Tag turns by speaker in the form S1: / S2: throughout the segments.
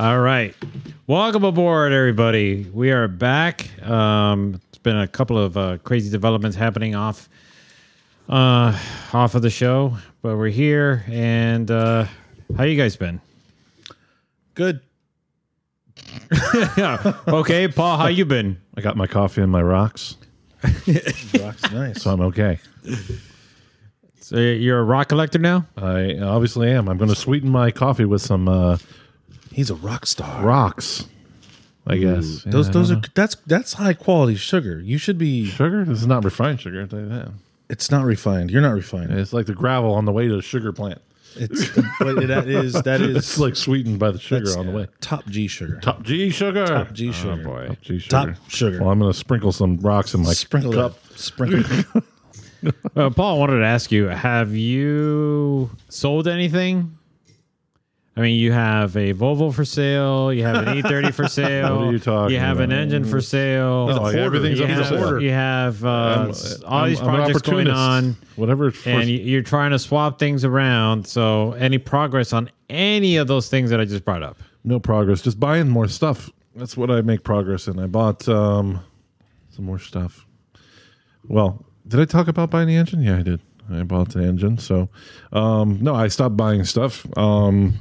S1: All right. Welcome aboard, everybody. We are back. Um, it's been a couple of uh, crazy developments happening off uh, off of the show, but we're here. And uh, how you guys been?
S2: Good.
S1: yeah. Okay, Paul, how you been?
S3: I got my coffee and my rocks,
S2: Rock's nice.
S3: so I'm okay.
S1: So you're a rock collector now?
S3: I obviously am. I'm going to sweeten my coffee with some uh,
S2: He's a rock star.
S3: rocks. I guess
S2: Those
S3: Yeah,
S2: those
S3: I
S2: are that's that's high quality sugar. You should be.
S3: don't know. sugar. This is not refined sugar. I'll tell you that.
S2: It's not refined. You're not refined.
S3: It's like the gravel on the way to the sugar plant.
S2: It's but that is that is
S3: It's like sweetened by the sugar
S2: that's
S3: on the way.
S2: Top G sugar. Top,
S3: Top G sugar. Top
S2: G sugar.
S1: Boy.
S3: G sugar.
S2: Top sugar.
S3: Well, I'm going to sprinkle some rocks in my
S2: sprinkle
S3: cup.
S2: it. Sprinkle. it.
S1: Uh, Paul, I wanted to ask you have you sold anything? I mean, you have a Volvo for sale. You have an E30 for sale.
S3: What are you talking
S1: You have an
S3: about?
S1: engine for sale.
S3: No, like, everything's
S1: you,
S3: up for
S1: have,
S3: sale.
S1: you have uh,
S3: I'm-
S1: s- all
S3: I'm-
S1: these
S3: I'm an
S1: projects going
S3: opportunist.
S1: on,
S3: Whatever. it's for-
S1: and you- you're trying to swap things around. So, any progress on any of those things that I just brought up?
S3: no progress. Just buying more stuff. That's what I make progress in. I bought um, some more stuff. Well, did I talk about buying the engine? Yeah, I did. I bought the engine. So, um, no, I stopped buying stuff. Um,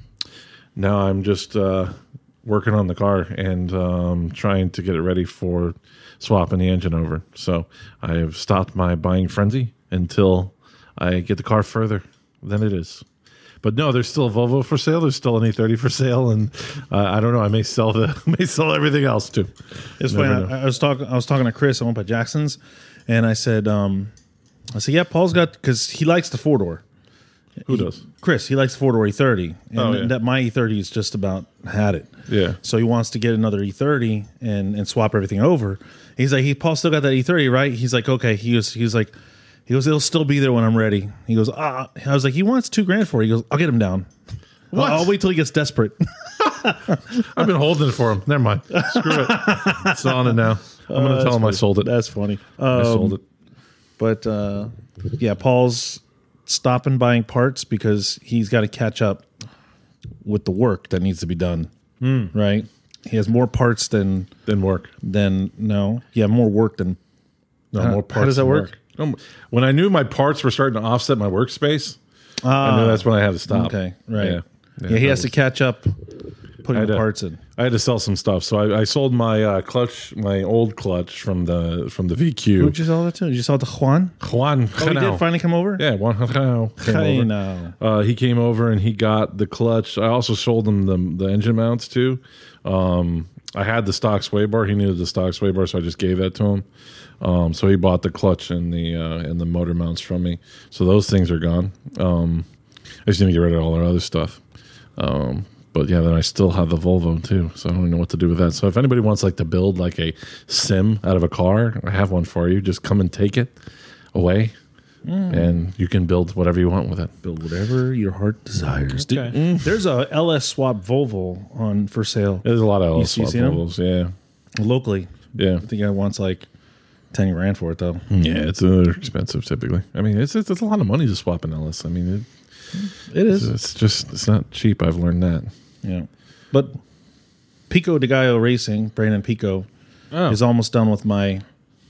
S3: now I'm just uh, working on the car and um, trying to get it ready for swapping the engine over. So I have stopped my buying frenzy until I get the car further than it is. But no, there's still a Volvo for sale. There's still an E30 for sale, and uh, I don't know. I may sell the may sell everything else too.
S2: It's funny.
S3: Never know.
S2: I, I was talking. I was talking to Chris. I went by Jackson's, and I said, um, I said, yeah, Paul's got because he likes the four door.
S3: Who does?
S2: Chris, he likes four door E30, and
S3: Oh, yeah.
S2: that my E30 is just about had it.
S3: Yeah.
S2: So he wants to get another E30 and and swap everything over. He's like, he Paul still got that E30, right? He's like, okay. He was he was like, he goes, it'll still be there when I'm ready. He goes, ah. I was like, he wants two grand for it. He goes, I'll get him down. I'll-
S3: What?
S2: I'll wait till he gets desperate.
S3: I've been holding it for him. Never mind. Screw it. It's on it now. I'm going to tell him I sold it.
S2: Uh, That's um, funny.
S3: I sold it.
S2: But uh, yeah, Paul's stopping buying parts because he's got to catch up with the work that needs to be done. Right? He has more parts than
S3: Didn't work.
S2: than no. Yeah, more work than
S3: No
S2: How-
S3: more
S2: how
S3: parts.
S2: does that
S3: than
S2: work?
S3: Um, When I knew my parts were starting to offset my workspace, I knew that's when I had to stop.
S2: Ah, okay, right.
S3: Yeah.
S2: Yeah, he
S3: that
S2: has
S3: was-
S2: to catch up putting
S3: had
S2: the
S3: to-
S2: parts in.
S3: I had to sell some stuff, so I, I sold my uh, clutch, my old clutch from the from the VQ.
S2: Who'd you sell that to? Did you sell it to Juan?
S3: Juan,
S2: Oh, he did finally come over?
S3: yeah, Juan Canao came
S2: Hey,
S3: over.
S2: no.
S3: Uh, he came over and he got the clutch. I also sold him the, the engine mounts too. Um, I had the stock sway bar. He needed the stock sway bar, so I just gave that to him. Um, so he bought the clutch and the uh, and the motor mounts from me. So those things are gone. Um, I just need to get rid of all our other stuff. Um, but yeah, then I still have the Volvo too, so I don't even know what to do with that. So if anybody wants like to build like a sim out of a car, I have one for you. Just come and take it away, and you can build whatever you want with it.
S2: Build whatever your heart desires. Dude, mm,
S1: Okay.
S2: There's a LS swap Volvo on for sale
S3: There's a lot of LS
S2: you
S3: swap
S2: seen 'em?
S3: levels. Yeah,
S2: locally.
S3: yeah,
S2: I think I wants like ten grand for it though.
S3: yeah. It's uh, expensive typically. I mean, it's, it's it's a lot of money to swap an LS. I mean,
S2: It
S3: it, it's just it's not cheap. I've learned that.
S2: Yeah. But Pico de Gallo Racing, Brandon Pico, is almost done with my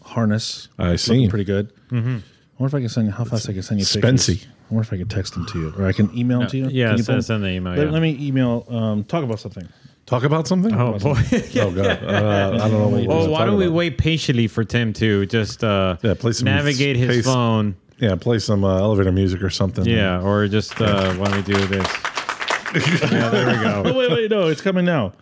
S2: harness.
S3: I
S2: It's looking
S3: seen.
S2: pretty good. Mm-hmm. I wonder if I can send you how fast I can send you
S3: Spency.
S2: pictures. I wonder if I can text them to you or I can email them to you.
S1: Yeah,
S2: Can you
S1: send,
S2: pull-
S1: send the email.
S2: let,
S1: yeah.
S2: let me email. Um, talk about something.
S3: Talk about something.
S1: oh, boy.
S3: Oh, god, uh, I don't know. What you
S1: well, Oh, why
S3: talk
S1: don't we
S3: about.
S1: wait patiently for Tim to just uh,
S3: Yeah, play some
S1: navigate his
S3: space.
S1: phone?
S3: Yeah, play some uh, elevator music or something.
S1: Yeah, or just uh, why don't we do this? yeah, there we go.
S2: Oh wait, wait, no, it's coming now.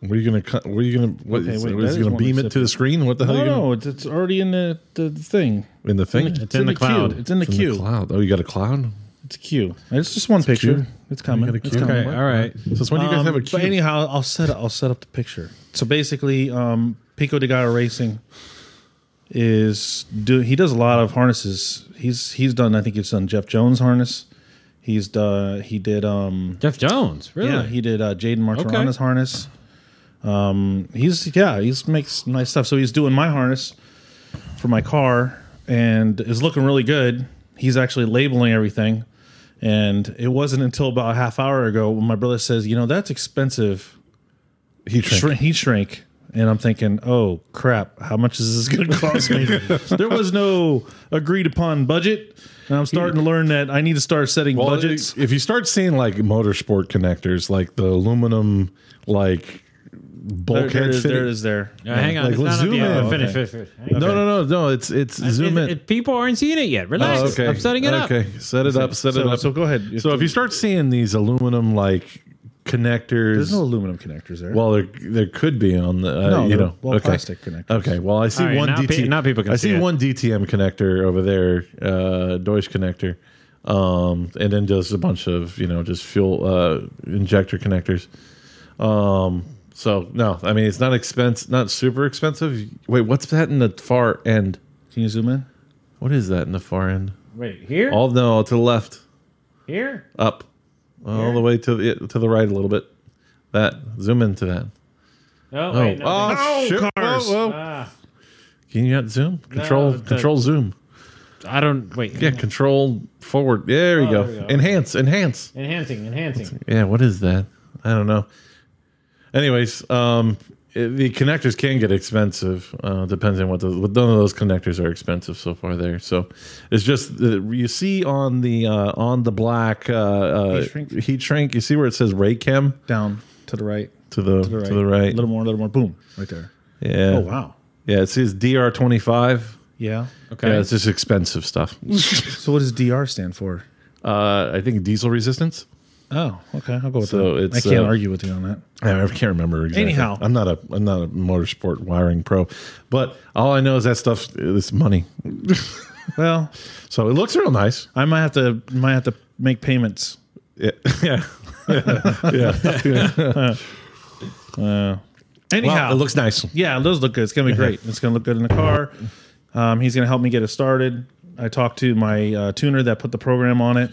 S3: What are you gonna cut? What are you gonna? What
S2: Okay,
S3: is,
S2: wait,
S3: what
S2: that
S3: is
S2: is
S3: he gonna
S2: one
S3: beam it to the screen? What the hell?
S2: No,
S3: are you gonna,
S2: no, it's, it's already in the, the thing.
S3: in the thing.
S1: It's in the cloud.
S2: Queue. It's in the
S3: in
S2: queue.
S3: the cloud. Oh, you got a cloud.
S2: It's a queue. It's just one picture.
S3: queue.
S2: It's coming.
S3: got a
S2: It's
S3: queue.
S2: coming.
S1: Okay, all right.
S3: So when do you guys
S2: Um,
S3: have a
S2: But
S3: queue?
S2: anyhow, I'll set I'll set up the picture. So basically, um, Pico de Gallo Racing is do he does a lot of harnesses. He's he's done I think he's done Jeff Jones harness. He's done he did um
S1: Jeff Jones, really?
S2: yeah he did uh, Jaden Martorana's
S1: Okay.
S2: harness. Um, he's yeah he's makes nice stuff. So he's doing my harness for my car and is looking really good. He's actually labeling everything And it wasn't until about a half hour ago when my brother says, "You know, that's expensive
S3: Heat shrink.
S2: shrink. heat shrink." And I'm thinking, "Oh crap! How much is this going to cost me?" there was no agreed upon budget, and I'm starting to learn that I need to start setting
S3: Well,
S2: budgets.
S3: if you start seeing like motorsport connectors, like the aluminum, like
S2: There-
S3: bulkhead
S2: there, is,
S3: fitting-
S2: there is there.
S1: Uh, hang on.
S3: Like,
S1: it's
S3: let's
S1: not up
S3: zoom
S1: yet.
S3: in.
S1: Finish,
S2: Okay.
S1: finish, finish.
S3: No, no, no, no. It's it's zoom
S1: It-
S3: in.
S1: it- people aren't seeing it yet. Relax.
S3: Oh, okay.
S1: I'm setting it up.
S3: Okay, set it up. Set it
S2: so-
S3: up.
S2: so go ahead.
S3: So if you start seeing these aluminum like connectors,
S2: There's no aluminum connectors there.
S3: well, there there could be on the uh,
S2: No,
S3: you
S2: they're
S3: know
S2: all
S3: okay.
S2: plastic connectors.
S3: Okay, well I see
S1: All right,
S3: one
S1: now
S3: DT.
S1: pe- now people can
S3: I
S1: see
S3: see
S1: it.
S3: one DTM connector over there, uh, Deutsch connector, um, and then just a bunch of you know just fuel uh, injector connectors. Um, so no, I mean it's not expense, not super expensive. Wait, what's that in the far end?
S2: can you zoom in?
S3: What is that in the far end?
S1: Wait, here?
S3: All no to the left,
S1: here?
S3: up, all the way to the, to the right a little bit. That zoom into that.
S1: No,
S3: Oh,
S1: wait, no,
S3: oh, shoot. Whoa,
S2: cars.
S3: whoa.
S1: Ah,
S3: Can you not zoom? Control,
S1: the-
S3: control zoom.
S1: I don't. Wait.
S3: Yeah, control forward. There you
S1: Oh,
S3: go.
S1: there we go.
S3: Enhance, enhance.
S1: Enhancing, enhancing.
S3: Yeah, what is that? I don't know. Anyways, um, it- the connectors can get expensive. Uh, depends on what those. But none of those connectors are expensive so far there. So it's just the, you see on the uh, on the black uh, uh,
S2: Heat shrink?
S3: heat shrink. You see where it says Raychem
S2: Down to the right.
S3: to the to
S2: To
S3: the
S2: the
S3: right.
S2: right. A little more. A little more. Boom. Right there.
S3: Yeah.
S2: Oh wow.
S3: Yeah, it says DR twenty five.
S2: Yeah.
S1: Okay.
S3: Yeah, it's just expensive stuff.
S2: So what does DR stand for?
S3: Uh, I think diesel resistance.
S2: Oh, okay. I'll go with
S3: So
S2: that.
S3: it's,
S2: I can't
S3: uh,
S2: argue with you on that.
S3: I I can't remember exactly.
S2: Anyhow.
S3: I'm not a I'm not a motorsport wiring pro, but all I know is that stuff is money.
S2: Well,
S3: So it looks real nice.
S2: I might have to might have to make payments.
S3: Yeah, yeah, yeah.
S2: Uh, anyhow,
S3: Well, it looks nice.
S2: yeah, those look good. It's gonna be great. It's gonna look good in the car. Um, he's gonna help me get it started. I talked to my uh, tuner that put the program on it.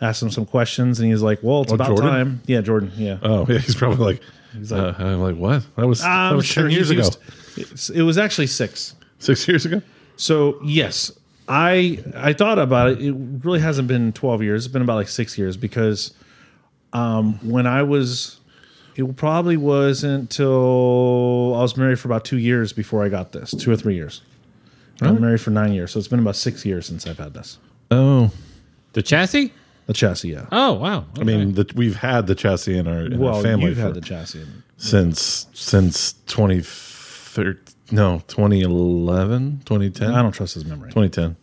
S2: Asked him some questions, and he's like, "Well, it's
S3: Oh,
S2: about
S3: Jordan?
S2: time." Yeah, Jordan. Yeah,
S3: Oh, yeah. He's probably like,
S2: like-
S3: uh, I'm like, what? That was that
S2: I'm
S3: was
S2: sure
S3: ten years
S2: he's
S3: ago,
S2: Um, used- it's- it was actually six.
S3: six years ago.
S2: So yes, I I thought about it. It really hasn't been twelve years. It's been about like six years because um, when I was, it probably wasn't until I was married for about two years before I got this, two or three years. I'm married for nine years, so it's been about six years since I've had this.
S3: Oh,
S1: The chassis?
S2: The chassis, yeah.
S1: Oh, wow.
S3: I mean, the, we've had the chassis in our, in our
S2: well,
S3: family
S2: you've had
S3: for-
S2: the chassis.
S3: since since 2013, no 2011, 2010,
S2: I don't trust his memory.
S3: 2010.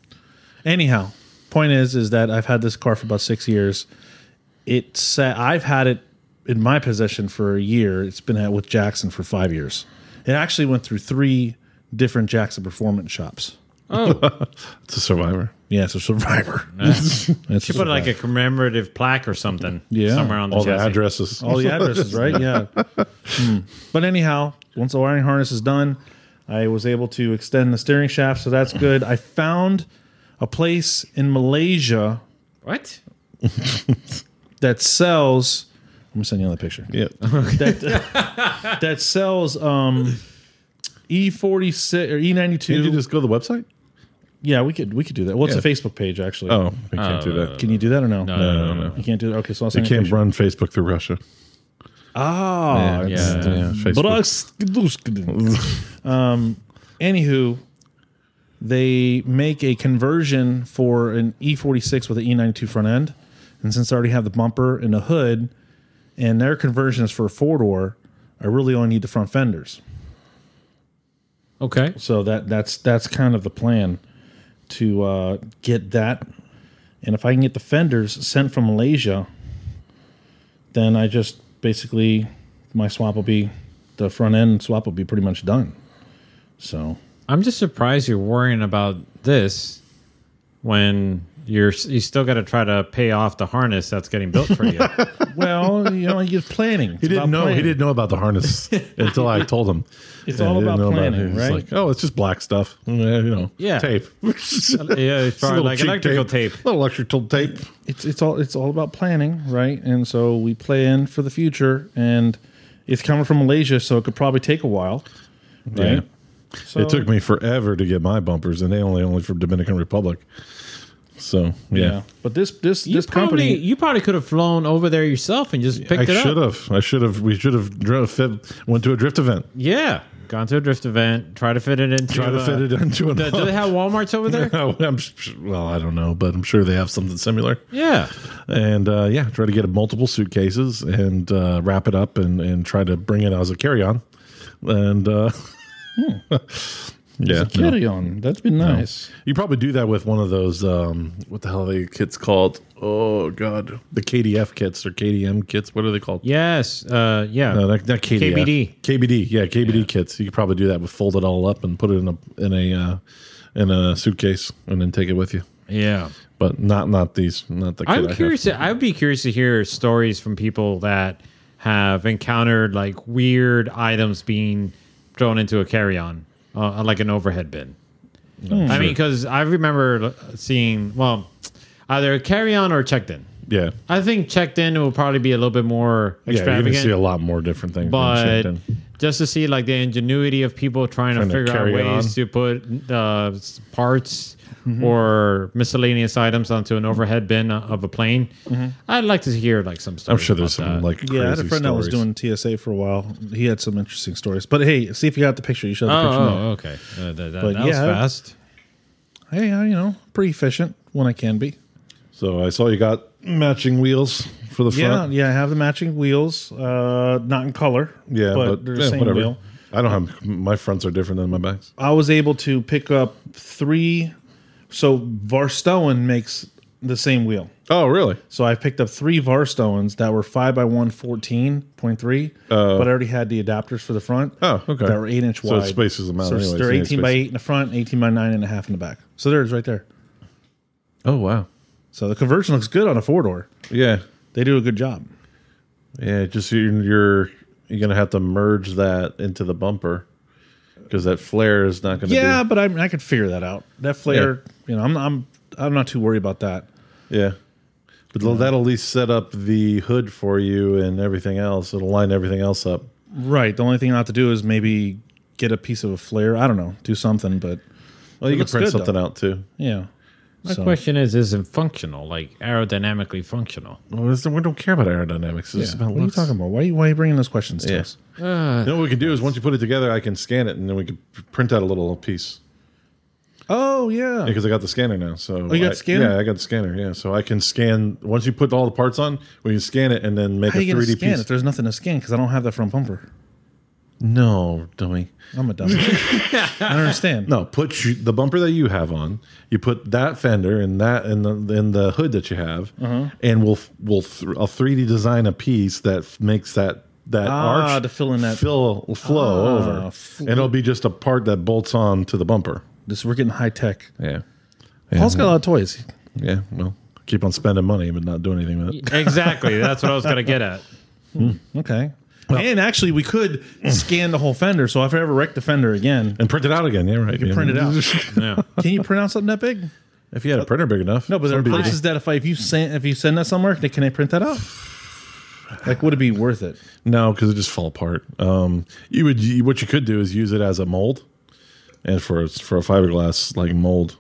S2: Anyhow, point is is that I've had this car for about six years. It's uh, I've had it in my possession for a year. It's been at with Jackson for five years. It actually went through three different Jackson performance shops.
S3: It's a survivor.
S2: Yeah, it's a survivor. It's a
S1: Put like
S2: Survivor.
S1: a commemorative plaque or something
S2: Yeah.
S1: somewhere on the
S3: All the
S1: chassis.
S3: addresses.
S2: all the addresses, right? Yeah. Hmm. But anyhow, once the wiring harness is done, I was able to extend the steering shaft, so that's good. I found a place in Malaysia
S1: What?
S2: that sells. I'm gonna send you another picture.
S3: Yeah.
S2: that that sells um E forty six or E ninety
S3: Did you
S2: two.
S3: just go to the website?
S2: Yeah, we could we could do that. What's
S3: Yeah.
S2: it's a Facebook page actually?
S3: Oh, we can't do that.
S2: can you do that or no?
S1: no,
S3: no, no, no.
S2: you can't do that. Okay, so I'll
S3: You
S2: send
S3: can't
S2: you.
S3: run Facebook through Russia.
S2: Ah,
S1: Yeah.
S2: it's- but I s- um, anywho, they make a conversion for an E forty six with an E ninety two front end, and since I already have the bumper and the hood, and their conversion is for a four door, I really only need the front fenders.
S1: Okay.
S2: So that that's that's kind of the plan to uh, get that. And if I can get the fenders sent from Malaysia, then I just basically my swap will be the front end swap will be pretty much done. So
S1: I'm just surprised you're worrying about this when you're you still got to try to pay off the harness that's getting built for you.
S2: well, you know, you're planning.
S3: He didn't know. He didn't know about the harness until I told him.
S2: It's
S3: Yeah,
S2: all
S3: he didn't
S2: about
S3: know it.
S2: planning,
S3: He was
S2: right?
S3: Like, oh, it's just black stuff. Yeah, you know,
S1: Yeah.
S3: tape. It's a
S1: yeah, it's probably
S3: little
S1: like
S3: cheap
S1: electrical tape.
S3: Little electrical tape.
S2: it's it's all it's all about planning, right? And so we plan for the future, and it's coming from Malaysia, so it could probably take a while, right?
S3: Yeah.
S2: So,
S3: It took me forever to get my bumpers, and they only only from Dominican Republic. So yeah,
S2: Yeah. But this this
S1: You
S2: this
S1: probably,
S2: company
S1: you probably could have flown over there yourself and just
S3: I
S1: picked it
S3: should
S1: up.
S3: have. I should have. We should have drove, fit, went to a drift event.
S1: Yeah, gone to a drift event, try to fit it into.
S3: Try to
S1: uh,
S3: fit it into an.
S1: Do do they have WalMarts over there?
S3: I'm, s- well, I don't know, but I'm sure they have something similar.
S1: yeah.
S3: And uh, yeah, try to get multiple suitcases and uh, wrap it up and, and try to bring it as a carry on. And uh, yeah, no.
S2: carry on. That's been nice.
S3: you probably do that with one of those. Um, what the hell are the kits called? Oh god, the KDF kits or KDM kits? What are they called?
S1: Yes. Uh, yeah.
S3: No, not, not KDF.
S1: KBD.
S3: KBD. Yeah, KBD kits. You could probably do that, but fold it all up and put it in a in a uh, in a suitcase and then take it with you.
S1: yeah.
S3: But not not these. Not the. Kit I
S1: I'm
S3: have.
S1: curious. To, I'd be curious to hear stories from people that have encountered like weird items being thrown into a carry-on, uh, like an overhead bin.
S3: Mm.
S1: I mean, because I remember seeing well, either a carry-on or checked in.
S3: Yeah.
S1: I think checked in will probably be a little bit more
S3: Yeah, you're gonna
S1: extravagant,
S3: see a lot more different things. than
S1: but
S3: Shenzhen.
S1: just to see like the ingenuity of people trying,
S3: Trying to
S1: to figure out
S3: carry it
S1: ways
S3: on. Mm-hmm.
S1: to put uh, s- parts or miscellaneous items onto an overhead bin of a plane. I'd like to hear like some
S3: Mm-hmm. I'm
S1: stories.
S3: sure there's
S1: about
S3: some
S1: that.
S3: like crazy
S2: Yeah, I had a friend that was
S3: stories.
S2: doing TSA for a while. He had some interesting stories. But hey, see if you got the picture. You showed the
S1: Oh,
S2: picture.
S1: oh, okay. Uh, that that, that was
S2: yeah.
S1: fast.
S2: Hey, I, you know, pretty efficient when I can be.
S3: So I saw you got matching wheels for the
S2: Yeah,
S3: front.
S2: yeah, I have the matching wheels. Uh, not in color.
S3: Yeah,
S2: but, they're the
S3: yeah,
S2: same
S3: whatever.
S2: wheel.
S3: I don't have my fronts are different than my backs.
S2: I was able to pick up three. So Varstowen makes the same wheel.
S3: Oh really?
S2: So I picked up three Varstowens that were five by one fourteen point three, but I already had the adapters for the front.
S3: Oh, okay.
S2: That were eight inch
S3: So
S2: wide.
S3: it spaces them out
S2: So
S3: anyways,
S2: they're
S3: yeah, it
S2: eighteen by
S3: spaces-
S2: eight in the front, eighteen by nine and a half in the back. So there's right there.
S3: Oh wow.
S2: So the conversion looks good on a four door.
S3: Yeah.
S2: They do a good job.
S3: Yeah, just you're you're, you're gonna have to merge that into the bumper because that flare is not gonna.
S2: Yeah,
S3: be,
S2: but I, I could figure that out. That flare, you know, I'm I'm I'm not too worried about that.
S3: yeah. But that'll at least set up the hood for you and everything else. It'll line everything else up.
S2: Right. The only thing I have to do is maybe get a piece of a flare. I don't know, do something. But
S3: Well, you can
S2: looks
S3: print
S2: good,
S3: something out too.
S2: yeah,
S1: My
S2: So-
S1: question is: Is it functional? Like aerodynamically functional?
S3: Well, it's- we don't care about aerodynamics. It's
S2: yeah.
S3: just about
S2: what are you
S3: looks.
S2: talking about? Why are you why are you bringing those questions to
S3: Yeah.
S2: us?
S1: Uh,
S3: You know what we could do is once you put it together, I can scan it and then we could p- print out a little piece
S2: Oh yeah.
S3: because I got the scanner now. So oh,
S2: you got
S3: I,
S2: the scanner?
S3: Yeah, I got the scanner. Yeah, so I can scan once you put all the parts on. We can scan it and then make
S2: How
S3: a
S2: are you
S3: three
S2: gonna
S3: D
S2: scan
S3: piece.
S2: if there's nothing to scan? Because I don't have that front bumper.
S3: No, dummy.
S2: I'm a dummy. I don't understand.
S3: No, put you, the bumper that you have on. You put that fender and that and the and the hood that you have,
S2: Mm-hmm.
S3: and we'll we'll th- I'll three D design a piece that f- makes that that
S2: Ah,
S3: arch
S2: to fill in that-
S3: fill flow
S2: Ah,
S3: over,
S2: fl-
S3: and it'll be just a part that bolts on to the bumper.
S2: This we're getting high tech.
S3: Yeah,
S2: Paul's got a lot of toys.
S3: yeah. Well, keep on spending money but not doing anything with it.
S1: exactly. That's what I was gonna get at.
S2: Okay. and actually, we could scan the whole fender. So if I ever wreck the fender again,
S3: And print it out again. Yeah, right. You
S2: can print it out.
S1: Yeah.
S2: can you print out something that big?
S3: if you had a printer big enough.
S2: No, but there are
S3: Some people-
S2: places that if I, if you send if you send that somewhere, they, can I print that out? Like, would it be worth it?
S3: No, because it just fall apart. Um, you would you, what you could do is use it as a mold, and for for a fiberglass like mold.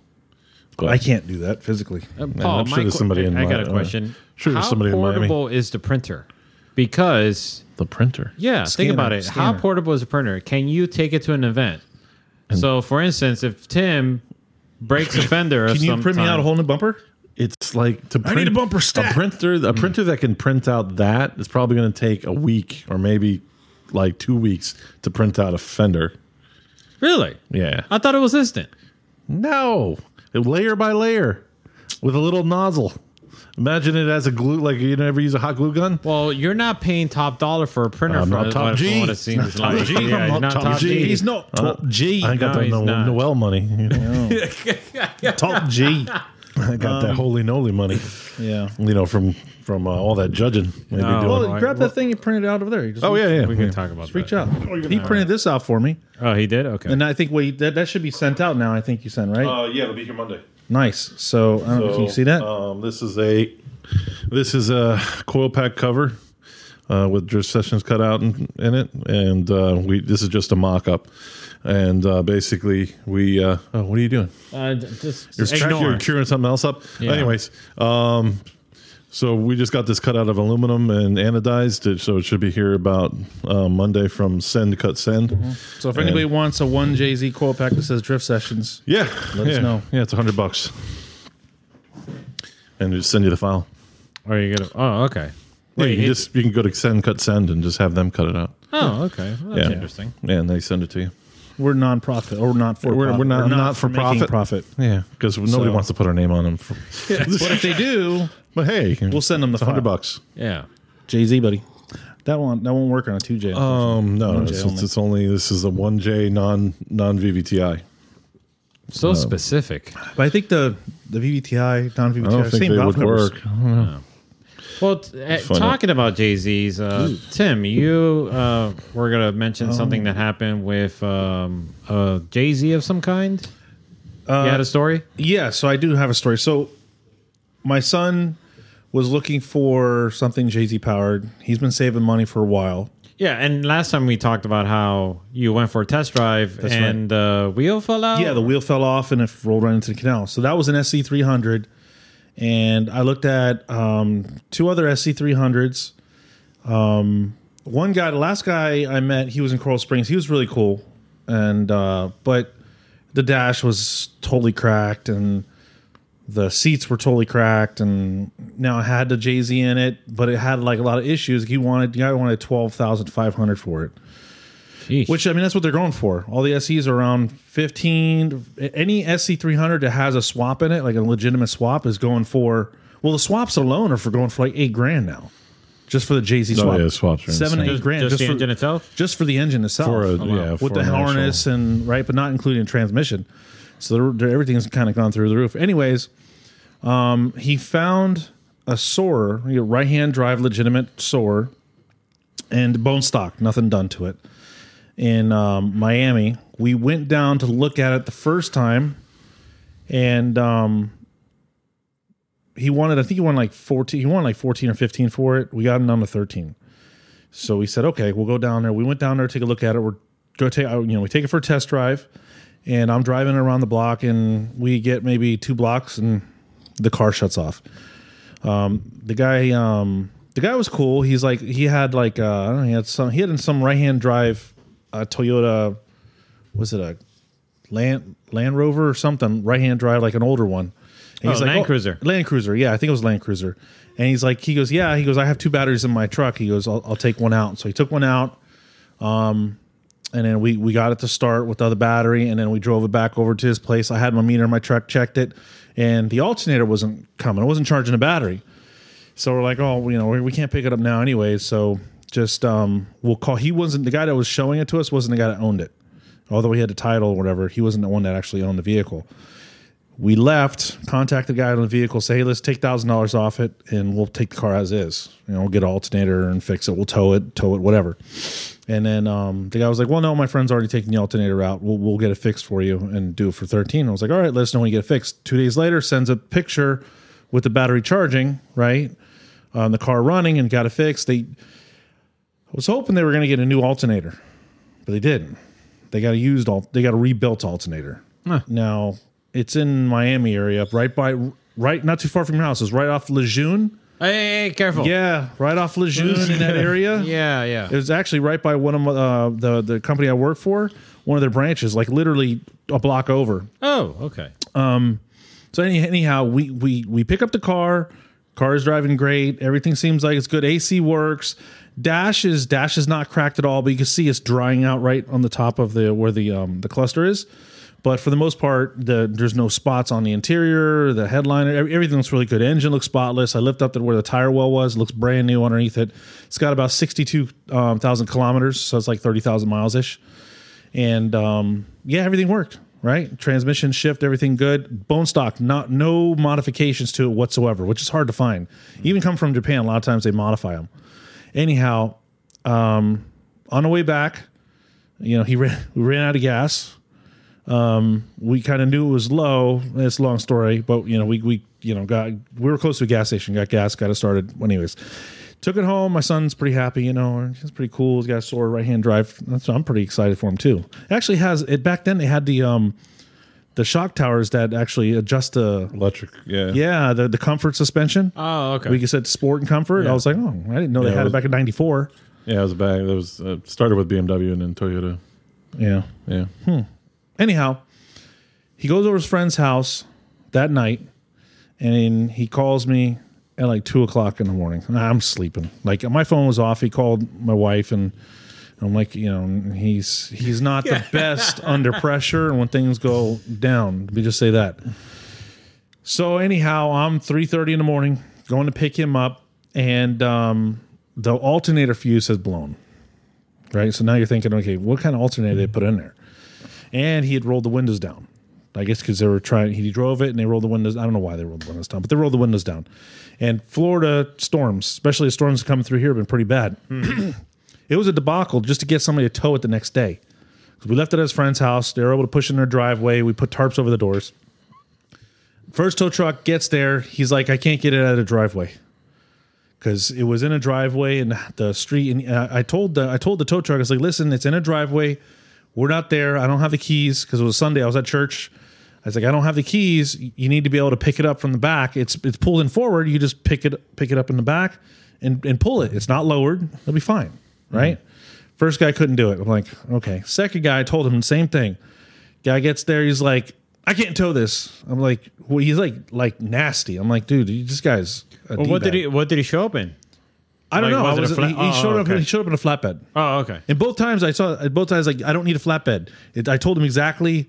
S3: But
S2: I can't do that physically.
S1: Uh,
S3: Yeah,
S1: Paul,
S3: I'm sure
S1: my
S3: there's
S1: que-
S3: somebody in
S1: I got
S3: Mi-
S1: a
S3: uh,
S1: question.
S3: sure there's
S1: How
S3: somebody in Miami.
S1: portable is the printer? Because
S3: the printer.
S1: yeah,
S2: Scanner,
S1: think about it. How
S2: scanner.
S1: portable is the printer? Can you take it to an event? so, for instance, if Tim breaks a fender, of
S2: Can you
S1: some
S2: print me
S1: type-
S2: out a whole new bumper?
S3: It's like to print
S2: need a bumper Mm. stat.
S3: printer, a printer that can print out that is probably going to take a week or maybe like two weeks to print out a fender.
S1: Really?
S3: Yeah.
S2: Uh
S1: I thought it was instant.
S3: No, layer by layer with a little nozzle. Imagine it as a glue. Like you never use a hot glue gun.
S1: Well, you're not paying top dollar for a printer.
S3: I'm
S1: for
S3: not
S1: what-
S3: top
S1: what-
S3: G.
S1: What it seems like.
S3: G.
S1: Yeah,
S3: I'm
S1: you're
S3: not top G. He's
S2: not
S3: top
S2: G.
S3: Uh, I ain't got
S1: No,
S3: that
S1: he's
S3: no,
S1: not.
S3: Noel money. you know?
S2: Top G.
S3: I got
S1: Um,
S3: that holy noly money.
S2: Yeah.
S3: You know, from from uh, all that judging. they be
S1: No.
S3: doing.
S2: Well,
S1: Alright,
S2: grab
S1: well-
S2: that thing and print it out over there. You just
S3: oh yeah, Oh, yeah.
S1: We can talk about
S2: Reach
S1: that.
S2: out. He printed this out for me,
S1: Oh, he did. Okay.
S2: and I think wait that, that should be sent out now. I think you sent right.
S3: Uh, yeah, it'll be here Monday. um,
S2: nice. So, I
S3: Oh,
S2: don't know, can you
S3: So,
S2: see that?
S3: Um, this is a this is a coil pack cover uh, with just sessions cut out in, in it, and uh, we this is just a mock up, and uh, basically we uh, oh, what are you doing?
S1: Uh, d- just
S3: You're,
S1: ignore.
S3: you're curing something else up.
S1: Yeah.
S3: Anyways, um, so we just got this cut out of aluminum and anodized it, so it should be here about uh, Monday from Send Cut Send.
S2: So if anybody wants a one Jay Z quote pack that says drift sessions,
S3: Yeah,
S2: Let us
S3: yeah.
S2: know.
S3: Yeah, it's a hundred bucks, and just send you the file.
S1: Are you gonna? Oh, okay.
S3: Yeah, you
S1: Wait,
S3: can
S1: it-
S3: just you can go to Send Cut Send and just have them cut it out.
S1: Oh, okay. Well, that's
S3: Yeah.
S1: interesting.
S3: Yeah, and they send it to you.
S2: we're nonprofit or not for
S3: We're-
S2: profit.
S3: we're not- not for
S2: making
S3: profit.
S2: profit.
S3: Yeah, because nobody
S2: So-
S3: wants to put our name on them. For,
S2: But if they do,
S3: but hey,
S2: we'll send them the
S3: it's a hundred
S2: file.
S3: bucks.
S1: Yeah.
S2: Jay Z, buddy. That won't that won't work on a two J.
S3: Um, no, no,
S2: J
S3: it's,
S2: only.
S3: it's only this is a one J non non VVTI. Uh,
S1: So specific.
S2: but I think the the VVTI non
S3: I don't
S2: VVTI
S3: think
S2: same
S3: they
S2: golf
S3: would
S2: numbers.
S3: work.
S1: Well, t- uh,
S3: find
S1: talking about Jay Z's, uh, Tim, you uh, were going to mention something that happened with um, uh, Jay Z of some kind. you had a story?
S2: Yeah, so I do have a story. So my son was looking for something Jay Z powered. He's been saving money for a while.
S1: Yeah, and last time we talked about how you went for a test drive and the wheel fell out.
S2: Yeah, the wheel fell off and it rolled right into the canal. So that was an SC 300. And I looked at um, two other SC 300s. Um, one guy, the last guy I met, he was in Coral Springs. He was really cool. And, uh, but the dash was totally cracked and the seats were totally cracked. And now I had the Jay Z in it, but it had like a lot of issues. He wanted, the guy wanted 12,500 for it.
S1: Sheesh.
S2: Which I mean, that's what they're going for. All the SEs are around fifteen. Any SC three hundred that has a swap in it, like a legitimate swap, is going for. Well, the swaps alone are for going for like eight grand now, just for the Jay Z
S3: Oh,
S2: swap.
S3: yeah, swaps are
S2: seven
S3: insane.
S2: eight grand
S1: just,
S2: just,
S1: the
S2: for,
S1: engine itself?
S2: just for the engine itself.
S3: For a-
S2: Oh,
S3: yeah,
S2: with
S3: for
S2: the
S3: an actual-
S2: harness and right, but not including transmission. So they're, they're- everything's kind of gone through the roof. Anyways, um, he found a soar, a right hand drive legitimate soar, and bone stock, nothing done to it. In um, Miami, we went down to look at it the first time, and um, he wanted, I think he wanted like fourteen, he wanted like fourteen or fifteen for it. We got him down to thirteen. So we said, okay, we'll go down there. We went down there, take a look at it. We're go take, uh, you know, we take it for a test drive, and I'm driving around the block, and we get maybe two blocks, and the car shuts off. Um, the guy, um, the guy was cool. He's like, he had like, uh, I don't know, he had some, he had some right hand drive, uh, Toyota, was it a Land Land Rover or something? Right hand drive, like an older one. And
S1: Oh, Land Cruiser.
S2: Land Cruiser. Yeah, I think it was Land Cruiser. And he's like, he goes, yeah. He goes, I have two batteries in my truck. He goes, I'll, I'll take one out. So he took one out. Um, and then we we got it to start with the other battery, and then we drove it back over to his place. I had my meter in my truck, checked it, and the alternator wasn't coming. It wasn't charging the battery. So we're like, oh, you know, we, we can't pick it up now anyway. So just um, we'll call. He wasn't the guy that was showing it to us. Wasn't the guy that owned it although he had the title or whatever, he wasn't the one that actually owned the vehicle. We left, contact the guy on the vehicle, say, hey, let's take thousand dollars off it and we'll take the car as is. You know, we'll get an alternator and fix it. We'll tow it, tow it, whatever. And then um, the guy was like, Well, no, my friend's already taking the alternator out. We'll, we'll get it fixed for you and do it for 13. I was like, All right, let us know when you get it fixed. Two days later, sends a picture with the battery charging, right? Um, the car running and got it fixed. They I was hoping they were going to get a new alternator, but they didn't. They got a used al- they got a rebuilt alternator. Now it's in Miami area, up right by right not too far from your house. It's right off Lejeune.
S1: Hey, hey, hey, careful.
S2: Yeah, right off Lejeune in that area.
S1: Yeah, yeah.
S2: It was actually right by one of my- uh, the the company I work for, one of their branches, like literally a block over.
S1: oh, okay.
S2: So any, anyhow, we we we pick up the car. Car is driving great. Everything seems like it's good. AC works. Dash is dash is not cracked at all, but you can see it's drying out right on the top of the where the um, the cluster is. But for the most part, the there's no spots on the interior, the headliner, every- everything looks really good. Engine looks spotless. I lift up to where the tire well was, looks brand new underneath it. It's got about sixty two um, thousand kilometers, so it's like thirty thousand miles ish and um, yeah, everything worked. Right, transmission shift, everything good. Bone stock, not no modifications to it whatsoever, which is hard to find. Even come from Japan, a lot of times they modify them. Anyhow, um, on the way back, you know he ran we ran out of gas. Um, we kind of knew it was low. It's a long story, but you know we we you know got we were close to a gas station, got gas, got it started. Anyways, Took it home. My son's pretty happy, you know. and He's pretty cool. He's got a sword right hand drive. That's I'm pretty excited for him too. It actually has it back then. They had the um, the shock towers that actually adjust the
S3: Electric, yeah.
S2: yeah the, the comfort suspension.
S1: Oh, okay.
S2: We said sport and comfort. I was like, oh, I didn't know
S3: Ah. Yeah,
S2: they
S3: it
S2: had
S3: was-
S2: it back in '94.
S3: Yeah, it was back. That was uh, started with BMW and then Toyota.
S2: Yeah.
S3: Yeah.
S2: Anyhow, he goes over to his friend's house that night, and he calls me at like two o'clock in the morning. And I'm sleeping. Like my phone was off. He called my wife, and I'm like, you know, he's he's not the best under pressure, and when things go down, let me just say that. So anyhow, I'm three thirty in the morning, going to pick him up, and um, the alternator fuse has blown. Right, so now you're thinking, okay, what kind of alternator they put in there? and he had rolled the windows down. I guess because they were trying, he drove it and they rolled the windows. I don't know why they rolled the windows down, but they rolled the windows down. And Florida storms, especially the storms coming through here, have been pretty bad. it was a debacle just to get somebody to tow it the next day. 'Cause we left it at his friend's house. They were able to push it in their driveway. We put tarps over the doors. First tow truck gets there. He's like, I can't get it out of the driveway because it was in a driveway and the street. And uh, I told the I told the tow truck, I was like, listen, it's in a driveway. We're not there. I don't have the keys because it was Sunday. I was at church. I was like, I don't have the keys. You need to be able to pick it up from the back. It's it's pulled in forward. You just pick it pick it up in the back and and pull it. It's not lowered. It'll be fine,
S1: Mm-hmm.
S2: right? First guy couldn't do it. I'm like, okay. Second guy, I told him the same thing. Guy gets there, he's like, I can't tow this. I'm like, well, he's like like nasty. I'm like, dude, you- this guy's. A
S1: well, what did
S2: D-bag.
S1: he what did he show up in?
S2: I don't
S1: Like, was
S2: know. I
S1: it a
S2: was,
S1: flat-
S2: he, he
S1: oh,
S2: showed
S1: okay.
S2: up. He showed up in a flatbed.
S1: Oh, okay.
S2: And both times I saw, both times like I don't need a flatbed. It, I told him exactly,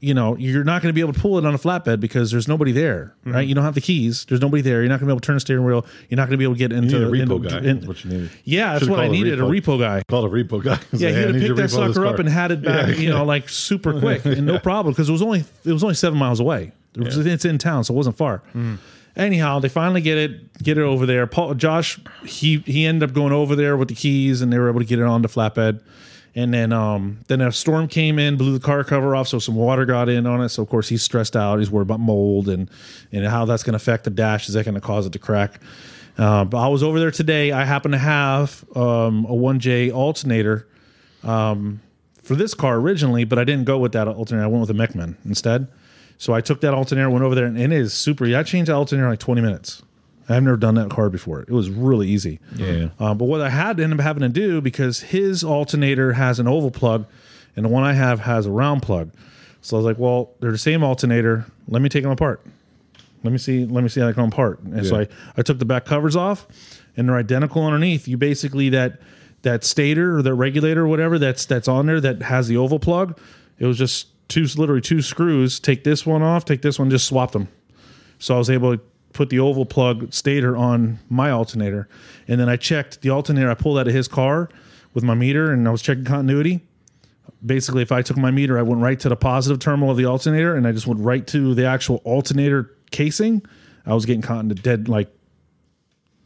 S2: you know, you're not going to be able to pull it on a flatbed because there's nobody there, right? You don't have the keys. There's nobody there. You're not going to be able to turn the steering wheel. You're not going to be able to get into
S3: need a
S2: into-
S3: repo guy,
S2: in-
S3: is what you needed.
S2: Yeah, that's
S3: Should've
S2: what I
S3: called a
S2: needed. A
S3: repo.
S2: repo guy.
S3: Called a repo guy. He's
S2: Yeah,
S3: like,
S2: he
S3: "Hey, I
S2: would
S3: need
S2: have
S3: you to
S2: picked that
S3: repo this
S2: sucker up
S3: car."
S2: and had it back, you know, like super quick and no problem because it was only it was only seven miles away. It was- It's in town, so it wasn't far. Anyhow, they finally get it get it over there. Paul Josh he he ended up going over there with the keys and they were able to get it on the flatbed. And then um then a storm came in, blew the car cover off, so some water got in on it. So of course he's stressed out. He's worried about mold and and how that's going to affect the dash. Is that going to cause it to crack? Uh, but I was over there today. I happen to have um, a 1J alternator for this car originally, but I didn't go with that alternator. I went with a Mechman instead. So I took that alternator, went over there, and it is super. I changed the alternator in like 20 minutes. I've never done that car before. It was really easy.
S3: Yeah.
S2: Uh, but what I had to end up having to do because his alternator has an oval plug and the one I have has a round plug. So I was like, well, they're the same alternator. Let me take them apart. Let me see. Let me see how they come apart. And so
S3: Yeah.
S2: I, I took the back covers off, and they're identical underneath. You basically that that stator or that regulator or whatever that's that's on there that has the oval plug. It was just two literally two screws. Take this one off. Take this one. Just swap them. So I was able to put the oval plug stator on my alternator. And then I checked the alternator I pulled out of his car with my meter and I was checking continuity. Basically, if I took my meter, I went right to the positive terminal of the alternator and I just went right to the actual alternator casing. I was getting caught in the dead, like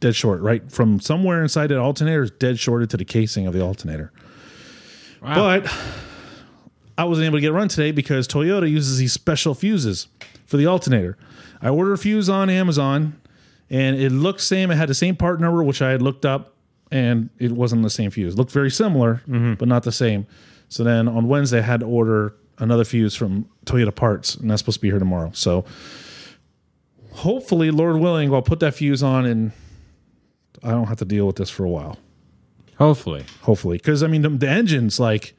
S2: dead short, right? From somewhere inside that alternator is dead shorted to the casing of the alternator. But I wasn't able to get a run today because Toyota uses these special fuses for the alternator. I ordered a fuse on Amazon and it looked same. It had the same part number, which I had looked up, and it wasn't the same fuse. It looked very similar,
S1: Mm-hmm.
S2: but not the same. So then on Wednesday, I had to order another fuse from Toyota Parts, and that's supposed to be here tomorrow. So hopefully, Lord willing, I'll put that fuse on and I don't have to deal with this for a while
S1: Hopefully.
S2: hopefully. Because I mean, the, the engine's like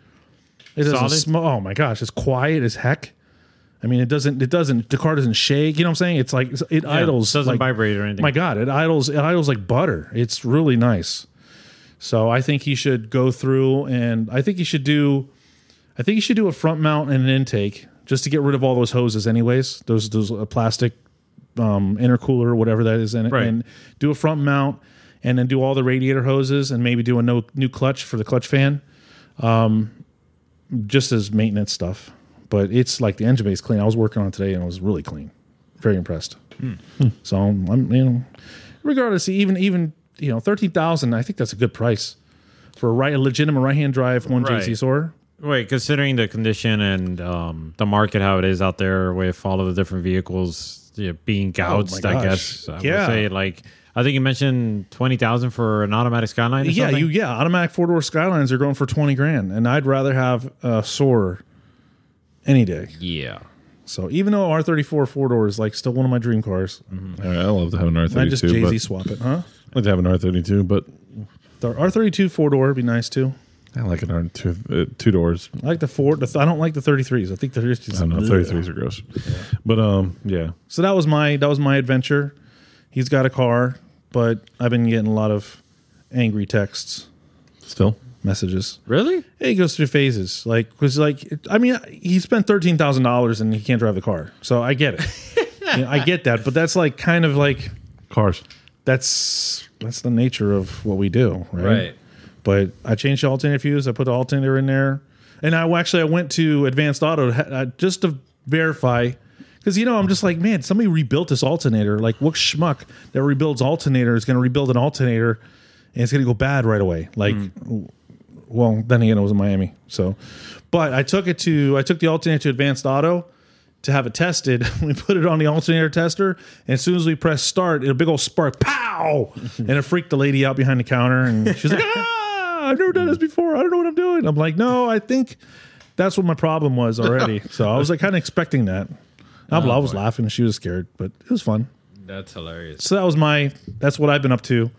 S2: it doesn't
S1: Solid?
S2: smell. Oh my gosh, it's quiet as heck. I mean, it doesn't. It doesn't. The car doesn't shake. You know what I'm saying? It's like it idles.
S1: doesn't
S2: like,
S1: vibrate or anything.
S2: My God, it idles. It idles like butter. It's really nice. So I think he should go through, and I think he should do. I think he should do a front mount and an intake just to get rid of all those hoses, anyways. Those those uh, plastic um, intercooler or whatever that is in it,
S1: Right.
S2: and do a front mount, and then do all the radiator hoses, and maybe do a no, new clutch for the clutch fan, um, just as maintenance stuff. But it's like the engine bay is clean. I was working on it today, and it was really clean. Very impressed. So I'm, I'm, you know, regardless, even even you know, thirteen thousand. I think that's a good price for a right, a legitimate right-hand drive one
S1: Right.
S2: JC Soar.
S1: Wait, considering the condition and um, the market, how it is out there with all of the different vehicles yeah, being gouged, I
S2: Oh gosh.
S1: guess I would
S2: Yeah.
S1: say like I think you mentioned twenty thousand for an automatic skyline. Or
S2: yeah,
S1: something?
S2: you yeah, automatic four door skylines are going for twenty grand, and I'd rather have a Soarer any day.
S1: Yeah.
S2: So even though R thirty four four door is like still one of my dream cars,
S3: All right, I love to have an R
S2: I just Jay Z
S3: thirty two.
S2: swap it, huh?
S3: I like to have an R thirty two, but
S2: The R thirty two four door would be nice too.
S3: I like an R two uh, two doors.
S2: I like the four. The th- I don't like the thirty threes. I think the thirty
S3: I don't know, thirty threes are gross, but um, yeah,
S2: So that was my that was my adventure. He's got a car, but I've been getting a lot of angry texts
S3: still
S2: messages.
S1: Really?
S2: He goes through phases, like because like it- I mean he spent thirteen thousand dollars and he can't drive the car, so I get it. You know, I get that, but that's like kind of like
S3: cars.
S2: that's that's the nature of what we do, right? But I changed the alternator fuse. I put the alternator in there, and I actually I went to Advanced Auto to ha- uh, just to verify because you know I'm just like man, somebody rebuilt this alternator. Like what schmuck that rebuilds alternator is going to rebuild an alternator and it's going to go bad right away? Like well, then again, it was in Miami. So, but I took it to I took the alternator to Advanced Auto to have it tested. we put it on the alternator tester, and as soon as we pressed start, it a big old spark, pow, and it freaked the lady out behind the counter, and she's like, "Ah, I've never done this before. I don't know what I'm doing." I'm like, "No, I think that's what my problem was already." so I was like, kind of expecting that. I, I was laughing. She was scared, but it was fun.
S1: Oh, That's hilarious.
S2: So that was my. That's what I've been up to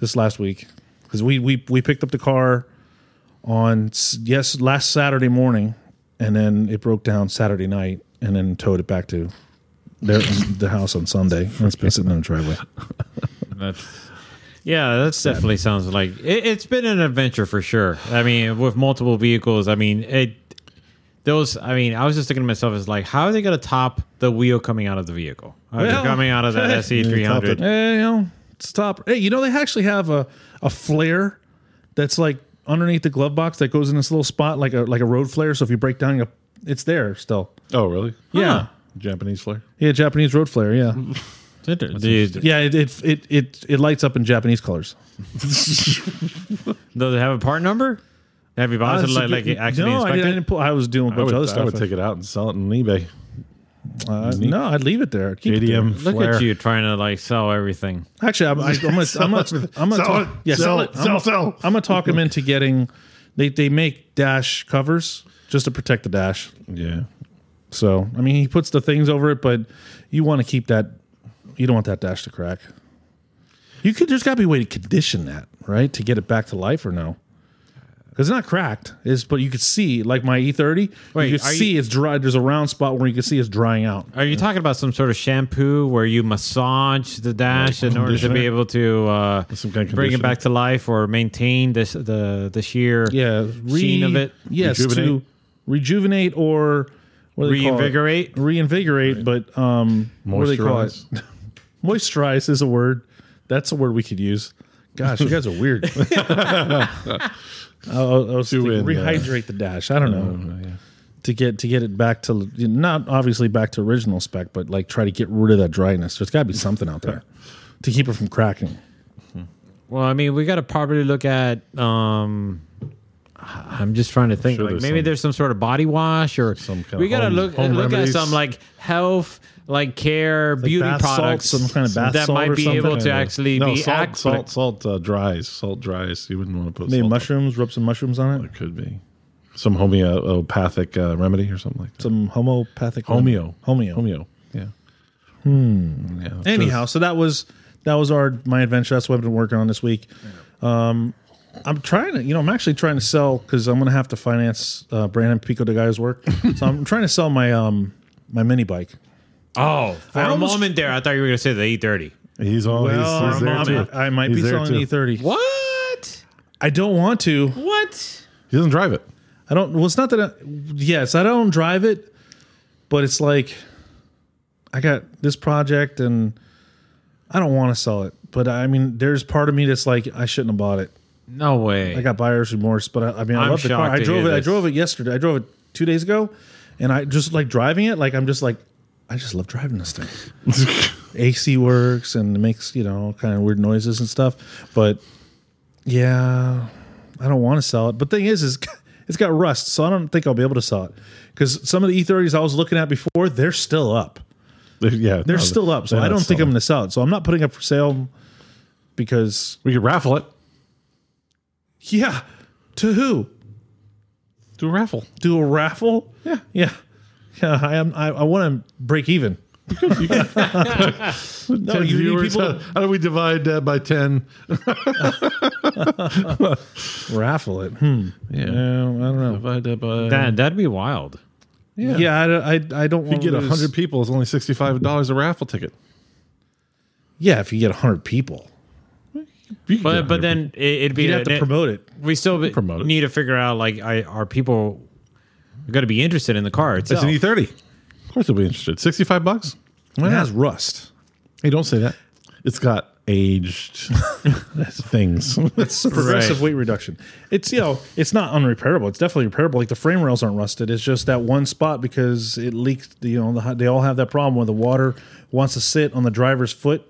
S2: this last week because we we we picked up the car on s- yes last Saturday morning, and then it broke down Saturday night, and then towed it back to their the house on Sunday. And it's been sitting in the driveway.
S1: That's yeah, that's definitely sounds like it, it's been an adventure for sure. I mean, with multiple vehicles, I mean it. Those, I mean, I was just thinking to myself, is like, how are they going to top the wheel coming out of the vehicle? How is it
S2: Well,
S1: coming out of the SE three hundred.
S2: Hey, you know, stop. Hey, you know they actually have a a flare that's like underneath the glove box that goes in this little spot like a like a road flare. So if you break down, you it's there still.
S3: Oh, really?
S2: Yeah.
S3: Japanese flair.
S2: Yeah, Japanese road flare. Yeah,
S1: Dude,
S2: yeah. It it, it it it lights up in Japanese colors.
S1: does it have a part number? Have you bothered to like, like actually
S2: no, I
S1: inspect
S2: didn't, I
S1: it?
S2: didn't pull. I was doing a
S3: I
S2: bunch
S3: would,
S2: of other
S3: I
S2: stuff.
S3: would take it out and sell it on eBay.
S2: Uh, no, I'd leave it there. Keep it there.
S3: JDM
S1: Look
S3: flair.
S1: at you trying to like sell everything.
S2: Actually, I'm, I, I'm gonna, I'm gonna, I'm gonna
S3: Sell
S2: talk,
S3: it.
S2: yeah,
S3: Sell
S2: sell
S3: it.
S2: it.
S3: Sell,
S2: I'm,
S3: sell.
S2: I'm gonna talk him into getting. They they make dash covers just to protect the dash.
S3: Yeah.
S2: So I mean, he puts the things over it, but you want to keep that. You don't want that dash to crack. You could. There's got to be a way to condition that, right, to get it back to life, or no? Because it's not cracked. Is but you could see, like my E30,
S1: Wait,
S2: you could
S1: are you-
S2: see it's dry. There's a round spot where you can see it's drying out.
S1: Are you talking about some sort of shampoo where you massage the dash in order to be
S3: conditioner?
S1: able to uh,
S3: Some kind of
S1: bring it
S3: conditioner.
S1: back to life or maintain this the the sheer
S2: yeah,
S1: sheen of it?
S2: Yes,
S3: Rejuvenate?
S2: to rejuvenate or what do they call it?
S1: Reinvigorate?
S2: Reinvigorate, but um, what do they call it?
S3: Moisturize.
S2: Moisturize is a word. That's a word we could use. Gosh, you guys are weird. I, I was
S3: Do
S2: thinking
S3: it, yeah.
S2: rehydrate the dash. I don't know to get to get it back to not obviously back to original spec, but like try to get rid of that dryness. There's got to be something out there to keep it from cracking.
S1: Well, I mean, we got to probably look at. Um, I- I'm just trying to think.
S3: Sure
S1: like
S3: there's
S1: maybe
S3: some-
S1: there's some sort of body wash or
S3: Some kind
S1: we
S3: of
S1: got to
S3: home-
S1: look
S3: home
S1: look at
S3: remedies.
S1: some like health, like care, beauty
S2: bath salts,
S1: products,
S2: some kind of bath
S1: that
S2: salt
S1: might
S2: or
S1: be
S2: something.
S1: able to actually
S3: no,
S1: be
S3: salt,
S1: act-
S3: salt, salt uh, dries. Salt dries. You wouldn't want to put
S2: Maybe
S3: salt.
S2: mushrooms, rub some mushrooms on it.
S3: It could be some homeopathic uh, remedy or something like that.
S2: Some homeopathic
S3: Homeo.
S2: homeo.
S3: Homeo. Yeah. Hmm. Yeah.
S2: Anyhow, so that was that was our my adventure. That's what I've been working on this week. Um, I'm trying to, you know, I'm actually trying to sell because I'm going to have to finance uh, Brandon Pico de Guy's work. so I'm trying to sell my um my mini bike.
S1: Oh, for
S2: I
S1: a
S2: almost-
S1: moment there, I thought you were going to say the E30.
S3: He's all.
S2: Well,
S3: he's, he's
S2: I'm-
S3: there
S2: I'm-
S3: too.
S2: I might
S3: He's
S2: be
S3: there
S2: selling
S3: too.
S2: an E30.
S1: What?
S2: I don't want to.
S1: What?
S3: He doesn't drive it.
S2: I don't. Well, it's not that. I, yes, I don't drive it, but it's like I got this project, and I don't want to sell it. But I mean, there's part of me that's like I shouldn't have bought it.
S1: No way.
S2: I got buyer's remorse, but I, I mean, I
S1: I'm
S2: love the car.
S1: shocked
S2: I
S1: to
S2: drove
S1: hear
S2: it. I
S1: this.
S2: drove it yesterday. I drove it two days ago, and I just like driving it. Like I'm just like, I just love driving this thing. AC works and it makes you know kind of weird noises and stuff, but yeah, I don't want to sell it. But thing is, is it's got rust, E so I don't think I'll be able to sell it because some of the E30s I was looking at before they're still up.
S3: They're- yeah,
S1: Oh,
S2: They're
S3: no,
S2: still up, so
S3: they're
S2: I
S3: not
S2: don't think I'm
S3: selling.
S2: going to sell it. So I'm not putting up for sale because
S3: We could raffle it.
S2: yeah, to who?
S3: Do a raffle.
S2: Do a raffle?
S3: Yeah.
S2: yeah, yeah. I am. I, I want to break even.
S3: no,
S2: you need people
S3: How, how do we divide that by ten?
S2: Raffle it? Hmm.
S3: Yeah,
S2: No, I don't know.
S3: divide that by
S1: That that'd be wild.
S3: Yeah,
S2: Yeah, I don't- I, I don't
S3: If
S2: want
S3: you get
S2: to
S3: hundred people, it's only sixty-five dollars a raffle ticket.
S2: Yeah, if you get hundred people,
S3: You could
S1: But
S3: get
S1: but
S3: 100
S1: then it, would be
S2: you'd have to
S1: an-
S2: promote it.
S1: We still be-
S3: promote it.
S1: need to figure out like I, are people going to be interested in the car
S3: people.
S1: itself?
S3: it's an E thirty. Of course, they'll be interested. Sixty-five bucks. Why
S2: It
S3: not?
S2: has rust.
S3: Hey, don't say that. It's got aged things.
S2: It's progressive weight reduction. It's you know, it's not unrepairable. It's definitely repairable. Like the frame rails aren't rusted. It's just that one spot because it leaked. You know, the, they all have that problem where the water wants to sit on the driver's foot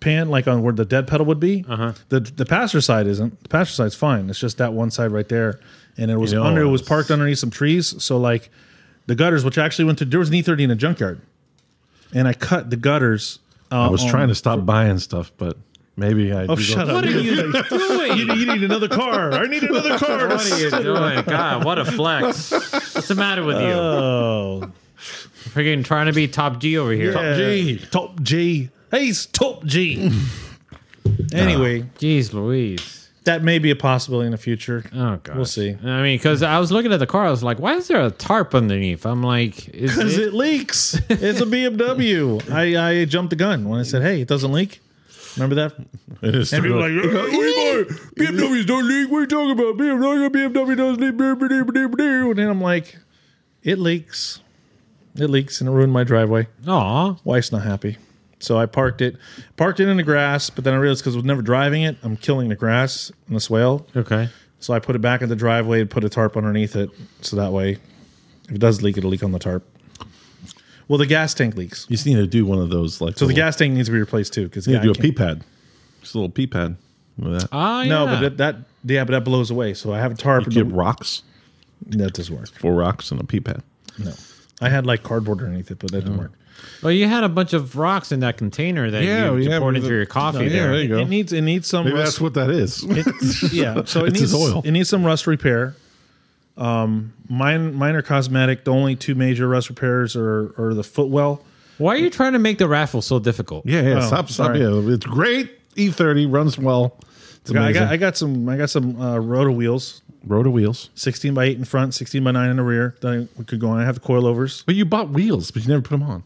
S2: pan, like on where the dead pedal would be. Uh-huh. The the passenger side isn't. The passenger side's fine. It's just that one side right there, and it was
S3: You know,
S2: under. It was
S3: it's-
S2: parked underneath some trees. So like the gutters, which actually went to there was an E30 in a junkyard, and I cut the gutters. Uh,
S3: I was trying to stop buying stuff, but maybe I.
S2: Oh, shut up!
S1: what are you doing?
S2: You need, you need another car. I need another car.
S1: What are you doing? God, what a flex! What's the matter with you?
S2: Oh,
S1: Freaking trying to be top G over here.
S2: yeah.
S3: G.
S2: Top G. He's top G. anyway,
S1: Jeez, Louise.
S2: that may be a possibility in the future.
S1: Oh god,
S2: We'll see.
S1: I mean, because I was looking at the car, I was like, why is there a tarp underneath? I'm like, is
S2: Because
S1: it?
S2: it leaks. It's a BMW. I, I jumped the gun when I said, hey, it doesn't leak. Remember that?
S3: It is
S2: And people
S3: true.
S2: are like, "Uh, what do you mean? BMWs don't leak. What are you talking about? BMW, BMW doesn't leak. blah, blah, blah, blah, blah." And then I'm like, it leaks. It leaks and it ruined my driveway.
S1: Aw,
S2: Wife's not happy. So I parked it, parked it in the grass, but then I realized because I was never driving it, I'm killing the grass and the swale.
S1: okay.
S2: So I put it back in the driveway and put a tarp underneath it. So that way, if it does leak, it'll leak on the tarp. Well, the gas tank leaks.
S3: You just need to do one of those like.
S2: So the gas tank needs to be replaced too. Because
S3: You need to do a pee pad. Just a little pee pad. Remember that.
S1: Ah, yeah.
S2: No, but that, that, yeah, but that blows away. So I have a tarp.
S3: Get
S2: And
S3: rocks,
S2: the, that doesn't work.
S3: four rocks, and a pee pad.
S2: No. I had like cardboard underneath it, but that
S3: Oh.
S2: didn't work.
S1: well, you had a bunch of rocks in that container that
S3: Yeah,
S1: you
S3: yeah,
S1: poured
S3: with
S1: into
S3: the-
S1: your coffee
S3: Yeah,
S1: there.
S3: there you go.
S2: It needs it needs some
S3: Maybe
S2: rust-
S3: that's what that is.
S2: yeah. So it
S3: It's
S2: needs
S3: his oil.
S2: It needs some rust repair. Um, mine mine are cosmetic. The only two major rust repairs are are the footwell.
S1: Why are you trying to make the raffle so difficult?
S3: yeah, yeah. stop, stop.
S2: Oh, sorry.
S3: Yeah, it's great. E30 runs well. It's
S2: I
S3: amazing.
S2: got I got some I got some uh, rotor wheels,
S3: Rotor wheels.
S2: sixteen by eight in front, sixteen by nine in the rear. Then we could go on. I have the coilovers
S3: But you bought wheels, but you never put them on.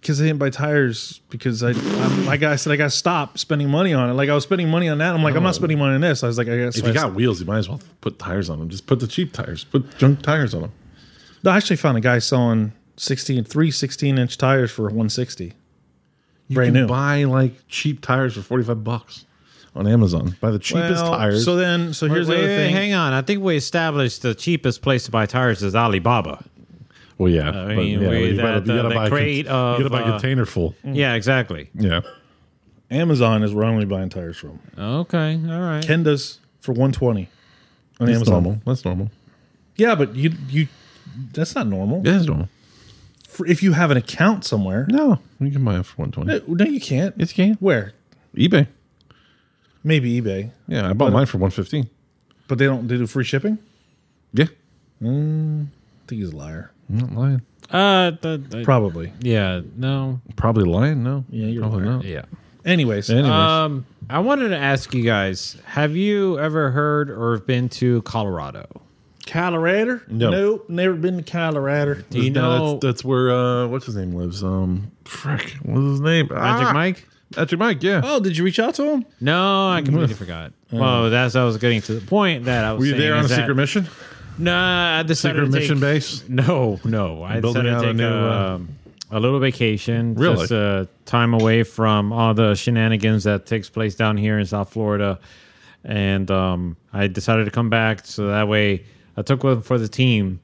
S2: because I didn't buy tires because I I'm, like I said I got to stop spending money on it. Like I was spending money on that. I'm like I'm not spending money on this. I was like I guess
S3: Oh. If you got wheels, you might as well put tires on them. Just put the cheap tires. Put junk tires on them.
S2: No, I actually found a guy selling 16, three 16 inch tires for one sixty. Brand
S3: You
S2: new.
S3: Buy like cheap tires for forty five bucks on Amazon. Buy the cheapest
S2: Well,
S3: tires.
S2: So then, so here's
S1: Wait,
S2: the other
S1: wait,
S2: thing.
S1: Hang on. I think we established the cheapest place to buy tires is Alibaba.
S3: well, yeah,
S1: I mean, we- that- the- the
S3: a con-
S1: crate of,
S3: you gotta buy a
S1: uh,
S3: container full.
S1: Yeah, exactly.
S3: Yeah,
S2: Amazon is where I'm only buying tires from.
S1: Okay, all right.
S2: Kenda's for 120 on
S3: that's
S2: Amazon.
S3: normal. That's normal.
S2: Yeah, but you you that's not normal.
S3: Yeah, it's normal.
S2: For- if you have an account somewhere,
S3: No, you can buy them for one twenty.
S2: no, no, you can't.
S3: Yes, you can.
S2: where
S3: eBay.
S2: maybe eBay,
S3: Yeah, I bought mine for one fifteen.
S2: but they don't they do free shipping.
S3: Yeah,
S2: I think he's a liar.
S3: I'm not lying.
S1: Uh, the, the-
S2: Probably.
S1: yeah, no,
S3: Probably lying. No.
S2: Yeah, you're
S3: probably
S2: lying.
S3: not.
S1: yeah.
S2: Anyways, uh,
S3: Anyways,
S1: Um, I wanted to ask you guys: Have you ever heard or been to Colorado?
S2: Colorado?
S3: No.
S2: Nope, never been to Colorado.
S1: Do you
S3: no,
S1: know
S3: that's, that's where uh, what's his name lives. Um, frick, what's his name?
S1: Magic
S3: Ah!
S1: Mike?
S3: Magic Mike. Yeah.
S2: Oh, did you reach out to him?
S1: No, I completely forgot. Well, that's I was getting to the point that I was.
S3: Uh. Were you
S1: saying
S3: there on a
S1: is that-
S3: secret mission?
S1: Nah, I decided
S3: Secret
S1: to
S3: mission
S1: take-
S3: base.
S1: No, no. I
S3: Building
S1: decided to
S3: out a
S1: take a,
S3: new, uh,
S1: um, a little vacation.
S3: Really?
S1: Just uh, time away from all the shenanigans that takes place down here in South Florida. And um, I decided to come back. So that way I took one for the team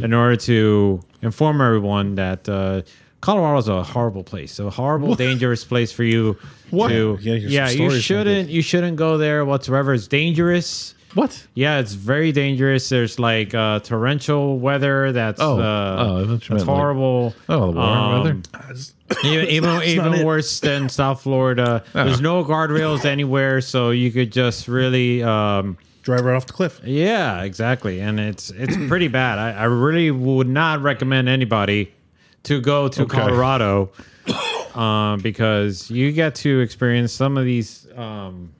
S1: in order to inform everyone that uh, Colorado is a horrible place, a horrible, dangerous place for you
S3: What?
S1: to.
S2: Yeah, here's
S1: yeah
S2: some
S1: you
S2: stories, maybe.
S1: shouldn't. You shouldn't go there whatsoever. It's dangerous.
S3: What?
S1: Yeah, it's very dangerous. There's like uh, torrential weather that's
S3: Oh.
S1: uh,
S3: Oh, I thought you
S1: that's
S3: meant, like-
S1: horrible.
S3: Oh, the warm
S1: Um,
S3: weather.
S1: even even, even
S2: it.
S1: worse than South Florida.
S3: Ah.
S1: There's no guardrails anywhere, so you could just really um,
S2: Drive right off the cliff.
S1: yeah, exactly. And it's it's pretty bad. I, I really would not recommend anybody to go to
S3: Okay.
S1: Colorado um, because you get to experience some of these um,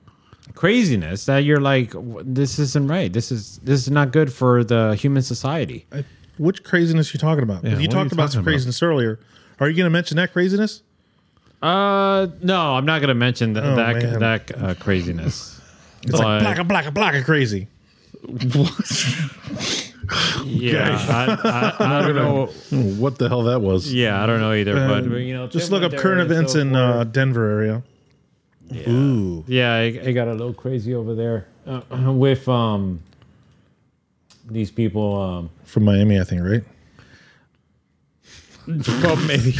S1: craziness that you're like, "W- this isn't right. This is this is not good for the human society.
S2: I- Which craziness you talking about?
S3: what are
S2: you talked
S3: you
S2: about
S3: talking
S2: some
S3: about?
S2: craziness earlier. Are you going to mention that craziness?
S1: Uh, no, I'm not going to mention th- that
S2: Oh, man.
S1: that uh, craziness.
S2: It's
S1: But-
S2: like black a black a black a crazy.
S1: yeah, I, I, I don't know.
S3: What the hell that was?
S1: Yeah, I don't know either. But you know,
S2: Uh, Just look up current events in uh, Denver area. Ooh,
S1: yeah, it, it got a little crazy over there uh, with um these people. Um,
S2: from Miami, I think, right?
S1: well, maybe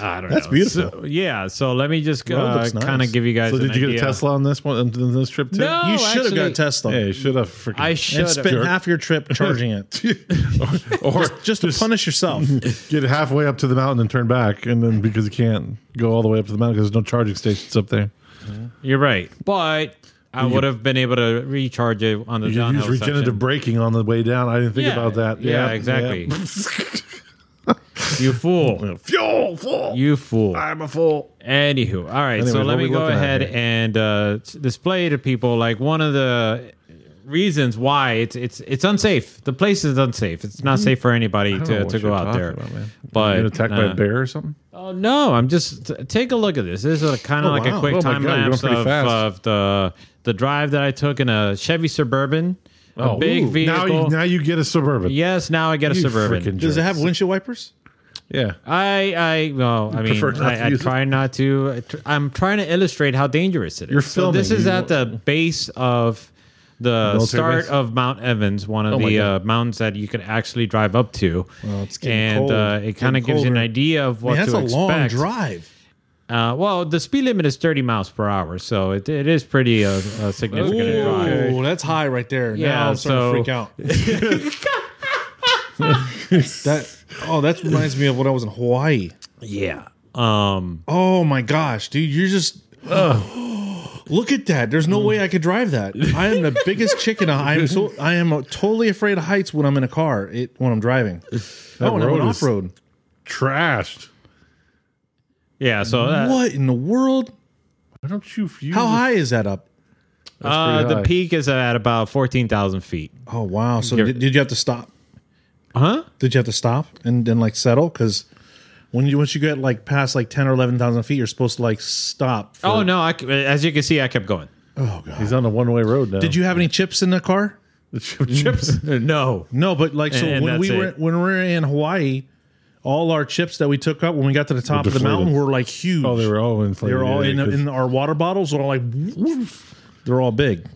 S1: I don't know. That's
S2: beautiful.
S1: yeah, so let me just
S2: Well, it
S1: uh,
S2: looks nice.
S1: kind of give you guys.
S3: So
S1: an
S3: did you
S1: idea.
S3: get a Tesla on this one? On this trip too?
S1: No,
S2: you should have got a
S1: Oh, actually,
S2: Tesla
S3: Yeah, you should have freaking.
S1: I
S2: and
S1: should
S2: spent
S1: have.
S2: half your trip charging it
S3: or
S2: just to punish yourself.
S3: get halfway up to the mountain and turn back, and then because you can't go all the way up to the mountain because there's no charging stations up there.
S1: You're right, but I would have been able to recharge it on the
S3: You
S1: downhill
S3: use regenerative
S1: section.
S3: braking on the way down. I didn't think
S1: Yeah,
S3: about that.
S1: Yeah, exactly. you fool.
S3: Fuel, fool.
S1: You fool.
S3: I'm a fool.
S1: Anywho, all right.
S3: Anyways,
S1: so
S3: what
S1: let
S3: we
S1: me go
S3: looking at
S1: ahead
S3: here?
S1: and uh, s- display to people like one of the reasons why it's it's it's unsafe. The place is unsafe. It's not safe for anybody
S3: Mm-hmm. don't know
S1: to,
S3: what
S1: to go
S3: you're
S1: out
S3: talking
S1: there.
S3: about, man.
S1: But
S3: You're attacked by
S1: uh,
S3: a bear or something?
S1: Oh no! I'm just t- take a look at this. This is a kind of
S3: Oh,
S1: like
S3: wow.
S1: a quick
S3: Oh, my
S1: time
S3: God, you're
S1: lapse
S3: going pretty
S1: of,
S3: fast.
S1: of the the drive that I took in a Chevy Suburban, a big
S3: Oh, Ooh.
S1: vehicle.
S3: Now you, now you get a suburban.
S1: yes, now I get a
S3: You
S1: Suburban.
S3: freaking
S2: Does it
S3: jerk.
S2: have windshield wipers?
S3: Yeah.
S1: I I well I mean
S3: prefer not to
S1: I, I
S3: use it.
S1: try not to. I tr- I'm trying to illustrate how dangerous it is.
S3: You're
S1: so this
S3: filming.
S1: is
S3: You-
S1: at the base of the
S3: Military
S1: start
S3: base?
S1: of Mount Evans, one of
S3: my
S1: the
S3: God.
S1: uh, mountains that you could actually drive up to.
S2: Well, it's getting
S1: and
S2: cold.
S1: Uh, it
S2: It's
S1: kind of
S2: getting
S1: gives you an
S2: colder.
S1: idea of what
S2: Man, that's
S1: to
S2: a long
S1: expect.
S2: drive.
S1: Uh, well, the speed limit is 30 miles per hour, so it, it is pretty uh, a significant drive.
S2: Ooh, that's high right there. Yeah,
S1: Yeah,
S2: now I'm starting to freak out. that oh, that reminds me of when I was in Hawaii.
S1: Yeah. Um.
S2: Oh my gosh, dude, you're just. Look at that! There's no way I could drive that. I am the biggest chicken. I am so I am totally afraid of heights when I'm in a car. It when I'm driving. oh, and I went
S3: road is-
S2: off road.
S3: Trashed.
S1: Yeah. So that,
S2: What in the world?
S3: Why don't you? you
S2: How high is that up?
S1: uh,
S3: pretty
S1: the
S3: high.
S1: peak is at about 14,000 feet.
S2: Oh wow! So did, did you have to stop?
S1: Huh?
S2: Did you have to stop and then like settle? Because when you once you get like past like ten or eleven thousand feet, you're supposed to like stop. for-
S1: Oh no! I, c- as you can see, I kept going.
S2: Oh god!
S3: He's on a one way road now.
S2: Did you have any chips in the car?
S3: The chip chips?
S1: no.
S2: No, but like so
S1: And- and
S2: when we
S1: that's
S2: were
S1: it.
S2: when we were in Hawaii, all our chips that we took up when we got to the top of the
S3: deflated.
S2: mountain were like huge.
S3: Oh, they were all
S2: They
S3: inflated.
S2: were all
S3: yeah,
S2: in,
S3: 'cause-
S2: in our water bottles. Were all like woof. they're all big.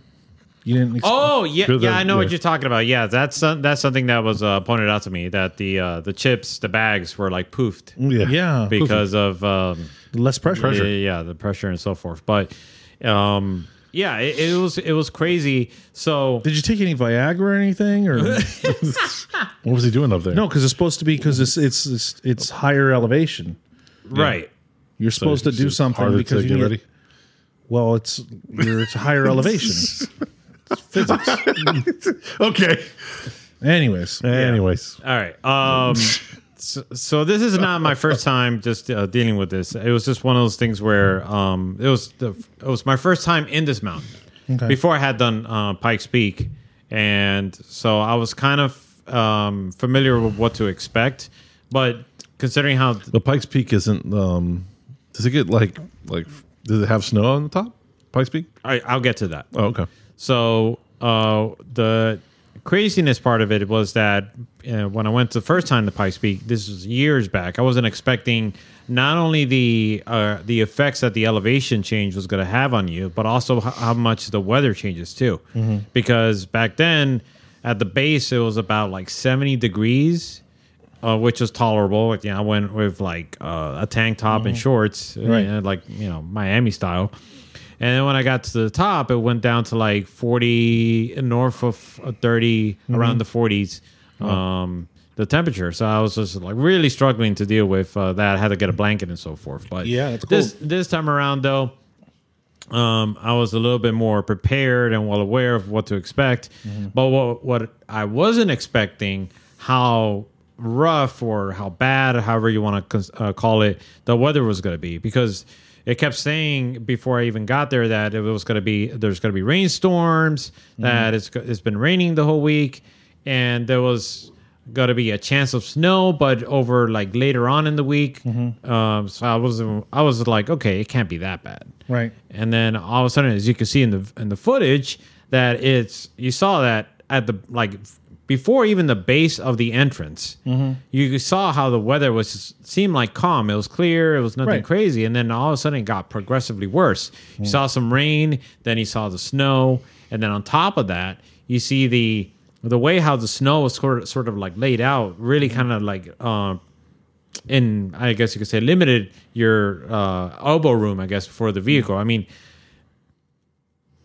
S2: You didn't. Expect,
S1: Oh yeah,
S3: Good,
S1: yeah. I know
S3: yeah.
S1: what you're talking about. Yeah, that's some- that's something that was uh, pointed out to me that the uh, the chips, the bags were like poofed
S3: yeah.
S2: yeah,
S1: because of um,
S2: less pressure.
S1: Yeah, yeah, yeah, the pressure and so forth. But um, yeah, it, it was it was crazy. So
S2: Did you take any Viagra or anything? Or no,
S3: What was he doing up there?
S2: because it's supposed to be because it's, it's it's it's higher elevation.
S1: right,
S2: You're supposed to do
S3: It's
S2: something
S3: harder
S2: because
S3: to
S2: you
S3: get
S2: need.
S3: ready.
S2: Well, it's you're, it's higher elevation. It's physics.
S3: Okay.
S2: Anyways,
S3: Anyways,
S1: all right. Um, so, so this is not my first time just uh, dealing with this. It was just one of those things where um, it was the it was my first time in this mountain
S2: Okay.
S1: before I had done uh, Pikes Peak, and so I was kind of um, familiar with what to expect, but considering how
S3: the Pikes Peak isn't. um Does it get like like? Does it have snow on the top? Pikes Peak?
S1: I, I'll get to that.
S3: Oh, okay.
S1: So uh, the craziness part of it was that uh, when I went the first time to Pikes Peak, this was years back. I wasn't expecting not only the uh, the effects that the elevation change was going to have on you, but also h- how much the weather changes too. Because back then, at the base, it was about like seventy degrees. Uh, which was tolerable. Like, you know, I
S2: Mm-hmm.
S1: went with like uh, a tank top and shorts, right? like you know, Miami style And then when I got to the top, it went down to like 40, north of 30,
S2: Mm-hmm.
S1: around the 40s,
S2: Oh.
S1: um, the temperature. So I was just like really struggling to deal with uh, that. I had to get a blanket and so forth. But
S2: Yeah, that's
S1: this, this time around, though, um, I was a little bit more prepared and well aware of what to expect. But what, what I wasn't expecting, how rough or how bad, however you want to uh, call it, the weather was going to be because it kept saying before I even got there that it was going to be there's going to be rainstorms, that it's it's been raining the whole week, and there was going to be a chance of snow, but over like later on in the week. Um, so I was I was like, okay, it can't be that bad.
S2: Right.
S1: And then all of a sudden, as you can see in the in the footage, that it's you saw that at the like before even the base of the entrance, you saw how the weather was seemed like calm. It was clear. It was nothing
S2: Right.
S1: crazy. And then all of a sudden, it got progressively worse. You saw some rain. Then you saw the snow. And then on top of that, you see the the way how the snow was sort of, sort of like laid out, really kind of like uh, in I guess you could say limited your uh, elbow room, I guess, for the
S2: Mm-hmm.
S1: vehicle. I mean,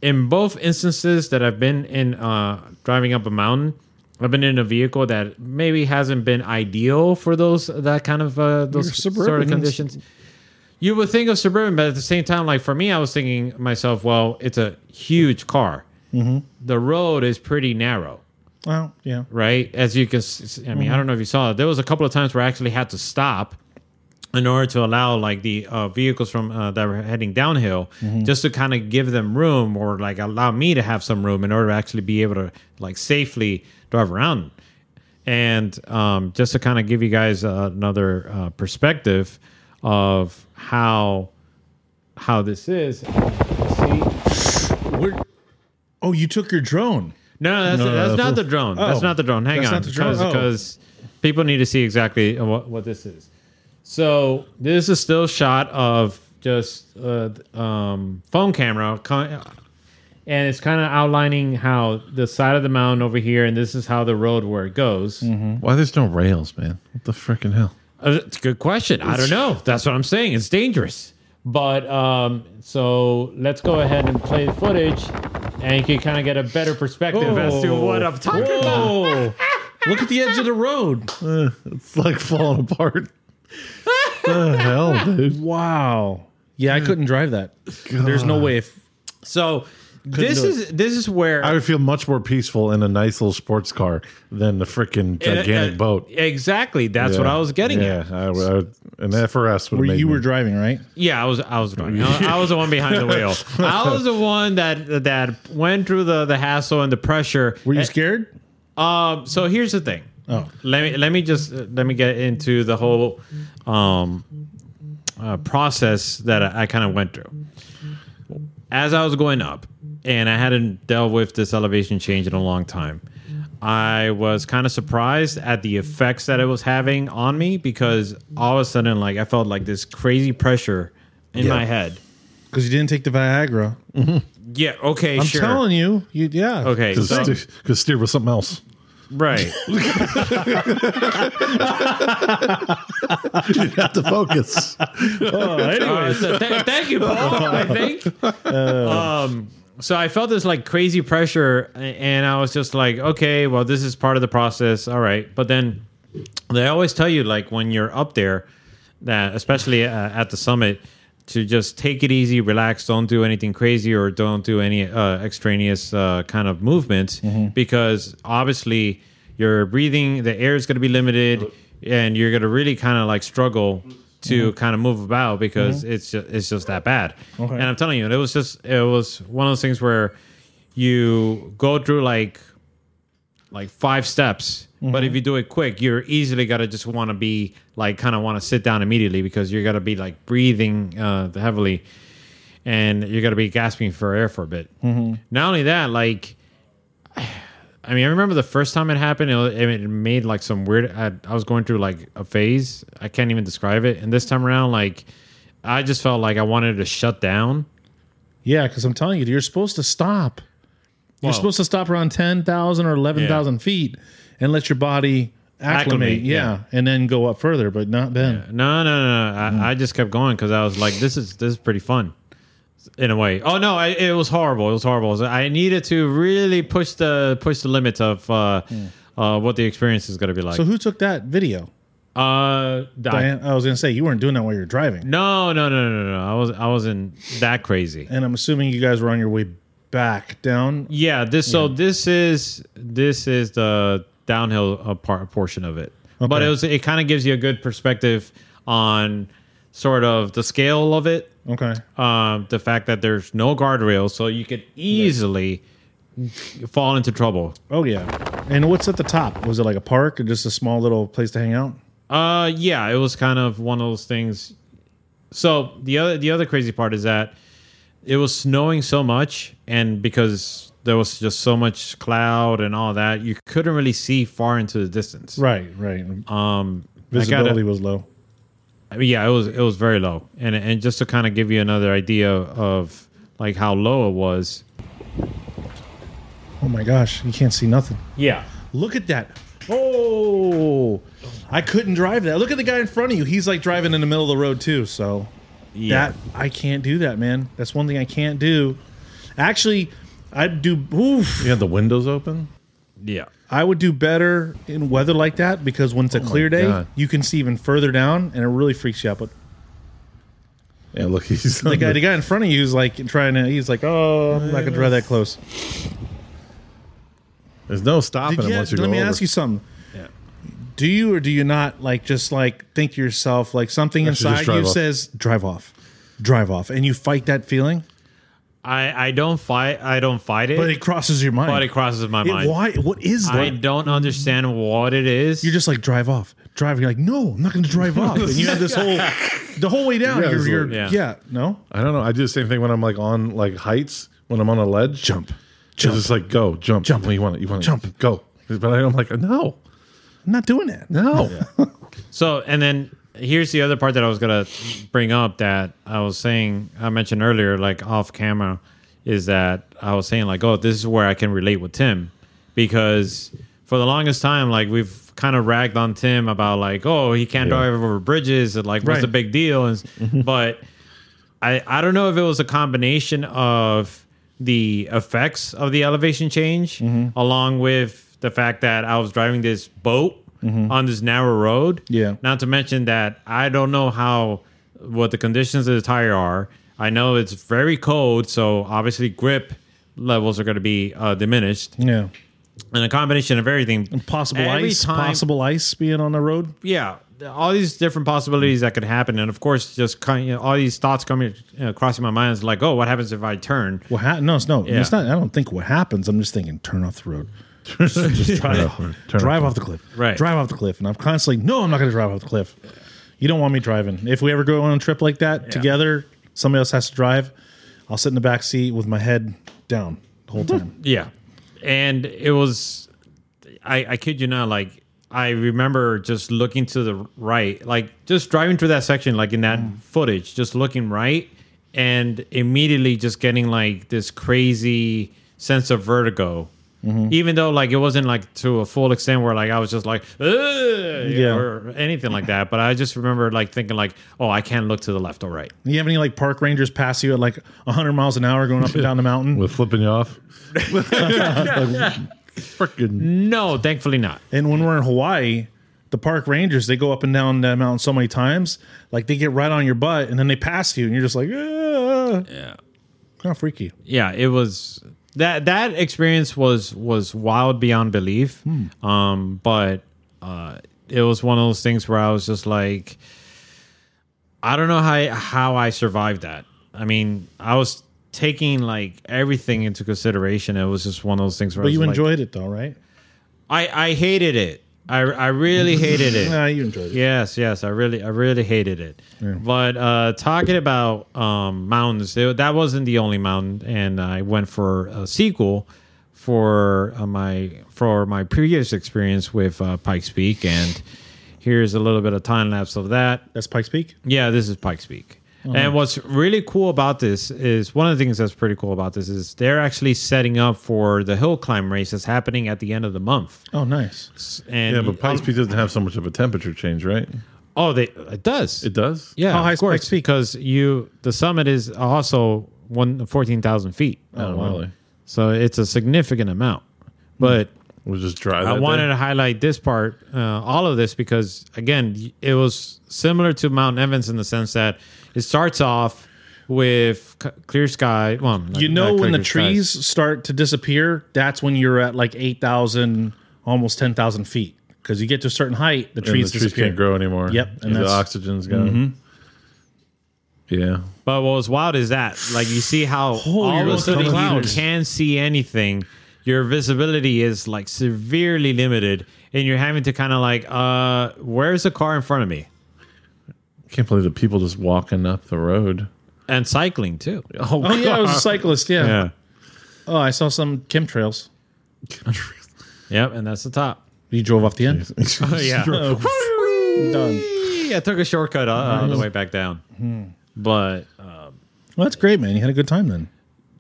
S1: in both instances that I've been in uh, driving up a mountain, I've been in a vehicle that maybe hasn't been ideal for those that kind of uh,
S2: Your
S1: those sort of
S2: Suburban is-
S1: conditions. You would think of suburban, but at the same time, like for me, I was thinking myself, well, it's a huge car.
S2: Mm-hmm.
S1: The road is pretty narrow
S2: Well, yeah.
S1: right? As you can, s- I mean, I don't know if you saw it. There was a couple of times where I actually had to stop in order to allow like the uh, vehicles from uh, that were heading downhill, just to kind of give them room or like allow me to have some room in order to actually be able to like safely drive around. And um, just to kind of give you guys uh, another uh, perspective of how how this is. See,
S2: We're, oh, you took your drone.
S1: no, that's,
S2: No, no,
S1: that's
S2: no.
S1: not the drone. That's
S2: Oh.
S1: not the drone. Hang
S2: That's
S1: on,
S2: not the drone?
S1: because
S2: Oh.
S1: because people need to see exactly what, what this is. So this is still shot of just uh, um, phone camera, co- and it's kind of outlining how the side of the mountain over here, and this is how the road where it goes.
S2: Mm-hmm.
S3: Why there's no rails, man? What the freaking hell?
S1: Uh, It's a good question. I don't know. That's what I'm saying. It's dangerous. But um, so let's go ahead and play the footage, and you can kind of get a better perspective as to what I'm talking about.
S2: Whoa. Look at the edge of the road.
S3: Uh, It's like falling apart. the hell, dude?
S2: Wow. Yeah, I couldn't drive that. There's
S3: Uh.
S2: no way. If,
S1: So this
S2: do it.
S1: is this is where
S3: I would feel much more peaceful in a nice little sports car than the freaking gigantic
S1: Uh, uh,
S3: boat.
S1: Exactly, that's what I was getting
S3: yeah,
S1: at.
S3: I would- I would- an FRS would
S2: where
S3: made
S2: you
S3: me-
S2: were driving, right?
S1: Yeah, I was I was right. I, I was the one behind the wheel. I was the one that that went through the the hassle and the pressure.
S2: Were you scared?
S1: Um, so here's the thing.
S2: Oh.
S1: Let me let me just uh, let me get into the whole um, uh, process that I, I kind of went through. As I was going up, and I hadn't dealt with this elevation change in a long time, I was kind of surprised at the effects that it was having on me because all of a sudden, like I felt like this crazy pressure in my head.
S2: Because you didn't take the Viagra.
S1: Yeah. Okay.
S2: I'm
S1: sure.
S2: telling you. you yeah.
S1: Okay.
S3: Because
S1: so-
S3: steer, 'cause steer was something else.
S1: right.
S3: You have to focus.
S2: Oh, anyway.
S1: Uh, so th- thank you, Paul. I think. Um, so I felt this like crazy pressure, a- and I was just like, okay, well, this is part of the process. All right, but then they always tell you like when you're up there, that especially uh, at the summit, to just take it easy, relax, don't do anything crazy, or don't do any uh, extraneous uh, kind of movements, because obviously your breathing, the air is going to be limited, and you're going to really kind of like struggle to kind of move about because it's just it's just that bad. And I'm telling you, it was just it was one of those things where you go through like like five steps. But if you do it quick, you're easily gotta just want to be like kind of want to sit down immediately because you're gonna be like breathing uh, heavily, and you're gonna be gasping for air for a bit. Not only that, like I mean, I remember the first time it happened. It, wa- it made like some weird. I, I was going through like a phase. I can't even describe it. And this time around, like I just felt like I wanted to shut down.
S2: Yeah, because I'm telling you, you're supposed to stop. You're
S1: Well-
S2: supposed to stop around 10,000 or 11,000 feet and let your body acclimate.
S1: Acclimate,
S2: yeah.
S1: yeah.
S2: And then go up further, but not then.
S1: No, no, no. no. I, I just kept going because I was like, this is this is pretty fun. in a way. Oh no, I, it was horrible. It was horrible. I needed to really push the push the limits of uh, uh, what the experience is going to be like.
S2: So who took that video?
S1: uh, Di-
S2: Diane, I was gonna say you weren't doing that while you're driving,
S1: No, no, no, no, no. I was I wasn't that crazy.
S2: and I'm assuming you guys were on your way back down.
S1: Yeah. This so this is this is the downhill uh, part, portion of it, but it was it kind of gives you a good perspective on sort of the scale of it.
S2: Okay,
S1: um, the fact that there's no guardrails, so you could easily fall into trouble.
S2: oh yeah. And what's at the top? Was it like a park or just a small little place to hang out?
S1: Uh, yeah, it was kind of one of those things. So the other the other crazy part is that it was snowing so much, and because there was just so much cloud and all that, you couldn't really see far into the distance.
S2: Right, right.
S1: Um, I
S2: Visibility
S1: gotta-
S2: was low.
S1: I mean, yeah, it was it was very low, and and just to kind of give you another idea of like how low it was.
S2: Oh my gosh, you can't see nothing.
S1: Yeah.
S2: Look at that. Oh, I couldn't drive that. Look at the guy in front of you. He's like driving in the middle of the road too. So
S1: Yeah.
S2: that I can't do that, man. That's one thing I can't do. Actually, I'd do. Oof,
S3: You had the windows open.
S1: yeah.
S2: I would do better in weather like that because when it's a clear day,
S3: God.
S2: you can see even further down, and it really freaks you out. But
S3: Yeah, look, he's
S2: the guy, the guy in front of you is like trying to. He's like, "Oh, I'm not gonna drive that close."
S3: There's no stopping him
S2: Yeah,
S3: once you
S2: let
S3: go
S2: me
S3: over.
S2: ask you something. Do you or do you not like just like think to yourself like something
S3: should just
S2: inside you
S3: drive off.
S2: says drive off, drive off, and you fight that feeling,
S1: I, I don't fight I don't fight it.
S2: but it crosses your mind.
S1: But it crosses my
S2: It-
S1: mind.
S2: why? What is that?
S1: I don't understand what it is.
S2: you're just like drive off, drive. You're like, no, I'm not going to drive off. And you have this whole, the whole way down.
S3: Yeah,
S2: you're,
S3: it's
S2: you're
S3: like-
S1: Yeah.
S2: yeah. no.
S3: I don't know. I do the same thing when I'm like on like heights when I'm on a ledge. Jump, jump. It's like go, jump, jump. you want it? You want it? Jump, go. But I'm like no,
S2: I'm not doing that.
S3: no.
S1: so, and then here's the other part that I was gonna bring up that I was saying I mentioned earlier, like off camera, is that I was saying like, oh, this is where I can relate with Tim, because for the longest time, like we've kind of ragged on Tim about like, oh, he can't drive over bridges, and like, what's
S2: Right.
S1: the big deal? And but I, I don't know if it was a combination of the effects of the elevation change
S2: Mm-hmm.
S1: along with the fact that I was driving this boat on this narrow road.
S2: Mm-hmm. Yeah.
S1: Not to mention that I don't know how what the conditions of the tire are. I know it's very cold, so obviously grip levels are going to be uh, diminished,
S2: Yeah.
S1: and a combination of everything.
S2: Possible
S1: Every
S2: ice.
S1: time-
S2: Possible ice being on the road.
S1: yeah, all these different possibilities that could happen, and of course, just kind of, all these thoughts coming you know, crossing my mind is like, oh, what happens if I turn?
S2: What ha- no, it's no.
S1: Yeah.
S2: It's not. I don't think what happens. I'm just thinking, turn off the road. just drive, off, drive off the cliff.
S1: Right.
S2: Drive off the cliff. And I'm constantly, no, I'm not going to drive off the cliff. You don't want me driving. If we ever go on a trip like that together, somebody else has to drive. I'll sit in the back seat with my head down the whole time.
S1: Yeah, and it was, I, I kid you not, like I remember just looking to the right, like just driving through that section, like in that footage, just looking right, and immediately just getting like this crazy sense of vertigo. Even though like it wasn't like to a full extent where like I was just like yeah
S2: Yeah.
S1: or anything like that, but I just remember like thinking like oh I can't look to the left or right.
S2: Do you have any like park rangers pass you at like 100 miles an hour going up and down the mountain?
S3: with flipping you off. like, freaking
S1: No, thankfully not.
S2: And when we're in Hawaii, the park rangers they go up and down that mountain so many times, like they get right on your butt and then they pass you, and you're just like, ah. yeah, kind of freaky.
S1: yeah it was that that experience was was wild beyond belief
S2: Hmm.
S1: um but uh it was one of those things where i was just like i don't know how how i survived that i mean i was taking like everything into consideration it was just one of those things where
S2: But
S1: I was
S2: you
S1: like-
S2: enjoyed it though, right?
S1: i i hated it i i really hated it
S2: Nah, you enjoyed it.
S1: Yes, yes, I really, I really hated it. But uh, talking about um, mountains, th- that wasn't the only mountain, and I went for a sequel for uh, my for my previous experience with uh, Pikes Peak, and here's a little bit of time lapse of that.
S2: That's Pikes Peak.
S1: Yeah, this is Pikes Peak.
S3: Oh,
S1: And what's really cool about this is one of the things that's pretty cool about this is they're actually setting up for the hill climb race that's happening at the end of the month.
S2: Oh, nice.
S1: And
S3: yeah. But Pikes Peak doesn't have so much of a temperature change, right?
S1: oh, they it does.
S3: It does.
S1: Yeah,
S2: How high
S1: of
S2: is
S1: course,
S2: Pikes Peak?
S1: because you the summit is also one fourteen thousand feet.
S3: Oh, really?
S1: So it's a significant amount. But
S3: We'll just dry that.
S1: I
S3: day.
S1: wanted to highlight this part, uh, all of this, because again, y- it was similar to Mount Evans in the sense that it starts off with c- clear sky. Well, not-
S2: You know
S1: not
S2: when the
S1: clear skies.
S2: trees start to disappear, that's when you're at like eight thousand, almost ten thousand feet. Because you get to a certain height, the
S3: And
S2: trees
S3: the trees
S2: disappear.
S3: can't grow anymore.
S2: Yep, and
S3: and Mm-hmm. the
S2: that's-
S3: oxygen's gone. Yeah,
S1: But what was wild is that, like, you see how all of
S2: you're
S1: a sudden
S2: looking at
S1: you
S2: clouds.
S1: can see anything. Your visibility is like severely limited, and you're having to kind of like, uh, where's the car in front of me?
S3: can't believe the people just walking up the road.
S1: And cycling too.
S3: Oh,
S2: Oh yeah, I was a cyclist. Yeah.
S1: Yeah.
S2: Oh, I saw some chemtrails.
S1: Yep. And that's the top.
S2: You drove off the end.
S1: Oh, yeah.
S2: Done.
S1: I took a shortcut uh, on the way back down. But
S2: Well, that's great, man. You had a good time then.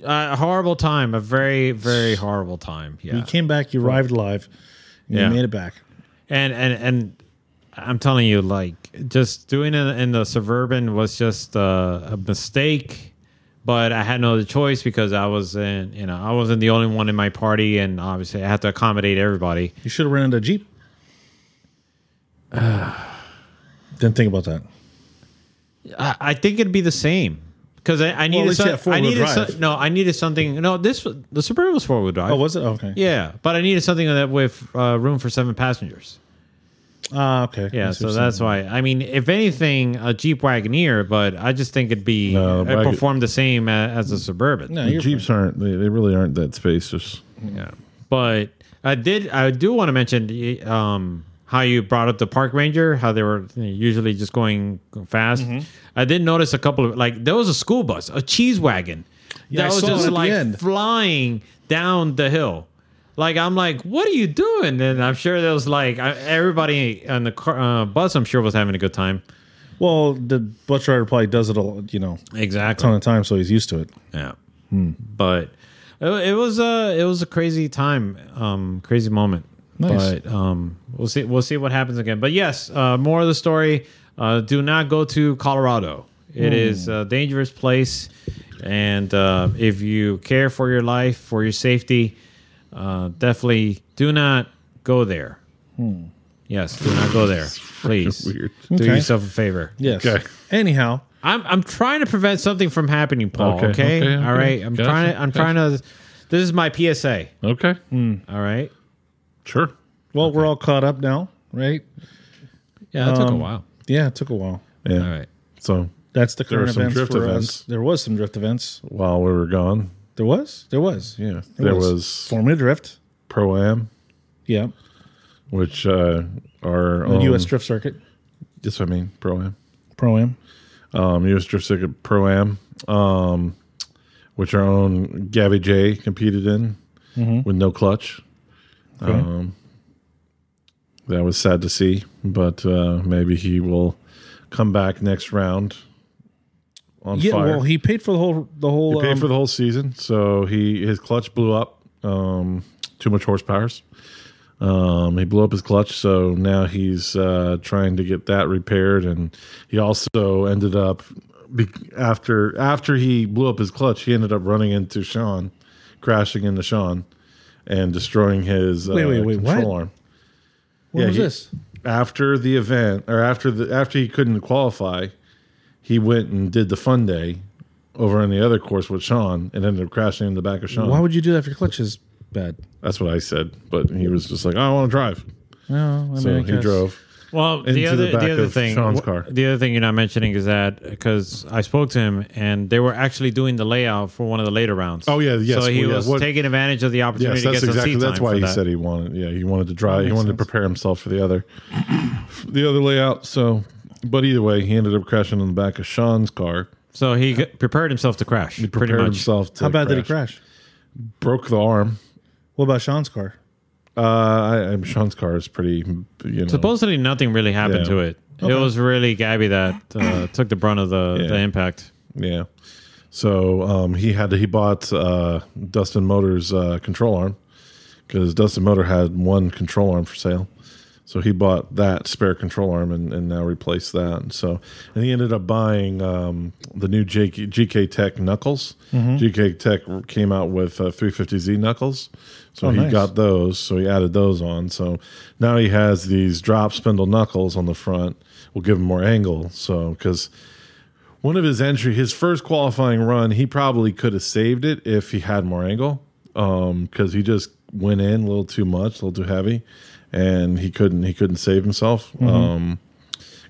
S1: uh, a horrible time, a very, very horrible time. Yeah.
S2: You came back. You arrived alive. and
S1: Yeah.
S2: You made it back.
S1: and and and I'm telling you, like, just doing it in the suburban was just uh, a mistake. But I had no other choice because I was in, you know, I wasn't the only one in my party, and obviously I had to accommodate everybody.
S2: You should have rented a jeep. Didn't think about that.
S1: I, I think it'd be the same because I, I needed,
S2: least you
S1: some-
S2: had four-wheel
S1: I needed,
S2: drive.
S1: some- no, I needed something. No, this was- the suburban was four wheel drive.
S2: Oh, was it? Okay.
S1: Yeah, but I needed something that with uh, room for seven passengers.
S2: Ah, okay.
S1: Yeah,
S2: I see
S1: so
S2: what you're
S1: that's
S2: saying.
S1: why. I mean, if anything, a Jeep Wagoneer, but I just think it'd be
S3: No,
S1: it
S3: Wag-
S1: performed the same a- as a Suburban.
S2: Mm. No,
S3: the
S2: you're
S3: jeeps aren't. They, they really aren't that spacious.
S1: Yeah, but I did. I do want to mention um, how you brought up the park ranger, how they were usually just going fast.
S2: Mm-hmm.
S1: I did notice a couple of like there was a school bus, a cheese wagon
S2: Yeah, I
S1: that was
S2: saw it at
S1: just
S2: the
S1: like
S2: end.
S1: flying down the hill. Like I'm like, what are you doing? And I'm sure there was like I- everybody on the car, uh, bus. I'm sure was having a good time.
S2: Well, the bus rider probably does it all, you know,
S1: Exactly.
S2: ton of time, so he's used to it.
S1: Yeah.
S2: Hmm.
S1: But it, it was a it was a crazy time, um, crazy moment.
S2: Nice.
S1: But um, we'll see we'll see what happens again. But yes, uh, more of the story. Uh, do not go to Colorado. It
S2: Hmm.
S1: is a dangerous place, and uh, if you care for your life for your safety, uh, definitely do not go there.
S2: Hmm.
S1: Yes, do not go there, please.
S3: weird.
S1: Do
S2: Okay.
S1: yourself a favor.
S2: Yes.
S3: Okay.
S2: Anyhow,
S1: I'm I'm trying to prevent something from happening, Paul. Okay.
S3: Okay, okay,
S1: All
S3: okay.
S1: right. I'm
S3: Gotcha,
S1: trying to. I'm
S3: gotcha.
S1: trying to. This is my PSA.
S3: Okay,
S1: All right.
S3: sure.
S2: well, we're all caught up now, right?
S1: Yeah, that took a
S2: Um,
S1: while.
S2: Yeah, it took a while.
S3: Yeah.
S1: All right.
S3: So
S2: That's the
S3: were
S2: current
S3: some
S2: events
S3: drift
S2: for
S3: events.
S2: us. There was some drift events.
S3: while we were gone,
S2: There was? There was.
S3: yeah, there was,
S2: Formula Drift.
S3: pro am,
S2: Yeah.
S3: which uh, our
S2: The
S3: own,
S2: U.S. Drift Circuit.
S3: Yes, I mean pro am.
S2: Pro-Am.
S3: um, U.S. Drift Circuit Pro Am, um, which our own Gabby J competed in
S2: Mm-hmm.
S3: with no clutch. Um, that was sad to see, but uh, maybe he will come back next round on
S2: Yeah,
S3: fire.
S2: well, he paid for the whole, the whole,
S3: He paid
S2: um,
S3: for the whole season, so he his clutch blew up. Um, too much horsepowers. Um, he blew up his clutch, so now he's uh, trying to get that repaired. And he also ended up be- after after he blew up his clutch, he ended up running into Sean, crashing into Sean, and destroying his
S2: Wait,
S3: uh,
S2: wait, wait, what?
S3: control arm
S2: when
S3: yeah,
S2: was
S3: he-
S2: this?
S3: after the event or after the after he couldn't qualify, he went and did the fun day over on the other course with Sean and ended up crashing in the back of Sean.
S2: Why would you do that if your clutch is bad?
S3: That's what I said, but he was just like, "I want to drive,"
S2: No, I
S3: so
S2: mean, I
S3: he
S2: guess-
S3: drove.
S1: Well,
S3: Into
S1: the
S3: the
S1: other the,
S3: back
S1: other
S3: of
S1: thing
S3: Sean's
S1: wh-
S3: car.
S1: the other thing you're not mentioning is that because I spoke to him and they were actually doing the layout for one of the later rounds.
S3: Oh, yeah, yes,
S1: So he
S3: well, yeah,
S1: was
S3: what-
S1: taking advantage of the opportunity
S3: Yes, that's
S1: to get
S3: exactly.
S1: some seat
S3: That's
S1: time
S3: why
S1: for
S3: he
S1: that.
S3: said he wanted. Yeah, he wanted to drive. He wanted to prepare himself for the other, the other layout. So, but either way, he ended up crashing in the back of Sean's car.
S1: So he g- prepared himself to crash. pretty
S3: Prepared
S1: much.
S3: himself. To
S2: How bad did he crash?
S3: Broke the arm.
S2: What about Sean's car?
S3: Uh, I, I'm Sean's car is pretty. You know,
S1: Supposedly, nothing really happened
S3: Yeah.
S1: to it. It was really Gabby that uh, took the brunt of the, the
S3: Yeah.
S1: impact.
S3: Yeah. So um, he had he bought uh, Dustin Motors uh, control arm because Dustin Motor had one control arm for sale. So he bought that spare control arm and, and now replaced that. And so, and he ended up buying um, the new JK, GK Tech knuckles.
S2: Mm-hmm.
S3: GK Tech came out with uh, 350Z knuckles, so
S2: Oh,
S3: he
S2: nice.
S3: got those. So he added those on. So now he has these drop spindle knuckles on the front. Will give him more angle. So because one of his entry, his first qualifying run, he probably could have saved it if he had more angle, because he just went in a little too much, a little too heavy, and he couldn't he couldn't save himself.
S1: Mm-hmm.
S3: Um,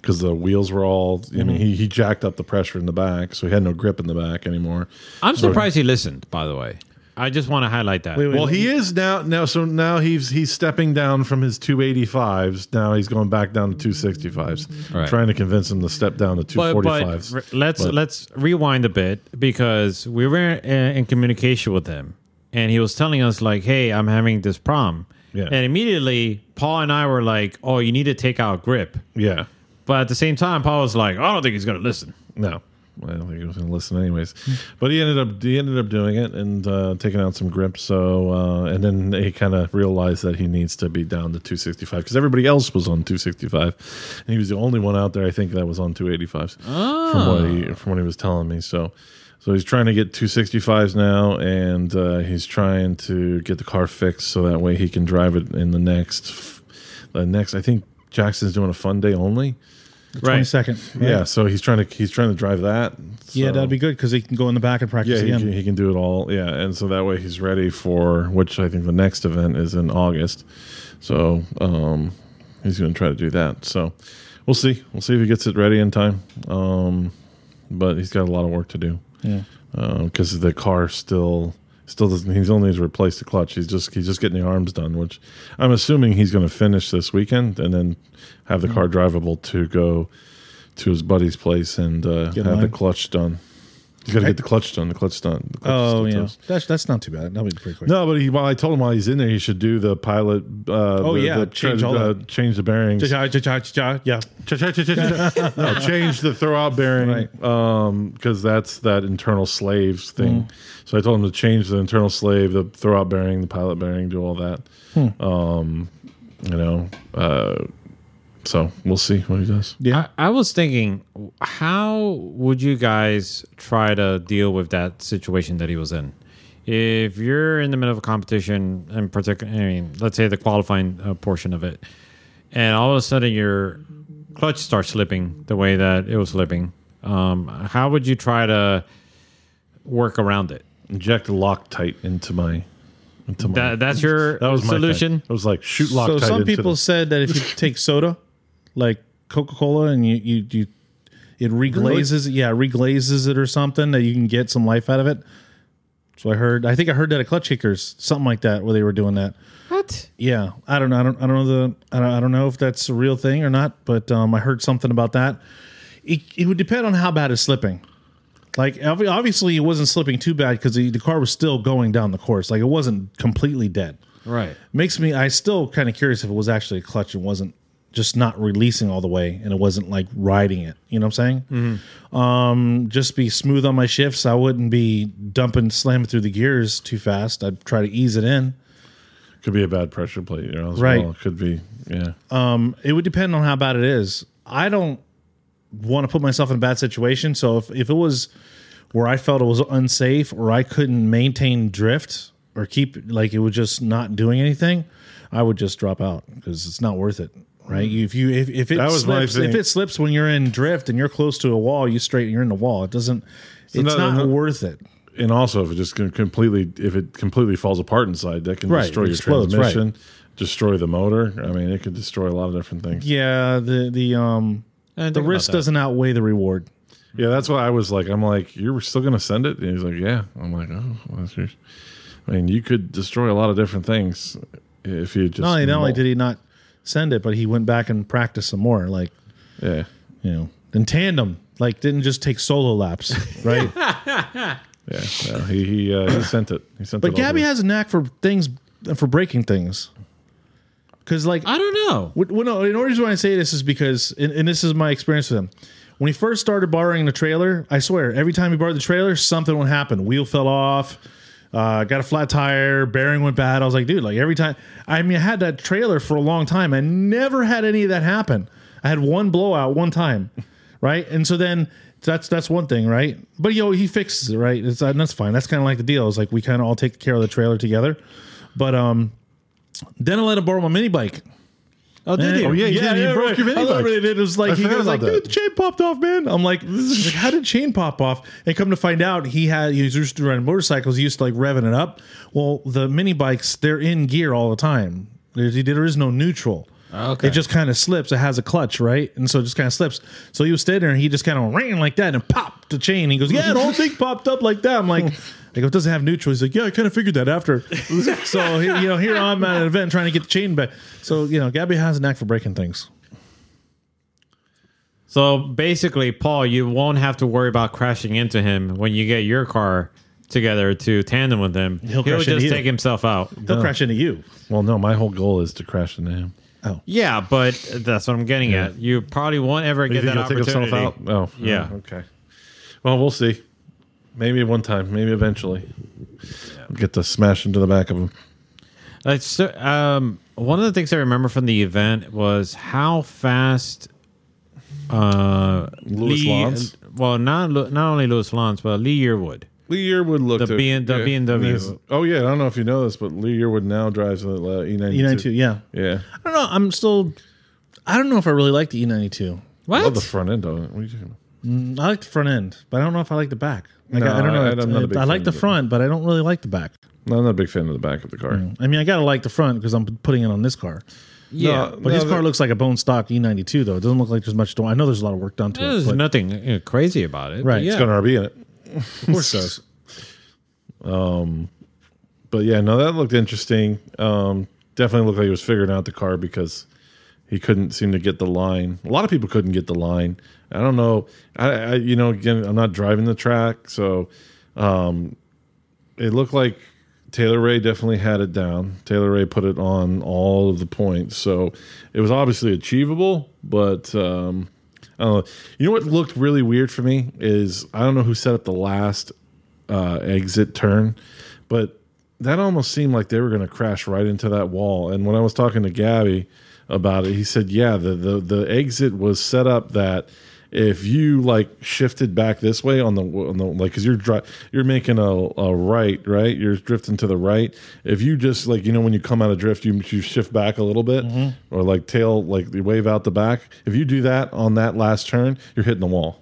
S3: because the wheels were all, I mean, he, he jacked up the pressure in the back, so he had no grip in the back anymore.
S1: I'm surprised he listened. By the way, I just want to highlight that.
S2: Wait, wait,
S3: Well, he is now now so now he's he's stepping down from his 285s. Now he's going back down to 265s.
S1: Right.
S3: Trying to convince him to step down to
S1: but, but
S3: 245s.
S1: re- let's
S3: But-
S1: let's rewind a bit because we were uh, in communication with him, and he was telling us like, "Hey, I'm having this problem,"
S3: Yeah.
S1: and immediately Paul and I were like, "Oh, you need to take out grip,"
S3: yeah.
S1: but at the same time, Paul was like, "I don't think he's going to listen."
S3: No, I don't think he was going to listen anyways. But he ended up he ended up doing it and uh, taking out some grip. So uh, and then he kind of realized that he needs to be down to 265 because everybody else was on 265, and he was the only one out there I think that was on 285s from what he from what he was telling me. So. So he's trying to get 265s now, and uh, he's trying to get the car fixed so that way he can drive it in the next, the next. I think Jackson's doing a fun day only.
S1: Right.
S2: 22nd. right?
S3: Yeah, so he's trying to he's trying to drive that.
S2: Yeah,
S3: So-
S2: that'd be good because he can go in the back and
S3: yeah.
S2: practice
S3: He can,
S2: again.
S3: he can do it all. Yeah, and so that way he's ready for which I think the next event is in August. So um, he's going to try to do that. So we'll see. We'll see if he gets it ready in time. Um, but he's got a lot of work to do
S2: Yeah.
S3: because the car still still doesn't. He's only needs to replace the clutch. He's just he's just getting the arms done, which I'm assuming he's going to finish this weekend and then have
S2: Mm-hmm.
S3: the car drivable to go to his buddy's place and uh,
S2: Get
S3: have the
S2: mine.
S3: clutch done. He's got to get the clutch done. The clutch done. The clutch is still
S2: Oh, yeah.
S3: toast.
S2: That's, that's not too bad. That'll be pretty quick.
S3: No, but he, while I told him while he's in there, he should do the pilot. Uh,
S2: Oh,
S3: the-
S2: yeah,
S3: the
S2: change all
S3: uh,
S2: that.
S3: change the bearings.
S2: Ja, ja, ja, ja, yeah.
S3: no, change the throwout bearing
S2: Right.
S3: um because that's that internal slave thing
S2: Mm.
S3: so i told him to change the internal slave the throwout bearing the pilot bearing do all that
S2: Hmm.
S3: um you know uh so we'll see what he does
S2: Yeah.
S1: I, I was thinking, how would you guys try to deal with that situation that he was in? If you're in the middle of a competition, in particular, I mean, let's say the qualifying uh, portion of it, and all of a sudden your clutch starts slipping the way that it was slipping, um, how would you try to work around it?
S3: inject loctite into my into my
S1: That, that's your
S3: that was my
S1: solution.
S3: thing. i was like shoot loctite
S2: So some
S3: into
S2: people
S3: the-
S2: said that if you take soda, like Coca Cola, and you, you, you it reglazes, yeah, reglazes it or something, that you can get some life out of it. So I heard, I think I heard that at Clutch Kickers, something like that, where they were doing that.
S1: What?
S2: Yeah, I don't know. I don't. I don't know the. I don't, I don't know if that's a real thing or not. But um, I heard something about that. It, it would depend on how bad it's slipping. Like obvi- obviously, it wasn't slipping too bad because the, the car was still going down the course. Like it wasn't completely dead.
S1: Right.
S2: Makes me. I still kind of curious if it was actually a clutch and wasn't just not releasing all the way and it wasn't like riding it. You know what I'm saying? Um, just be smooth on my shifts. I wouldn't be dumping slamming through the gears too fast. I'd try to ease it in.
S3: could be a bad pressure plate you know as
S2: Right.
S3: well. could be yeah
S2: it would depend on how bad it is. I don't want to put myself in a bad situation. So if, if it was where I felt it was unsafe or I couldn't maintain drift or keep like it was just not doing anything, I would just drop out because it's not worth it. Right? If you if, if it
S3: That was my
S2: slips if
S3: thing.
S2: it slips when you're in drift and you're close to a wall, you straighten you're in the wall. It doesn't it's
S3: another-
S2: not
S3: another-
S2: worth it.
S3: and also if it just can completely if it completely falls apart inside that can
S2: Right,
S3: destroy
S2: it
S3: your
S2: explodes, right.
S3: transmission destroy the motor i mean it could destroy a lot of different things yeah,
S2: Yeah, the the um
S1: Uh,
S2: the risk doesn't outweigh the reward.
S3: that's why i was like i'm like you're still gonna send it and he's like yeah i'm like oh well, that's your-" i mean you could destroy a lot of different things if you just
S2: Not only, not only
S3: molt-
S2: did he not send it, but he went back and practiced some more. Like
S3: yeah
S2: you know, in tandem, like didn't just take solo laps, right?
S3: yeah no, he he, uh, he sent it he sent it
S2: but
S3: all
S2: Gabby
S3: the-
S2: has a knack for things for breaking things. Cause like
S1: I don't know.
S2: What- Well, no, in order why I say this is because, and, and this is my experience with him. When he first started borrowing the trailer, I swear, every time he borrowed the trailer, something would happen. Wheel fell off, Uh, got a flat tire, bearing went bad. I was like, dude, like every time. I mean, I had that trailer for a long time. I never had any of that happen. I had one blowout one time, right? And so then that's that's one thing, right? But yo, he fixes it, right? It's, and that's fine. That's kind of like the deal. It's like we kind of all take care of the trailer together. But um, then I let him borrow my mini bike.
S3: Oh, did
S2: And-
S3: you? yeah, you did. You broke
S2: right.
S3: your
S2: I
S3: mini
S2: literally
S3: bike.
S2: did. It was like
S3: I
S2: he
S3: forgot
S2: goes like,
S3: about
S2: "Dude,
S3: that.
S2: the chain popped off, man." I'm like, like, "How did chain pop off?" And come to find out, he had he was used to running motorcycles. He used to like revving it up. Well, the mini bikes they're in gear all the time. There's, there is no neutral.
S1: Okay.
S2: It just kind of slips. It has a clutch, right? And so it just kind of slips. So he was standing there and he just kind of ran like that and popped the chain. He goes, Yeah, the whole thing popped up like that. I'm like, I go, it doesn't have neutral. He's like, Yeah, I kind of figured that after. so, he- you know, here I'm at an event trying to get the chain back. So, you know, Gabby has a knack for breaking things.
S1: So basically, Paul, you won't have to worry about crashing into him when you get your car together to tandem with him. He'll,
S2: crash into
S1: just
S2: you.
S1: take himself out.
S2: They'll crash into you.
S3: Well, no, my whole goal is to crash into him.
S1: Yeah, but that's what I'm getting at. You probably won't ever get
S3: You think
S1: that
S3: he'll take
S1: opportunity.
S3: himself out? Oh,
S1: Yeah.
S3: oh, okay. Well, we'll see. Maybe one time. Maybe eventually. Get to smash into the back of him.
S1: It's Uh, so- um, one of the things I remember from the event was how fast uh,
S3: Lewis Lawns?
S1: Well, not Lu- not only Lewis Lawns, but Lee Yearwood.
S3: Lee Yearwood looked
S1: The
S3: at-
S1: B&W.
S3: yeah. Oh yeah, I don't know if you know this, but Lee Yearwood now drives the uh, E92.
S2: E92, yeah.
S3: Yeah,
S2: I don't know. I'm still, I don't know if I really like the
S3: I
S2: E92.
S3: love
S1: What?
S3: the front end of it. What are you talking about?
S2: I like the front end, but I don't know if I like the back. Like,
S3: No,
S2: I, I don't know.
S3: I-
S2: I,
S3: I'm not a big
S2: I
S3: fan
S2: like the
S3: of it.
S2: front, but I don't really like the back.
S3: No, I'm not a big fan of the back of the car.
S2: I mean, I gotta like the front because I'm putting it on this car.
S1: yeah,
S3: No,
S2: But his
S3: no,
S2: car
S3: the-
S2: looks like a bone stock E92 though. It doesn't look like there's much. I know there's a lot of work done to it.
S1: there's
S2: but
S1: nothing you know, crazy about it. but
S2: Right, it's
S1: yeah.
S3: It's got an RB in it.
S2: of course it does.
S3: But yeah, no, that looked interesting. Um, definitely looked like he was figuring out the car because he couldn't seem to get the line. A lot of people couldn't get the line. I don't know. I, I you know, again, I'm not driving the track, so um, it looked like Taylor Ray definitely had it down. Taylor Ray put it on all of the points, so it was obviously achievable. But um, I don't know. You know what looked really weird for me is I don't know who set up the last uh, exit turn, but that almost seemed like they were going to crash right into that wall. And when I was talking to Gabby about it, he said, "Yeah, the the the exit was set up that." If you like shifted back this way on the on the like because you're dri- you're making a, a right right you're drifting to the right if you just like you know when you come out of drift you you shift back a little bit or like tail like you wave out the back if you do that on that last turn you're hitting the wall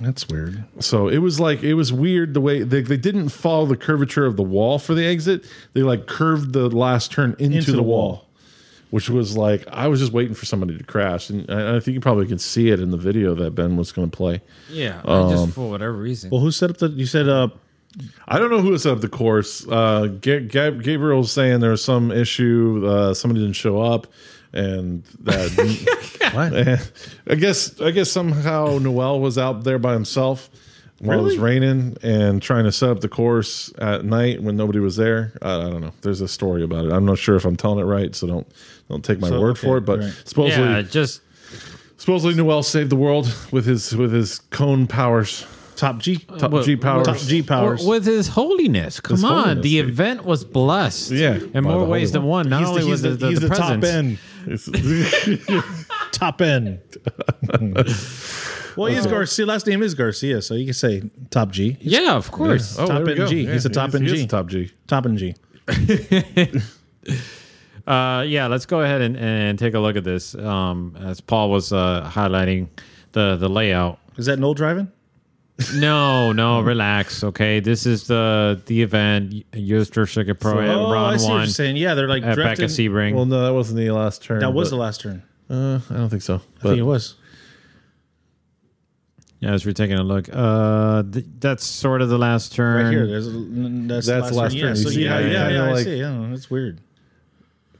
S2: That's weird.
S3: so it was like it was weird the way they, they didn't follow the curvature of the wall for the exit. They like curved the last turn into,
S2: Into
S3: the,
S2: the
S3: wall,
S2: wall.
S3: which was like I was just waiting for somebody to crash, and I, I think you probably could see it in the video that Ben was going to play.
S1: Yeah, I just for whatever reason.
S2: Well, who set up the? You said uh,
S3: I don't know who set up the course. Uh, Ga- Ga- Gabriel was saying there was some issue. Uh, somebody didn't show up, and that. And I guess I guess somehow Noel was out there by himself while it was raining and trying to set up the course at night when nobody was there. I, I don't know. There's a story about it. I'm not sure if I'm telling it right, so don't don't take my
S2: So,
S3: word
S2: okay,
S3: for it. But
S2: right.
S3: supposedly
S1: yeah, just
S3: supposedly Noel saved the world with his with his cone powers.
S2: Top G.
S3: Top
S1: Well,
S3: G powers.
S2: Top G powers.
S1: Or with his holiness. Come
S3: His
S1: on,
S3: holiness,
S1: the
S3: dude.
S1: event was blessed.
S3: Yeah, by
S1: in more
S3: the
S1: ways
S3: Holy
S1: than one. Not
S2: He's
S1: only
S2: the,
S1: was
S2: he's the,
S1: it the,
S2: he's
S1: the,
S2: the top
S1: presence.
S2: end. Top end. well, he is Garcia. Last name is Garcia, so you can say Top G.
S1: Yeah, of course.
S3: Oh,
S2: Top
S3: there we
S2: end
S3: go.
S2: G. He's a top
S3: he
S2: end
S3: is- he is
S2: G.
S3: Top G.
S2: Top and G.
S1: Uh, yeah, let's go ahead and, and take a look at this. Um, as Paul was uh, highlighting the the layout.
S2: Is that Noel driving?
S1: No, no, relax. Okay, this is the the event. Euro Circuit Pro at
S2: oh, I
S1: round
S2: see what
S1: one
S2: you're saying. Yeah, they're like
S1: at back
S2: drifting.
S1: of Sebring.
S3: Well, no, that wasn't the last turn.
S2: That was the
S3: but-
S2: last turn.
S3: Uh, I don't think so.
S2: I
S3: But
S2: think it was.
S1: yeah, as we're taking a look, uh, th- that's sort of the last turn.
S2: Right here, there's a, n- that's,
S3: That's
S2: the
S3: last
S2: last turn. Yeah,
S3: turn. You
S2: so
S3: see
S2: yeah,
S1: how
S2: yeah,
S1: you
S2: yeah,
S3: kinda
S2: I
S3: like-
S2: see. Yeah, that's weird.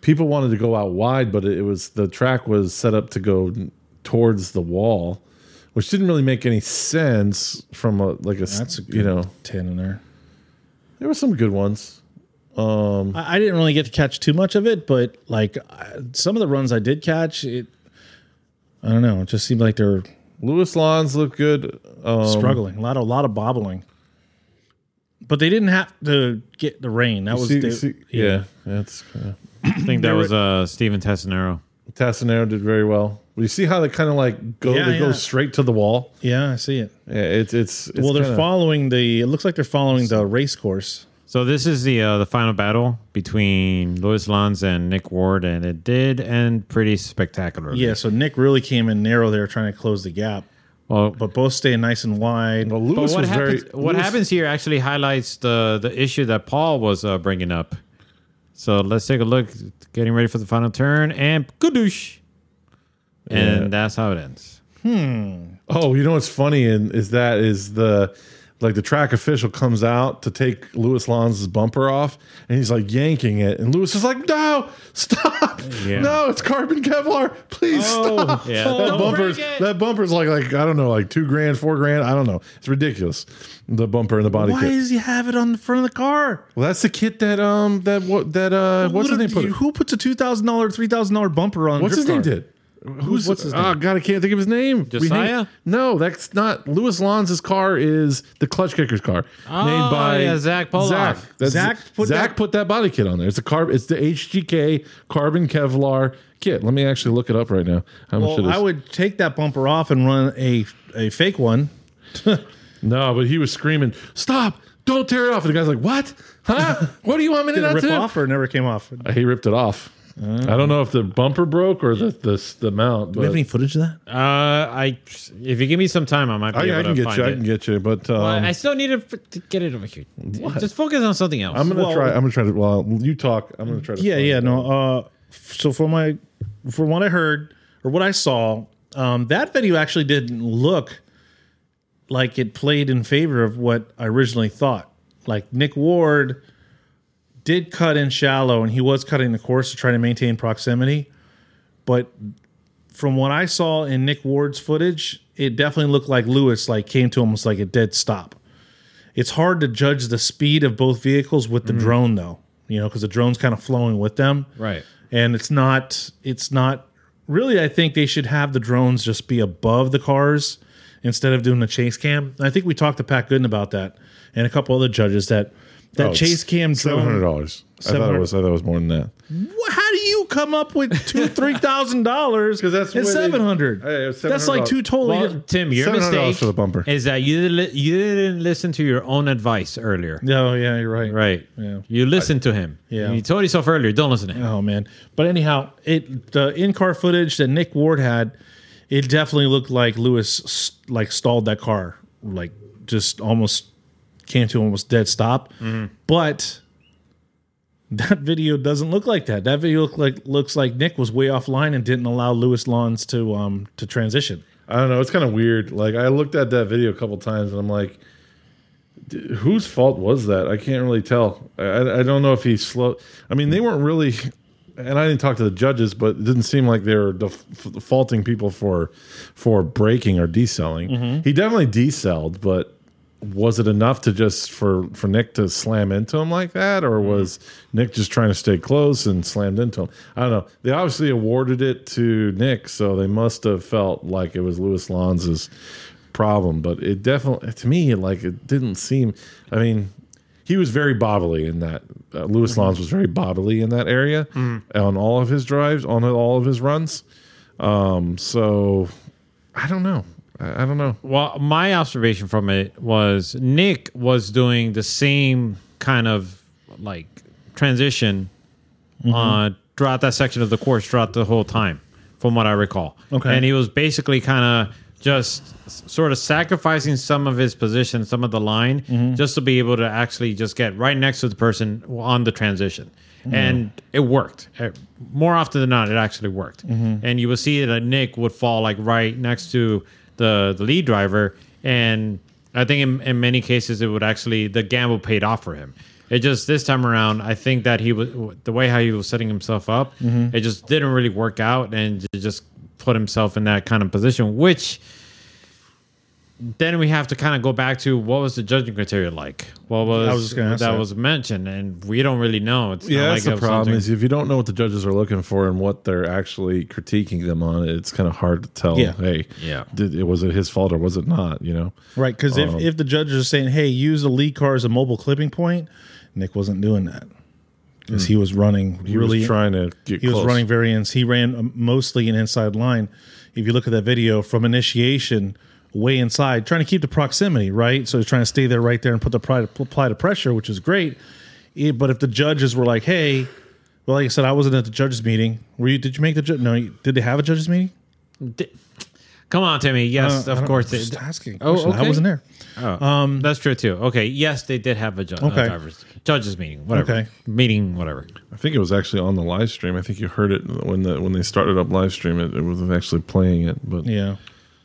S3: people wanted to go out wide, but it, it was the track was set up to go n- towards the wall, which didn't really make any sense from a like a s-
S2: That's a good
S3: you know
S2: ten in there.
S3: there were some good ones.
S2: I, I didn't really get to catch too much of it, but like I, some of the runs I did catch, it I don't know. It just seemed like they're
S3: Lewis Lons looked good. Um,
S2: struggling. A lot, of, a lot of bobbling. But they didn't have to get the rain. That was
S3: See-
S2: the,
S3: see- yeah, that's uh,
S1: I think that
S2: They were-
S1: was uh, Steven Tassinero.
S3: Tassinero did very well. But you see how they kind of like go,
S2: Yeah,
S3: they go
S2: yeah.
S3: straight to the wall.
S2: yeah. I see it.
S3: Yeah, it's it's, it's
S2: well, they're
S3: kinda-
S2: following the. It looks like they're following the race course.
S1: So this is the uh, the final battle between Louis Lanz and Nick Ward, and it did end pretty spectacularly.
S2: Yeah. So Nick really came in narrow there, trying to close the gap,
S1: Well,
S2: but both staying nice and wide.
S3: Well, Lewis
S1: but what
S3: was
S1: happens,
S3: very.
S1: what
S3: Lewis-
S1: happens here actually highlights the the issue that Paul was uh, bringing up. So let's take a look. Getting ready for the final turn, and kadoosh, and
S3: Yeah.
S1: that's how it ends.
S3: Oh, you know what's funny and is that is the like the track official comes out to take Lewis Lons's bumper off and he's like yanking it and Lewis is like, No, stop.
S1: Yeah.
S3: No, it's carbon Kevlar. Please
S2: Oh.
S3: stop.
S1: yeah.
S3: That
S1: Don't
S3: bumper's
S1: break it.
S3: that bumper's like like I don't know, like two grand, four grand. I don't know. It's ridiculous. The bumper and the body
S2: Why
S3: kit.
S2: does he have it on the front of the car?
S3: well, that's the kit that um that what that uh what's his
S2: What
S3: name
S2: do
S3: put?
S2: you- Who puts a two thousand dollar, three thousand dollar bumper on? a
S3: What's his
S2: drift
S3: name
S2: car?
S3: did? Who's
S2: what's his
S3: Oh
S2: name?
S3: God, I can't think of his name. We
S1: Josiah?
S3: hate- no, that's not Louis Lons's car. Is the clutch kicker's car
S1: Oh, yeah, Zach Poloff.
S3: Zach. That's-
S2: Zach put
S3: Zach
S2: that-
S3: put that body kit on there. It's a carb. It's the HGK carbon Kevlar kit. Let me actually look it up right now. How much
S2: Well,
S3: it is?
S2: I would take that bumper off and run a a fake one.
S3: no, but he was screaming, "Stop! Don't tear it off!" And the guy's like, "What? Huh? what do you want me to
S2: Did it
S3: not
S2: rip
S3: do?"
S2: off or it never came off? Do
S3: Uh, He ripped it off. I don't know if the bumper broke or the the, the mount.
S2: we
S3: But
S2: have any footage of that?
S1: Uh, I if you give me some time, I might be
S3: I,
S1: able
S3: I
S1: to
S3: can get
S1: find
S3: you. I
S1: it.
S3: can get you. But um,
S1: But I still need to, f- to get it over here. Just focus on something else.
S3: I'm gonna
S2: Well-
S3: try. I'm gonna try to. Well, you talk. I'm gonna try to.
S2: Yeah,
S3: find
S2: yeah,
S3: it.
S2: no. Uh, f- so from my from what I heard or what I saw, um, that video actually didn't look like it played in favor of what I originally thought. Like Nick Ward did cut in shallow, and he was cutting the course to try to maintain proximity. But from what I saw in Nick Ward's footage, it definitely looked like Lewis like came to almost like a dead stop. It's hard to judge the speed of both vehicles with the drone though, you know, because the drone's kind of flowing with them,
S1: right.
S2: and it's not it's not really. I think they should have the drones just be above the cars instead of doing the chase cam. I think we talked to Pat Gooden about that and a couple other judges that that
S3: Oh,
S2: chase cam
S3: Seven hundred
S2: drone.
S3: dollars. I thought it was. I thought it was more than that.
S2: Wha- How do you come up with two three thousand dollars? Because
S3: that's
S2: it's
S3: where they-
S2: seven hundred.
S3: Hey, it was
S2: That's like
S3: $700.
S2: two totally.
S1: Well,
S2: different-
S1: Tim, your
S3: $700
S1: mistake
S3: for the bumper.
S1: is that you didn't li- you didn't listen to your own advice earlier.
S2: No, yeah, you're right.
S1: Right.
S2: Yeah.
S1: You listened to him.
S2: Yeah.
S1: You told yourself earlier, don't listen to him.
S2: Oh man. But anyhow, it the in car footage that Nick Ward had, it definitely looked like Lewis s- like stalled that car, like just almost came to almost dead stop.
S3: Mm-hmm.
S2: But that video doesn't look like that. That video look like looks like Nick was way offline and didn't allow Lewis Lawns to um to transition.
S3: I don't know. It's kind of weird. Like I looked at that video a couple times, and I'm like, D- whose fault was that? I can't really tell. I- I, I don't know if he slow. I mean, they weren't really. And I didn't talk to the judges, but it didn't seem like they were def- faulting people for for breaking or deselling.
S2: Mm-hmm.
S3: He definitely decelled, but was it enough to just for for Nick to slam into him like that, or was Nick just trying to stay close and slammed into him? I don't know. They obviously awarded it to Nick, so they must have felt like it was Louis Lons's problem. But it definitely, to me, like it didn't seem. I mean, he was very bobbly in that. Uh, Louis Lons was very bobbly in that area on all of his drives, on all of his runs. Um, so I don't know. I, I don't know.
S1: Well, my observation from it was Nick was doing the same kind of like transition uh, throughout that section of the course throughout the whole time, from what I recall.
S2: Okay.
S1: And he was basically kind of just s- sort of sacrificing some of his position, some of the line, just to be able to actually just get right next to the person on the transition. And it worked. Uh, More often than not, it actually worked. And you will see that Nick would fall like right next to the, the lead driver. And I think in, in many cases, it would actually, the gamble paid off for him. It just this time around, I think that he was the way how he was setting himself up.
S2: Mm-hmm.
S1: It just didn't really work out, and j- just put himself in that kind of position, which then we have to kind of go back to what was the judging criteria like? What was,
S2: I was just gonna
S1: that,
S2: ask that.
S1: was mentioned, and we don't really know. It's
S3: Yeah,
S1: not
S3: that's
S1: like
S3: the
S1: it was
S3: problem
S1: something-
S3: is if you don't know what the judges are looking for and what they're actually critiquing them on, it's kind of hard to tell.
S2: Yeah.
S3: Hey,
S1: Yeah.
S3: did, it was it his fault or was it not? You know,
S2: Right, because
S3: Um,
S2: if, if the judges are saying, "Hey, use the lead car as a mobile clipping point," Nick wasn't doing that because he was running
S3: Hmm. he
S2: really.
S3: was trying to get.
S2: he was
S3: close.
S2: running variance. He ran um, mostly an inside line. If you look at that video from initiation, way inside, trying to keep the proximity right. So he's trying to stay there, right there, and put the pri- apply the pressure, which is great. Eh, But if the judges were like, "Hey," well, like I said, I wasn't at the judges' meeting. Were you? Did you make the judge? No, you- did they have a judges' meeting?
S1: Di- Come on, Timmy. Yes,
S2: Uh, I
S1: of
S2: don't-
S1: course.
S2: I'm
S1: They,
S2: just asking.
S1: Oh,
S2: Oh, I
S1: okay.
S2: wasn't there.
S1: that's true too. Okay. Yes, they did have a ju- uh,
S2: Okay.
S1: drivers judges meeting. Whatever
S2: Okay.
S1: meeting. Whatever.
S3: I think it was actually on the live stream. I think you heard it when the when they started up live stream. It, it was actually playing it, but
S2: Yeah.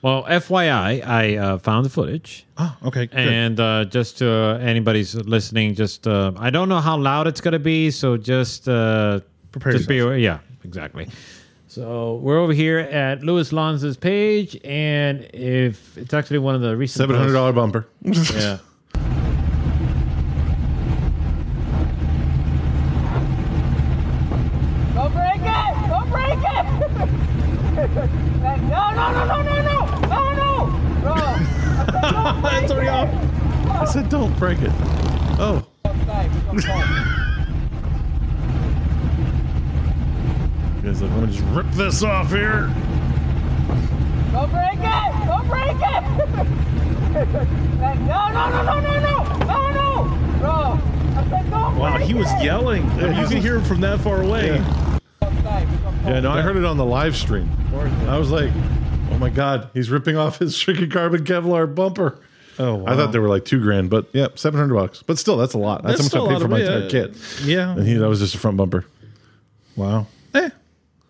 S1: Well, FYI, I uh, found the footage.
S2: Oh, okay. good.
S1: And uh, just to uh, anybody's listening, just uh, I don't know how loud it's gonna be, so just uh,
S2: Prepare
S1: just be yeah, exactly. So we're over here at Louis Lanza's page, and if it's actually one of the recent
S3: seven hundred dollar bumper.
S1: posts- yeah.
S4: Don't break it! Don't break it! no, no, no, no, no, no! No, no! No!
S2: It's already off.
S3: I said, don't break it. Oh,
S4: Okay, we're gonna go.
S3: you guys, like, let me just rip this off here.
S4: Don't break it! Don't break it! no, no, no, no, no, no! No, no! No! I said don't
S2: Wow,
S4: break
S2: he was
S4: it!
S2: yelling. I mean, you could hear him from that far away.
S4: Okay, we're gonna go.
S3: Yeah, no, I heard it on the live stream. I was like, oh my god, he's ripping off his freaking carbon Kevlar bumper.
S2: Oh, wow.
S3: I thought they were like two grand, but yeah, seven hundred bucks. But still, that's a lot. That's,
S2: That's
S3: how much I paid for
S2: still
S3: my
S2: a lot
S3: entire
S2: of
S3: kit.
S2: Yeah.
S3: And he, that was just a front bumper.
S2: Wow. Eh.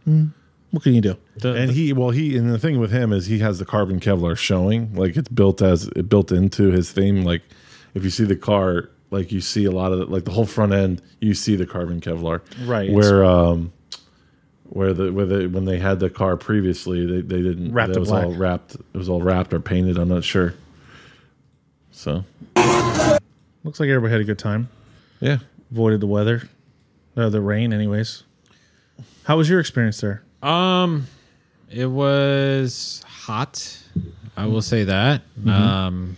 S2: Hmm. What can you do?
S1: The-
S3: And he, well, he, and the thing with him is he has the carbon Kevlar showing, like it's built as it built into his theme. Like if you see the car, like you see a lot of the, like the whole front end, you see the carbon Kevlar,
S2: Right.
S3: Where, um, where the where the when they had the car previously, they they didn't
S2: Wrapped
S3: It
S2: in
S3: was all
S2: black.
S3: wrapped. It was all wrapped or painted. I'm not sure. So
S2: Looks like everybody had a good time.
S3: yeah,
S2: Avoided the weather, uh, the rain, anyways. How was your experience there?
S1: Um, it was hot. I will say that.
S2: Mm-hmm.
S1: Um,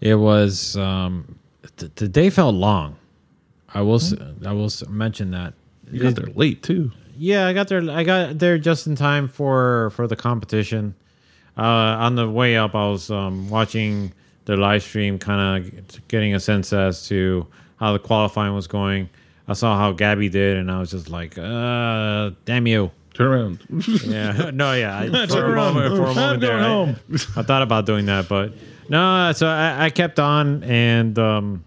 S1: it was um, th- the day felt long. I will s
S2: Mm-hmm.
S1: I will s- mention that.
S3: you got there late too.
S1: Yeah, I got there. I got there just in time for for the competition. Uh, on the way up, I was um, watching their live stream, kind of getting a sense as to how the qualifying was going. I saw how Gabby did, and I was just like, uh, "Damn you!"
S3: Turn around.
S1: Yeah. No, yeah. I, for, a
S2: around.
S1: moment, for a
S2: I'm
S1: moment
S2: going
S1: there, I-
S2: home.
S1: I, thought about doing that, but no. So I, I kept on, and um,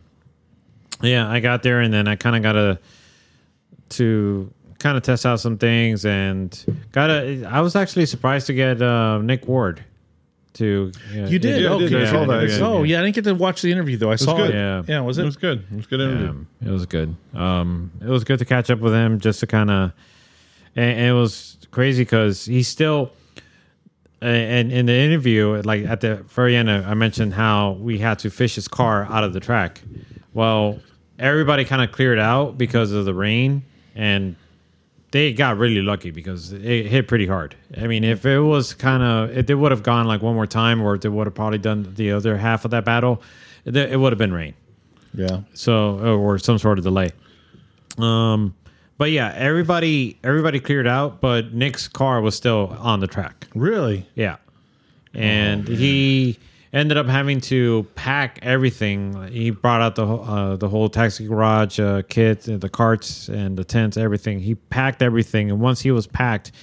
S1: yeah, I got there, and then I kind of got to to kind of test out some things, and got a. I was actually surprised to get uh, Nick Ward to.
S2: You did.
S3: yeah, I
S2: oh,
S3: did. I
S2: good.
S3: saw that.
S1: Yeah,
S2: Oh, yeah. I didn't get to watch the interview though. I saw
S3: good.
S2: it.
S1: Yeah.
S2: Yeah. Was
S3: It
S2: it?
S3: was good. It was a good interview.
S1: Um, it was good. Um, it was good to catch up with him just to kind of, and, and it was crazy because he's still, and in the interview, like at the very end, I I mentioned how we had to fish his car out of the track. Well, everybody kind of cleared out because of the rain, and they got really lucky because it hit pretty hard. I mean, if it was kind of, if they would have gone like one more time, or if they would have probably done the other half of that battle, it- it would have been rain
S2: Yeah.
S1: so oh, or some sort of delay. Um, but yeah, everybody everybody cleared out, but Nick's car was still on the track.
S2: Really?
S1: Yeah, and he ended up having to pack everything. He brought out the whole- uh, the whole taxi garage uh, kit, and the carts, and the tents, everything. He packed everything, and once he was packed,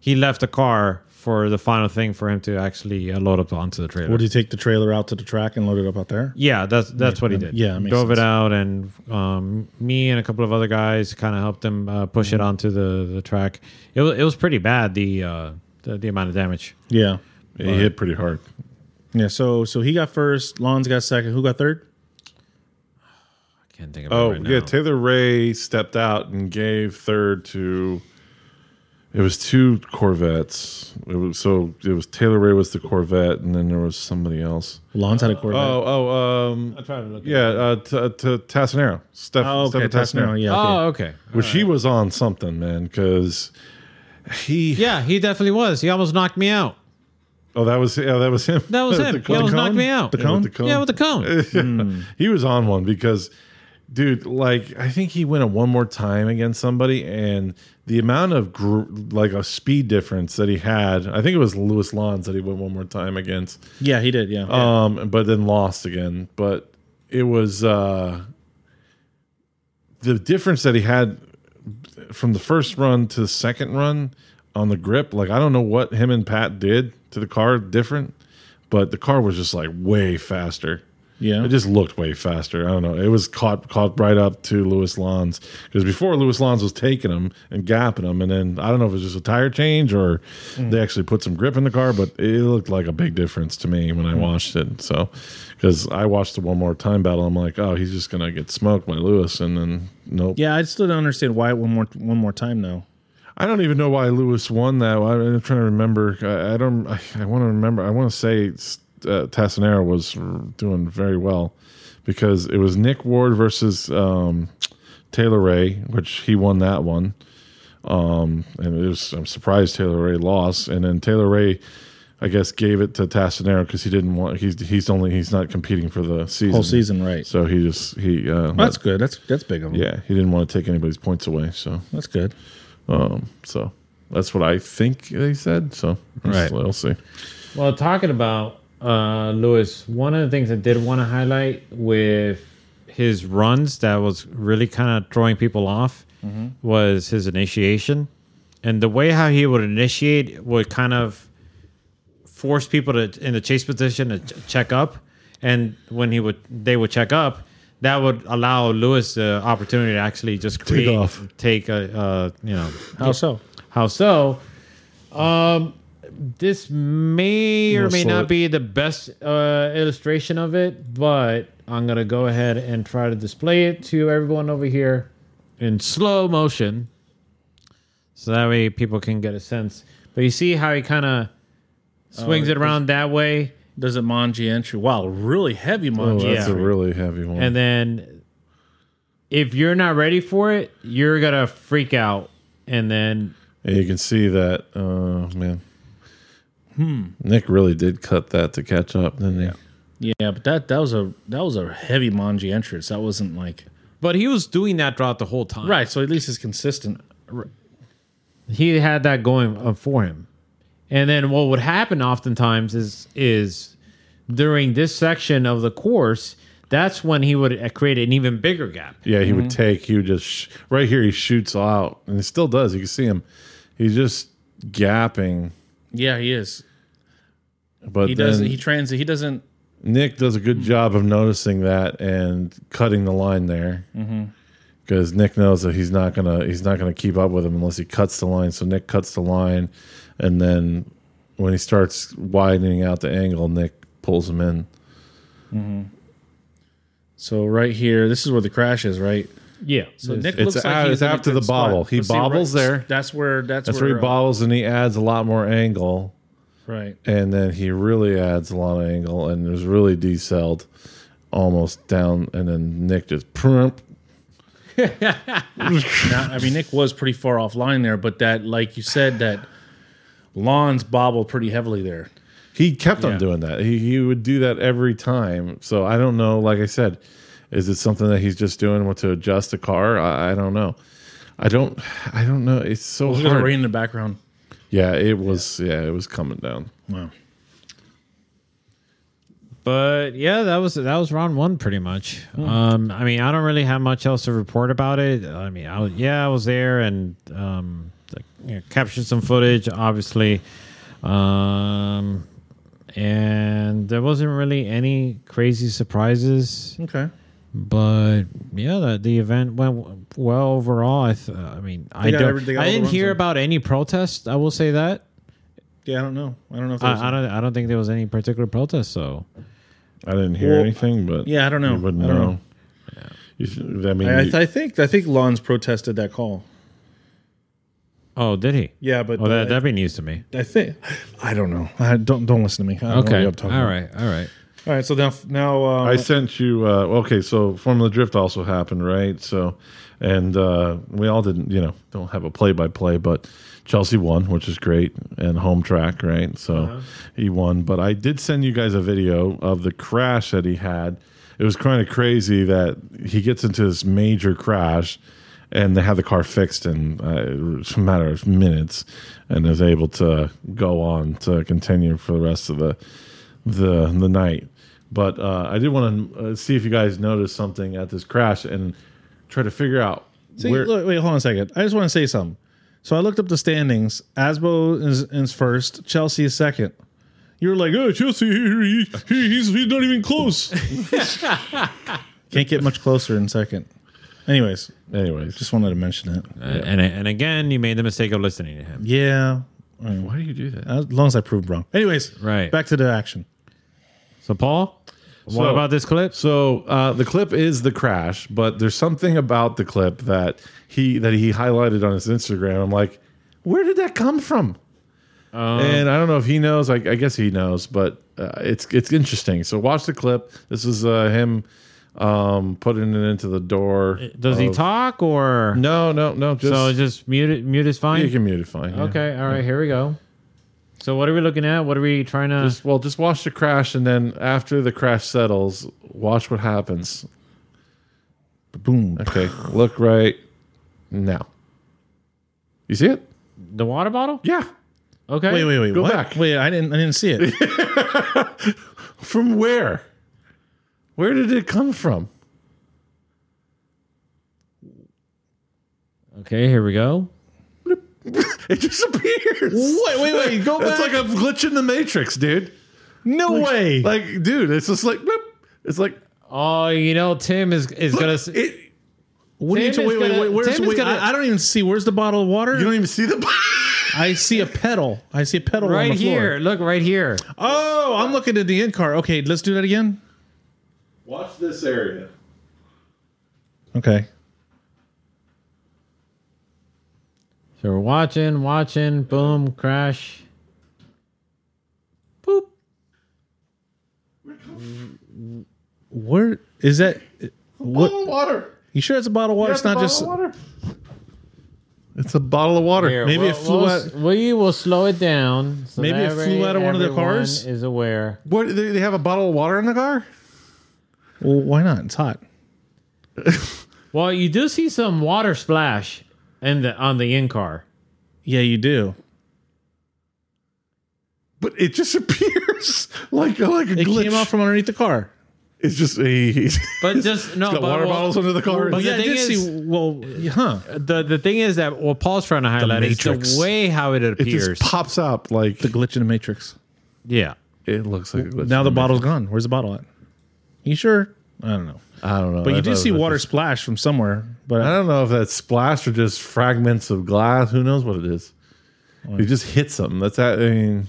S1: he left the car for the final thing for him to actually uh, load up onto the trailer.
S2: Would you take the trailer out to the track and load it up out there?
S1: Yeah, that's that's what he did.
S2: yeah, it makes
S1: drove it
S2: sense.
S1: out, and um, me and a couple of other guys kind of helped him uh, push it onto the, the track. It was it was pretty bad the uh, the, the amount of damage.
S2: Yeah.
S3: He hit pretty hard.
S2: Yeah. So so he got first. Lon's got second. Who got third?
S1: I can't think of it
S3: Oh
S1: right
S3: yeah,
S1: now.
S3: Taylor Ray stepped out and gave third to. It was two Corvettes. It was, so it was Taylor Ray was the Corvette, and then there was somebody else.
S2: Lon's had a Corvette.
S3: Oh, oh, um,
S2: I'm trying to look.
S3: yeah, uh, t- t- Tassinero, Steph,
S2: Oh, okay.
S3: Stefan Tassinero,
S2: Tassinaro. Yeah. okay.
S1: Oh, okay.
S3: which he was on something, man, because he.
S1: Yeah, he definitely was. He almost knocked me out.
S3: Oh, that was yeah, that was him.
S1: That was
S3: The
S1: him. He
S3: cone?
S1: almost knocked me out.
S3: The cone?
S1: Yeah, with the cone.
S3: he was on one because dude like i think he went a one more time against somebody and the amount of gr- like a speed difference that he had i think it was lewis lons that he went one more time against
S2: Yeah, he did. Yeah.
S3: um but then lost again but it was uh the difference that he had from the first run to the second run on the grip like i don't know what him and pat did to the car different but the car was just like way faster
S2: yeah.
S3: it just looked way faster. I don't know. It was caught caught right up to Lewis Lons because before Lewis Lons was taking him and gapping him, and then I don't know if it was just a tire change or they actually put some grip in the car, but it looked like a big difference to me when I watched it. So because I watched the one more time battle, I'm like, oh, he's just gonna get smoked by Lewis, and then nope.
S2: yeah, I still don't understand why one more one more time though.
S3: I don't even know why Lewis won that. I- I'm trying to remember. I, I don't. I, I want to remember. I want to say uh, Tassinero was doing very well because it was Nick Ward versus um, Taylor Ray, which he won that one. Um, and it was, I'm surprised Taylor Ray lost. And then Taylor Ray, I guess, gave it to Tassinero because he didn't want. He's he's only he's not competing for the season.
S2: Whole season, right?
S3: So he just he. Uh,
S2: That's good. That's that's big of him.
S3: yeah, he didn't want to take anybody's points away. So.
S2: That's good.
S3: Um, so that's what I think they said. So
S1: Right.
S3: we'll see.
S1: Well, talking about uh, Lewis, one of the things I did want to highlight with his runs that was really kind of throwing people off was his initiation. And the way how he would initiate would kind of force people to in the chase position to ch- check up. And when he would they would check up, that would allow Lewis the opportunity to actually just create,
S3: off.
S1: take a uh, you know
S2: How so?
S1: how so? Um, this may or
S3: Wanna
S1: may
S3: slow
S1: not
S3: it?
S1: be the best uh, illustration of it, but I'm gonna go ahead and try to display it to everyone over here in slow motion, so that way people can get a sense. But you see how he kind of swings it around that way,
S2: There's a Manji entry. Wow, really heavy
S3: Oh,
S2: Manji.
S3: that's
S1: Yeah.
S3: a really heavy one.
S1: and then if you're not ready for it, you're gonna freak out, and then
S3: And you can see that. Oh man, hmm. Nick really did cut that to catch up, didn't he?
S2: yeah. but that that was a that was a heavy Manji entrance. That wasn't like
S1: but he was doing that throughout the whole time,
S2: right. So at least it's consistent.
S1: he had that going uh, for him. And then what would happen oftentimes is is during this section of the course, that's when he would uh, create an even bigger gap.
S3: Yeah, he would take. He would just sh- right here. He shoots out, and he still does. You can see him. He's just gapping.
S2: Yeah, he is.
S3: But
S2: He
S3: then
S2: doesn't. He transit. He doesn't.
S3: Nick does a good job of noticing that and cutting the line there. Because Nick knows that he's not gonna he's not gonna keep up with him unless he cuts the line. So Nick cuts the line, and then when he starts widening out the angle, Nick pulls him in.
S2: So right here, this is where the crash is, right?
S1: Yeah.
S2: So Nick
S3: It's
S2: looks
S3: a-
S2: like he's
S3: it's
S2: in a
S3: after
S2: good
S3: the bobble.
S2: spot.
S3: He
S2: Let's see, right-
S3: bobbles there.
S2: That's where. That's,
S3: That's
S2: where,
S3: where he
S2: uh,
S3: bobbles and he adds a lot more angle,
S2: Right.
S3: and then he really adds a lot of angle and is really decelled, almost down, and then Nick just prump.
S2: Now, I mean, Nick was pretty far offline there, but that, like you said, that Lon's bobbled pretty heavily there.
S3: He kept
S1: Yeah.
S3: on doing that. He he would do that every time. So I don't know. Like I said, is it something that he's just doing what to adjust the car? I, I don't know. I don't. I don't know. It's so
S2: Look at the
S3: hard.
S2: rain in the background.
S3: Yeah, it was. Yeah. it was coming down.
S2: Wow.
S1: But yeah, that was that was round one pretty much. Um, I mean, I don't really have much else to report about it. I mean, I was, yeah, I was there and um, like, you know, captured some footage, obviously, um, and there wasn't really any crazy surprises.
S2: Okay.
S1: But yeah, the, the event went w- well overall. I th- I mean, I
S2: got
S1: don't.
S2: every- they got
S1: I
S2: all the
S1: didn't
S2: runs
S1: hear
S2: in.
S1: about any protests. I will say that.
S2: Yeah, I don't know. I don't know if there was
S1: I, I don't. I don't think there was any particular protest. So
S3: I didn't hear
S2: Well,
S3: anything, but
S2: yeah, I don't know.
S3: You wouldn't
S2: I don't
S3: know.
S2: know.
S3: You should- I mean,
S2: I,
S3: you-
S2: I think I think Lon's protested that call.
S1: Oh, did he?
S2: Yeah, but
S1: Oh, that
S2: uh,
S1: that'd be news to me.
S2: I think I don't know. I don't don't listen to me. I don't know
S1: Okay.
S2: what
S1: All
S2: I'm talking about.
S1: right. All right.
S2: All right. So now now um,
S3: I sent you. Uh, okay, so Formula Drift also happened, right? So, and uh, we all didn't, you know, don't have a play by play, but Chelsea won, which is great, and home track, right? So he won. But I did send you guys a video of the crash that he had. It was kind of crazy that he gets into this major crash. And they had the car fixed in uh, it's a matter of minutes, and is able to go on to continue for the rest of the the the night. But uh, I did want to uh, see if you guys noticed something at this crash and try to figure out
S2: See,
S3: where.
S2: look, wait, hold on a second. I just want to say something. So I looked up the standings. Asbo is, is first. Chelsea is second. You were like, oh, Chelsea, he, he- he- he's, he's not even close. Can't get much closer in second. Anyways,
S3: Anyways,
S2: just wanted to mention that.
S1: Uh, And and again, you made the mistake of listening to him.
S2: Yeah,
S3: why do you do that?
S2: as long as I proved wrong. Anyways,
S1: Right.
S2: back to the action.
S1: So, Paul, what
S3: So-
S1: about this clip?
S3: So uh, the clip is the crash, but there's something about the clip that he that he highlighted on his Instagram. I'm like, where did that come from? and I don't know if he knows. I, I guess he knows, but uh, it's it's interesting. So watch the clip. This is uh, him um, putting it into the door.
S1: Does he
S3: of-
S1: talk or
S3: No, no, no. Oh. Just,
S1: so? Just mute it. Mute is fine.
S3: you can mute it fine. yeah.
S1: Okay. All right. Here we go. So, what are we looking at? What are we trying to?
S3: Just- well, just watch the crash, and then after the crash settles, watch what happens.
S2: Boom.
S3: Okay, look right now. You see it?
S1: the water bottle?
S3: Yeah.
S1: Okay.
S2: Wait, wait, wait.
S3: Go
S2: what?
S3: back.
S2: Wait, I didn't. I didn't see it.
S3: From where? Where did it come from?
S1: Okay. Here we go.
S3: It disappears.
S2: wait, wait, wait. Go
S3: It's like
S2: back.
S3: a glitch in the matrix, dude.
S2: no way.
S3: Like, dude, it's just like, bloop. it's like,
S1: Oh, you know, Tim is is gonna. s-
S3: it,
S2: what do you?
S1: Tim
S2: Wait,
S1: is
S2: wait,
S1: gonna-
S2: wait. Where's?
S1: Tim is
S2: Wait,
S1: gonna-
S2: I, I don't even see. Where's the bottle of water?
S3: you don't even see the.
S2: I see a pedal. I see a pedal on
S1: Right
S2: the floor.
S1: here. Look right here.
S2: Oh, I'm looking at the end car. Okay, let's do that again.
S3: Watch this area.
S2: Okay.
S1: So we're watching, watching. Boom. Crash. Boop.
S2: Where is that? What?
S3: water.
S2: You sure it's a bottle of water? Oh. It's not just.
S3: It's a bottle of water.
S1: Here,
S2: Maybe
S1: we'll-
S2: it flew
S1: we'll
S2: out-
S1: s- We will slow it down. so
S2: Maybe
S1: that
S2: it flew
S1: way
S2: out of one of the
S1: everyone
S2: cars?
S1: Is aware.
S3: What? They they have a bottle of water in the car?
S2: Well, why not? It's hot.
S1: Well, you do see some water splash in the on the in car.
S2: Yeah, you do.
S3: but it just appears like like a
S2: It
S3: glitch.
S2: came out from underneath the car.
S3: it's just a, he's
S1: But just no.
S3: got
S1: but
S3: water
S1: well-
S3: bottles under the uh, car.
S1: But
S2: Oh, yeah,
S1: the
S2: I did
S1: thing is-
S2: see. Well, huh?
S1: the the thing is that what Paul's trying to highlight is
S2: Matrix.
S1: the way how it
S3: it just
S1: appears.
S3: pops up like
S2: The glitch in the matrix.
S1: yeah.
S3: it looks like a glitch.
S2: Now the bottle's gone. Where's the bottle at? You sure? I don't know.
S3: I don't know.
S2: But
S3: I
S2: you do
S3: thought
S2: see
S3: it was
S2: water
S3: just-
S2: splash from somewhere. But
S3: I don't know if that's splash or just fragments of glass. Who knows what it is? It just hits them. That's that. I mean,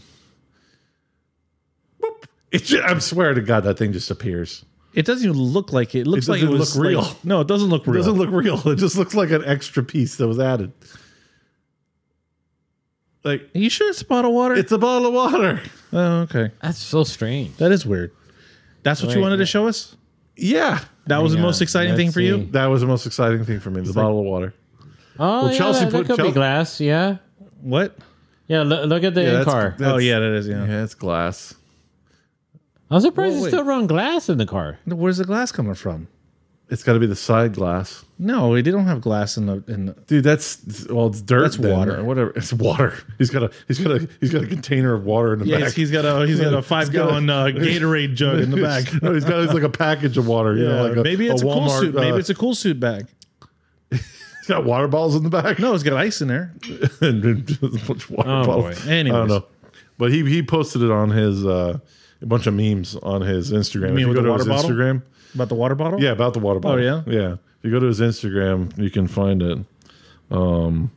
S3: boop. It ju- I swear to God, that thing just appears.
S2: it doesn't even look like it. It looks like it
S3: doesn't
S2: was
S3: look real.
S2: like- no, it doesn't look
S3: It
S2: real.
S3: doesn't look real. It just looks like an extra piece that was added. Like
S2: Are you sure it's a bottle of water?
S3: it's a bottle of water.
S2: oh, okay.
S1: That's so strange.
S2: That is weird. That's what you
S1: Wait,
S2: wanted to
S1: wait.
S2: show us?
S3: Yeah.
S2: That was the
S1: Hang
S2: most
S1: on,
S2: exciting
S1: let's
S2: thing for you?
S1: see.
S3: That was the most exciting thing for me, the bottle of water.
S1: Oh, yeah,
S3: Chelsea
S1: that, that
S3: put
S1: could
S3: Chel-
S1: be glass. Yeah.
S2: What?
S1: Yeah. Look, look at the in
S3: that's-
S1: car.
S3: that's-
S2: oh yeah, that is. Yeah.
S3: Yeah, it's glass.
S1: I'm surprised
S2: Whoa,
S1: it's
S2: wait.
S1: still run glass in the car.
S2: Where's the glass coming from?
S3: It's got to be the side glass.
S2: No, they don't have glass in the. In the
S3: Dude, that's well, it's dirt.
S2: That's
S3: then,
S2: water.
S3: or whatever. It's water. He's got a he's got a he's got a container of water in the
S2: yeah,
S3: back.
S2: he's- he's got a he's got a five gallon
S3: got
S2: uh, Gatorade jug in the back. Uh,
S3: no, he's got it's like a package of water. you know, like a,
S2: maybe it's a, cool
S3: Walmart,
S2: suit. Maybe
S3: uh,
S2: it's a cool suit bag.
S3: he's got water bottles in the back.
S2: No, it's got ice in there.
S3: and then just a bunch of water
S1: Oh,
S3: bottles.
S1: boy.
S2: Anyways.
S3: I don't know, but he he posted it on his uh, a bunch of memes on his Instagram.
S2: mean
S3: if you
S2: with
S3: go
S2: the
S3: to
S2: water
S3: his
S2: bottle?
S3: Instagram,
S2: About the water bottle.
S3: yeah, about the water bottle.
S2: Oh, yeah?
S3: yeah. If you go to his Instagram, you can find it. Um,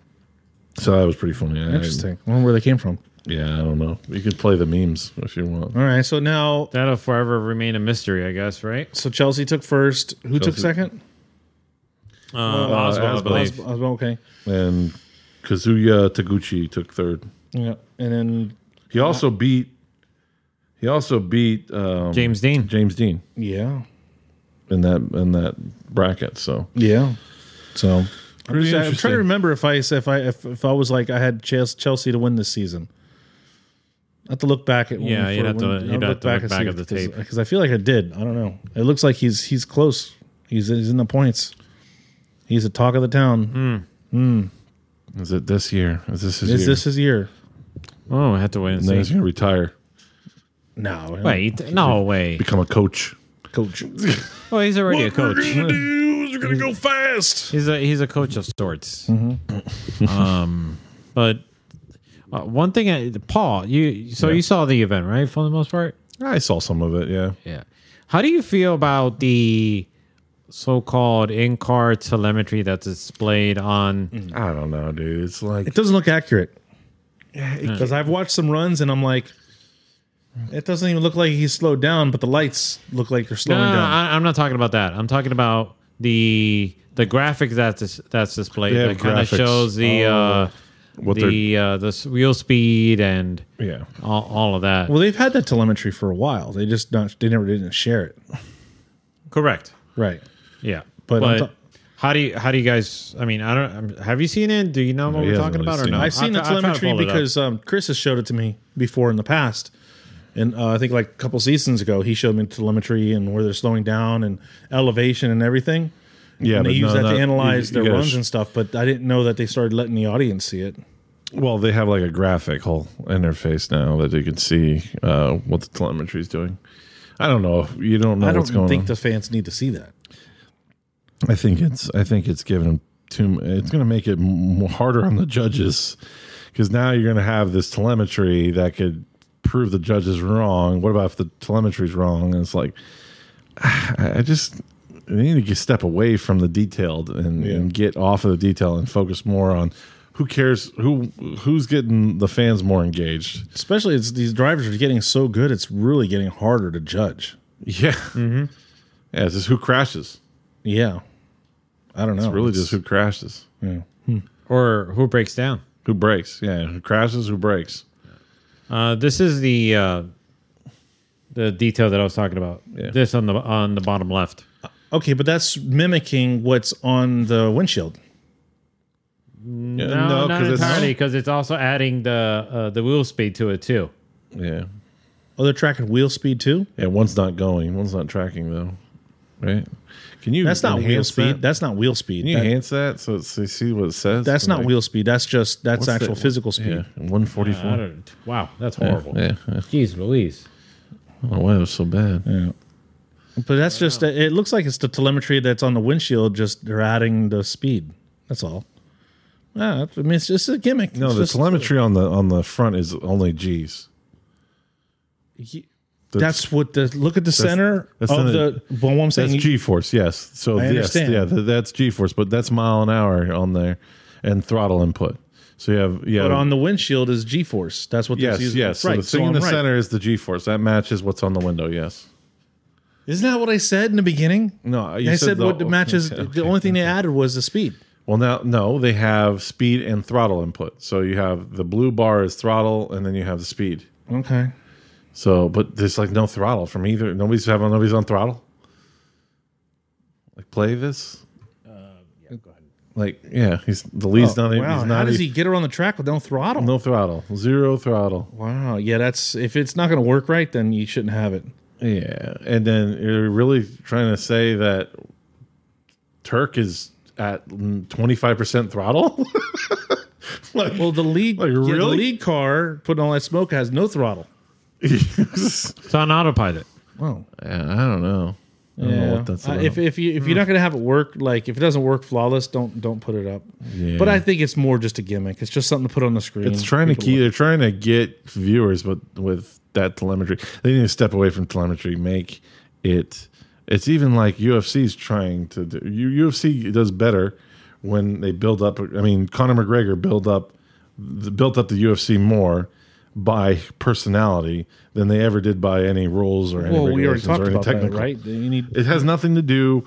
S3: so that was pretty funny. I-
S2: Interesting. I wonder where they came from.
S3: Yeah, I don't know. You could play the memes if you want.
S2: All right. So now,
S1: That'll forever remain a mystery, I guess. Right.
S2: so Chelsea took first. Who took
S3: Chelsea-
S2: second?
S1: Uh, Oswald, I
S3: Oswald.
S1: believe.
S2: Oswald, okay.
S3: And Kazuya Taguchi took third.
S2: Yeah. And then
S3: He also beat. He also beat um,
S1: James Dean.
S3: James Dean
S2: yeah.
S3: in that in that bracket. So
S2: Yeah. So I'm,
S3: Pretty
S2: just- I'm
S3: interesting.
S2: trying to remember if I if I if, if I was like I had Chels- Chelsea to win this season. I have to look back at when
S1: Yeah, you'd
S2: for-
S1: have to-
S2: when-
S1: you'd
S2: I'll
S1: have to look back at the tape.
S2: because I feel like I did. I don't know. It looks like he's he's close. He's he's in the points. He's the talk of the town.
S1: Hmm.
S3: is it this year? Is this his
S2: Is
S3: year?
S2: this his year?
S1: Oh, I have to wait
S3: and then
S1: and
S3: he's
S1: see.
S3: gonna retire,
S2: No,
S1: Wait, no way.
S3: become a coach.
S2: coach.
S1: Oh, he's already a coach.
S3: do is we're gonna go fast.
S1: He's a he's a coach of sorts. um, but uh, one thing, I, Paul, you so
S3: Yeah.
S1: you saw the event right for the most part.
S3: I saw some of it. Yeah,
S1: Yeah. How do you feel about the so-called in-car telemetry that's displayed on?
S3: I don't know, dude. It's like
S2: It doesn't look accurate. Because I've watched some runs and I'm like, it doesn't even look like he's slowed down, but the lights look like they're
S1: No,
S2: slowing
S1: no, no,
S2: down.
S1: I, I'm not talking about that. I'm talking about the the graphic that's that's displayed
S3: They
S1: that
S3: have
S1: kind of
S3: graphics. Oh,
S1: shows the uh,
S3: what
S1: the uh, the s- wheel speed and
S3: they're yeah.
S1: all, all of that.
S2: Well, they've had that telemetry for a while. They just not they never didn't share it.
S1: Correct.
S2: Right.
S1: Yeah, but,
S2: But I'm ta-
S1: how do you how do you guys? I mean, I don't. I'm- Have you seen it? Do you know what
S3: he
S1: we're
S3: hasn't
S1: talking
S3: really
S1: about or
S3: seen
S1: no?
S3: it.
S2: I've seen
S1: I
S2: the
S1: tr- I tried to
S2: telemetry
S1: pull it up.
S2: because um, Chris has showed it to me before in the past. And uh, I think like a couple seasons ago, he showed me telemetry and where they're slowing down and elevation and everything.
S3: Yeah,
S2: and they
S3: but
S2: use
S3: no,
S2: that
S3: no,
S2: to
S3: you-
S2: analyze
S3: you
S2: their
S3: gotta
S2: runs
S3: sh-
S2: and stuff, but I didn't know that they started letting the audience see it.
S3: Well, they have like a graphic whole interface now that you can see uh, what the telemetry is doing. I don't know. You don't know
S2: I
S3: what's going
S2: don't think
S3: on.
S2: the fans need to see that.
S3: I think it's. I think it's giving too. m- It's going to make it m- harder on the judges because now you're going to have this telemetry that could prove the judges wrong. What about if the telemetry's wrong? And it's like, I I just I need to step away from the detailed and, and get off of the detail and focus more on who cares who who's getting the fans more engaged.
S2: Especially it's, these drivers are getting so good, it's really getting harder to judge.
S3: Yeah. Mm-hmm. Yeah, it's just who crashes.
S2: Yeah. I don't know.
S3: It's really just who crashes.
S1: or who breaks down.
S3: Who breaks. Yeah. Who crashes, who breaks.
S1: Uh, this is the uh, the detail that I was talking about.
S3: Yeah.
S1: This on the on the bottom left.
S2: Okay, but that's mimicking what's on the windshield. Mm,
S3: Yeah,
S1: No, not
S3: it's-
S1: entirely because it's also adding the uh, the wheel speed to it too.
S3: Yeah.
S2: Oh, they're tracking wheel speed too?
S3: Yeah, one's not going, one's not tracking though. Right? Can you
S2: That's not wheel
S3: enhance
S2: speed.
S3: That?
S2: That's not wheel speed.
S3: Can you
S2: That-
S3: enhance that so it's, so you see what it says?
S2: that's not
S3: Like,
S2: wheel speed. That's just that's
S3: what's
S2: actual
S3: that?
S2: physical speed.
S3: Yeah, 144.
S1: I don't, Uh, wow, that's
S3: Yeah,
S1: horrible.
S3: Yeah, yeah.
S1: Jeez, Louise.
S3: I don't know why it was so bad.
S2: But that's just it looks like it's the telemetry that's on the windshield. Just they're adding the speed. That's all. Yeah, I mean it's just a gimmick.
S3: No,
S2: It's
S3: the
S2: just-
S3: telemetry on the on the front is only G's.
S2: That's what the look at the center
S3: that's
S2: of
S3: not a-
S2: the. Well, what I'm saying
S3: That's G force, yes. So
S2: I
S3: yes,
S2: understand.
S3: yeah, th- that's G force, but that's mile an hour on there, and throttle input. So you have yeah,
S2: but on the windshield is G-force. That's what
S3: yes,
S2: this is.
S3: yes. So
S2: Right.
S3: the thing in
S2: I'm
S3: the
S2: right.
S3: center is the G force. That matches what's on the window. Yes.
S2: Isn't that what I said in the beginning?
S3: No, you
S2: I said,
S3: the-
S2: what matches.
S3: okay,
S2: The
S3: okay.
S2: only thing they added was the speed.
S3: Well, now no, they have speed and throttle input. So you have the blue bar is throttle, and then you have the speed.
S2: Okay.
S3: So, but there's like no throttle from either. Nobody's having nobody's on throttle. Like play this. Like yeah, he's the lead's not. even-
S2: Oh, wow.
S3: He's not e-,
S2: How does
S3: even-
S2: he get her on the track with no throttle?
S3: No throttle. Zero throttle.
S2: Wow. Yeah, that's if it's not going to work right, then you shouldn't have it.
S3: Yeah. And then you're really trying to say that Turk is at 25% throttle? like,
S2: Well, the lead,
S3: Like,
S2: yeah, the
S3: really?
S2: lead car putting all that smoke has no throttle.
S1: It's on autopilot.
S2: Wow.
S3: Yeah, I don't know. I don't know what that's
S2: Uh,
S3: about.
S2: if if you if you're not going to have it work, like if it doesn't work flawless, don't don't put it up.
S3: Yeah.
S2: But I think it's more just a gimmick. It's just something to put on the screen.
S3: it's trying to
S2: People
S3: keep,
S2: look.
S3: they're trying to get viewers, but with that telemetry, they need to step away from telemetry, make it. It's even like UFC's trying to do. U- UFC does better when they build up. I mean, Conor McGregor built up the, built up the UFC more by personality than they ever did by any rules or any
S2: Well, we already
S3: regulations
S2: talked
S3: or any
S2: about that,
S3: technical.
S2: right? You need
S3: It has nothing to do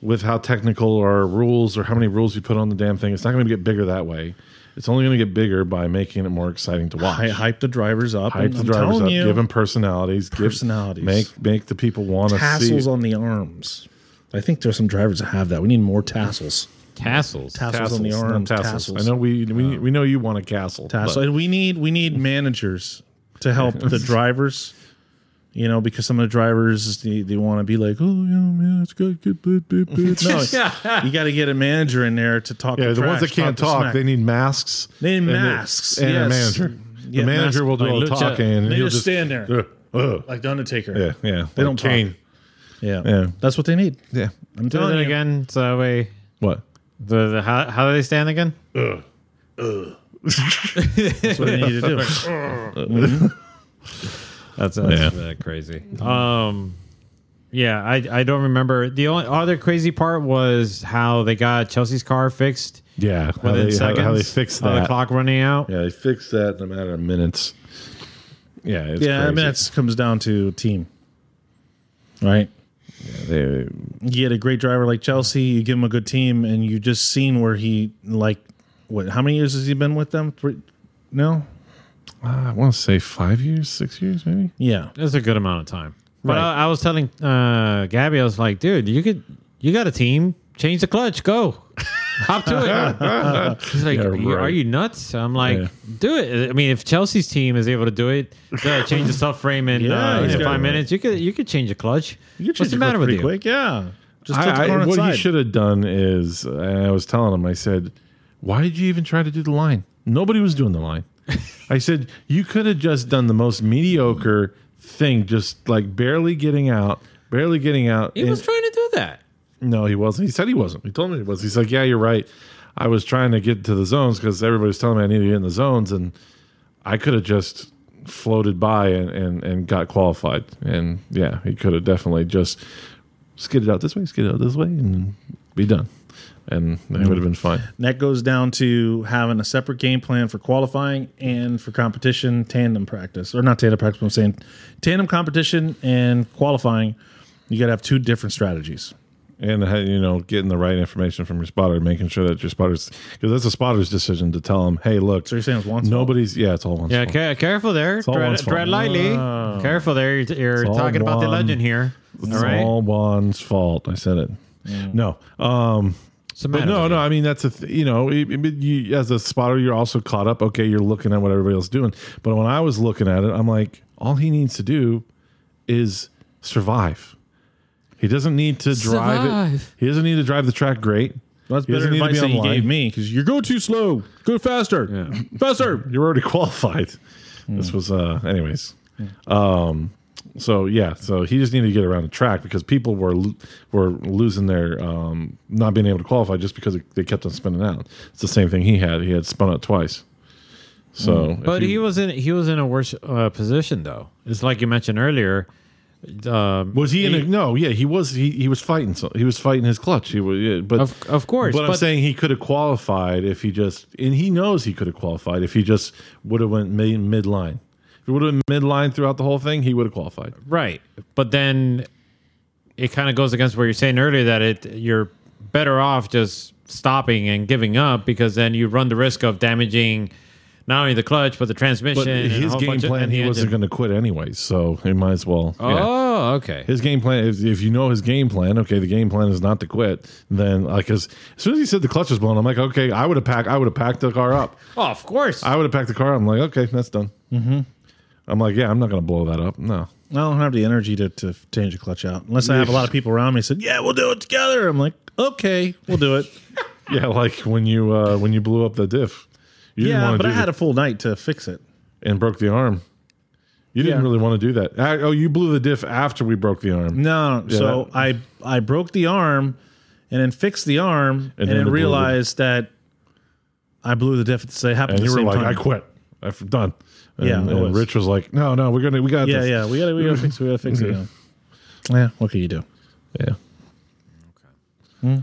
S3: with how technical or rules or how many rules you put on the damn thing. It's not going to get bigger that way. It's only going to get bigger by making it more exciting to watch.
S2: I hype the drivers up.
S3: Hype
S2: and
S3: the
S2: I'm
S3: drivers
S2: telling
S3: up.
S2: you,
S3: give them personalities. give-
S2: Personalities.
S3: make make the people want to see.
S2: tassels on the arms. I think there's some drivers that have that. We need more tassels.
S1: Tassels.
S2: Tassels, on the
S3: Tassels,
S2: arms.
S3: no,
S2: Tassels. Um,
S3: I know we we, we know you want a castle.
S2: Tassel.
S3: but
S2: And we need we need managers to help the drivers. You know, because some of the drivers they, they want to be like, oh yeah, man, it's good, good, good, good, good. No, it's- you got to get a manager in there to talk.
S3: Yeah, the ones that
S2: trash,
S3: can't
S2: the
S3: talk,
S2: smack.
S3: they need masks.
S2: They need
S3: and
S2: masks,
S3: and a
S2: yes.
S3: manager.
S2: Yeah,
S3: the manager
S2: masks.
S3: will do
S1: Like
S3: all the
S1: Lucha.
S3: talking. and
S2: They
S3: he'll
S2: just stand there.
S3: Ugh, ugh.
S2: like the Undertaker.
S3: Yeah, yeah.
S2: They don't
S3: cane.
S2: Yeah.
S3: Yeah.
S2: that's what they need.
S3: Yeah.
S2: I'm
S1: Do
S2: telling
S1: that
S2: you.
S1: again. So that way,
S3: What?
S1: the, the how, how do they stand again?
S2: That's what they need to do.
S1: That's, that's
S3: Yeah.
S1: uh, crazy. Um, yeah, I, I don't remember. The only other crazy part was how they got Chelsea's car fixed
S3: Yeah. How
S1: within
S3: they, how,
S1: seconds.
S3: how they fix
S1: How
S3: that.
S1: the clock running out.
S3: Yeah, they fix that in a matter of minutes. Yeah, it's
S2: yeah, I mean
S3: crazy.
S2: that comes down to team, right?
S3: They-
S2: You get a great driver like Chelsea, you give him a good team, and you just seen where he like what? How many years has he been with them? Three, no,
S3: I want to say five years, six years, maybe.
S2: yeah,
S1: That's a good amount of time. But
S2: Right.
S1: I, I was telling uh, Gabby, I was like, dude, you could, you got a team. Change the clutch. Go. Hop to it. He's like,
S3: Yeah,
S1: "Are you- are
S3: right.
S1: you nuts? I'm like,
S3: Yeah.
S1: do it. I mean, if Chelsea's team is able to do it, uh, change the subframe in,
S2: Yeah,
S1: uh,
S2: he's
S1: in
S2: got
S1: five
S2: it.
S1: minutes, you could you could change the clutch.
S2: you can
S1: What's
S2: change
S1: the matter
S2: quick-
S1: with
S2: pretty
S1: you?
S2: quick, yeah. Just tilt the
S3: I,
S2: car
S3: I, what
S2: inside.
S3: you should have done is, and I was telling him, I said, "Why did you even try to do the line? Nobody was doing the line." I said, "You could have just done the most mediocre thing, just like barely getting out, barely getting out."
S1: He
S3: and-
S1: was trying to do that.
S3: No, he wasn't. He said he wasn't. He told me he was. He's like, yeah, you're right. I was trying to get to the zones because everybody's telling me I need to get in the zones, and I could have just floated by and, and, and got qualified. And yeah, he could have definitely just skidded out this way, skidded out this way, and be done. And it would have been fine.
S2: And that goes down to having a separate game plan for qualifying and for competition tandem practice, or not tandem practice. But I'm saying tandem competition and qualifying. You got to have two different strategies.
S3: and uh, you know getting the right information from your spotter making sure that your spotters because that's a spotter's decision to tell him hey look
S2: So you're saying it's Juan's fault?
S3: nobody's yeah it's all one
S1: Yeah, ca- careful there.
S3: all
S1: Tread,
S3: one's fault. Ah.
S1: tread lightly. Careful there. You're, you're
S3: all
S1: talking about the
S3: one.
S1: legend here.
S3: It's
S1: all right.
S3: all Juan's fault. I said it. No, um,
S1: What's the
S3: but
S1: matter
S3: no,
S1: with
S3: no.
S1: you?
S3: I mean, that's a th- you know, it- it- you, as a spotter, you're also caught up. Okay, you're looking at what everybody else is doing. But when I was looking at it, I'm like, all he needs to do is survive. He doesn't need to drive
S1: Survive.
S3: it. He doesn't need to drive the track great.
S2: That's
S3: He doesn't
S2: better
S3: need to
S2: advice
S3: be
S2: that you
S3: online.
S2: gave me because you go too slow. Go faster, faster.
S3: You're already qualified.
S1: Hmm.
S3: This was, uh, anyways. Um, so yeah, so he just needed to get around the track because people were lo- were losing their um, not being able to qualify just because they kept on spinning out. It's the same thing he had. He had spun out twice. So, if
S1: Hmm. But
S3: you-
S1: he was in he was in a worse uh, position though. It's like you mentioned earlier. Um,
S3: was he in a, no? Yeah, he was. He, he was fighting. So he was fighting his clutch. He was, yeah, but
S1: Of- of course,
S3: But, I'm
S1: but-
S3: saying he could have qualified if he just, and he knows he could have qualified if he just would have went mid midline. If he would have been midline throughout the whole thing, he would have qualified.
S1: right? But then it kind of goes against what you're saying earlier that it you're better off just stopping and giving up because then you run the risk of damaging not only the clutch but the transmission.
S3: But
S1: and a
S3: his
S1: whole
S3: game
S1: bunch of-
S3: plan,
S1: and the
S3: he wasn't
S1: engine.
S3: going to quit anyway, so he might as well. yeah.
S1: Oh, okay.
S3: His game plan, if, if you know his game plan, okay, the game plan is not to quit. Then, like, as, as soon as he said the clutch was blown, I'm like, okay, I would have packed, I would have packed the car up.
S1: oh, of course.
S3: I would have packed the car. up. I'm like, okay, that's done. Mm-hmm. I'm like, yeah, I'm not going to blow that up. No,
S2: I don't have the energy to, to change a clutch out unless I have a lot of people around me. Said, "Yeah, we'll do it together." I'm like, "Okay, we'll do it."
S3: yeah, like when you uh when you blew up the diff, you didn't
S2: yeah,
S3: want
S2: but
S3: to
S2: I
S3: do
S2: had a
S3: the-
S2: full night to fix it.
S3: and broke the arm. You didn't
S2: Yeah.
S3: really want to do that. I, oh, you blew the diff after we broke the arm.
S2: No,
S3: Yeah,
S2: so
S3: that-
S2: I I broke the arm, and then fixed the arm,
S3: then
S2: and, then
S3: the blue-
S2: realized that I blew the diff. So it happened.
S3: and
S2: at
S3: you
S2: the
S3: were
S2: same
S3: like,
S2: time.
S3: "I quit. I've done." And,
S2: Yeah, I
S3: and
S2: was.
S3: Rich was like, "No, no, we're gonna, we got
S2: Yeah,
S3: this."
S2: yeah, we gotta we gotta fix we gotta fix it. Yeah. yeah, what can you do?
S3: yeah.
S2: Hmm?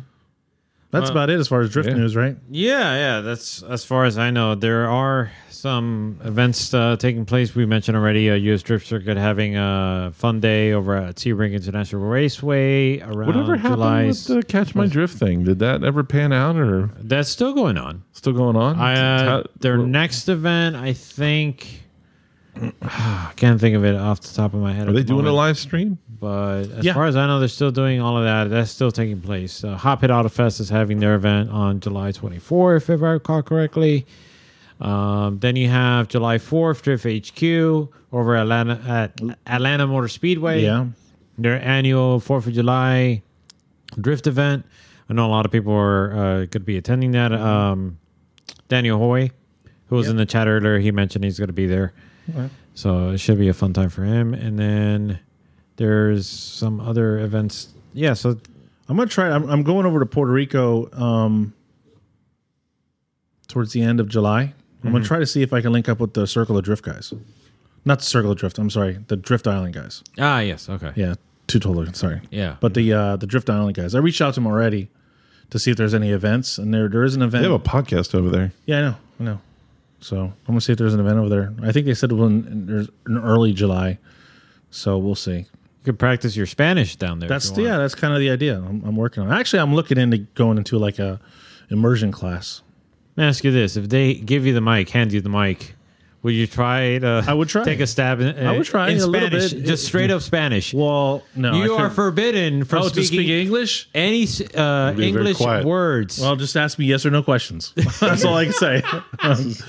S2: That's about it as far as drift
S3: yeah.
S2: news, right?
S1: Yeah, yeah. That's as far as I know. There are some events uh, taking place. We mentioned already uh, U.S. Drift Circuit having a fun day over at Sebring International Raceway around
S3: Whatever happened
S1: uh, July.
S3: with the catch my drift thing? Did that ever pan out or
S1: That's still going on.
S3: still going on?
S1: I, uh,
S3: It's-
S1: their
S3: well,
S1: next event, I think. I can't think of it off the top of my head.
S3: Are they doing a live stream?
S1: But as
S2: Yeah.
S1: far as I know, they're still doing all of that. That's still taking place. Uh, Hot Pit Auto Fest is having their event on July 24th, if I recall correctly. Um, then you have July 4th, Drift HQ over Atlanta, at Atlanta Motor Speedway.
S2: Yeah.
S1: Their annual 4th of July drift event. I know a lot of people are uh, going to be attending that. Um, Daniel Hoy, who was in the chat earlier, he mentioned he's going to be there. So it should be a fun time for him. And then there's some other events. Yeah, so
S2: I'm gonna try. I'm, I'm going over to Puerto Rico um, towards the end of July. I'm gonna try to see if I can link up with the Circle of Drift guys. Not the Circle of Drift. I'm sorry, the Drift Island guys.
S1: ah yes, okay.
S2: Yeah, two total. Sorry.
S1: Yeah.
S2: But the uh, the Drift Island guys. I reached out to them already to see if there's any events, and there there is an event.
S3: They have a podcast over there.
S2: yeah, I know. I know. So I'm gonna see if there's an event over there. I think they said it was in, there's in early July, so we'll see.
S1: You could practice your Spanish down there.
S2: That's
S1: if
S2: the,
S1: you
S2: yeah.
S1: want.
S2: That's kind of the idea I'm, I'm working on. Actually, I'm looking into going into like a immersion class.
S1: Let me ask you this: If they give you the mic, hand you the mic, would you try to?
S2: I would try.
S1: Take a stab. In, uh,
S2: I would try
S1: in
S2: a little
S1: Spanish,
S2: bit.
S1: just straight up Spanish.
S2: Well, no,
S1: you
S2: I
S1: are
S2: couldn't-
S1: forbidden from
S2: oh, to
S1: speaking
S2: speak English.
S1: any s- uh,
S3: very
S1: English
S3: quiet.
S1: words.
S2: Well, just ask me yes or no questions. That's all I can say.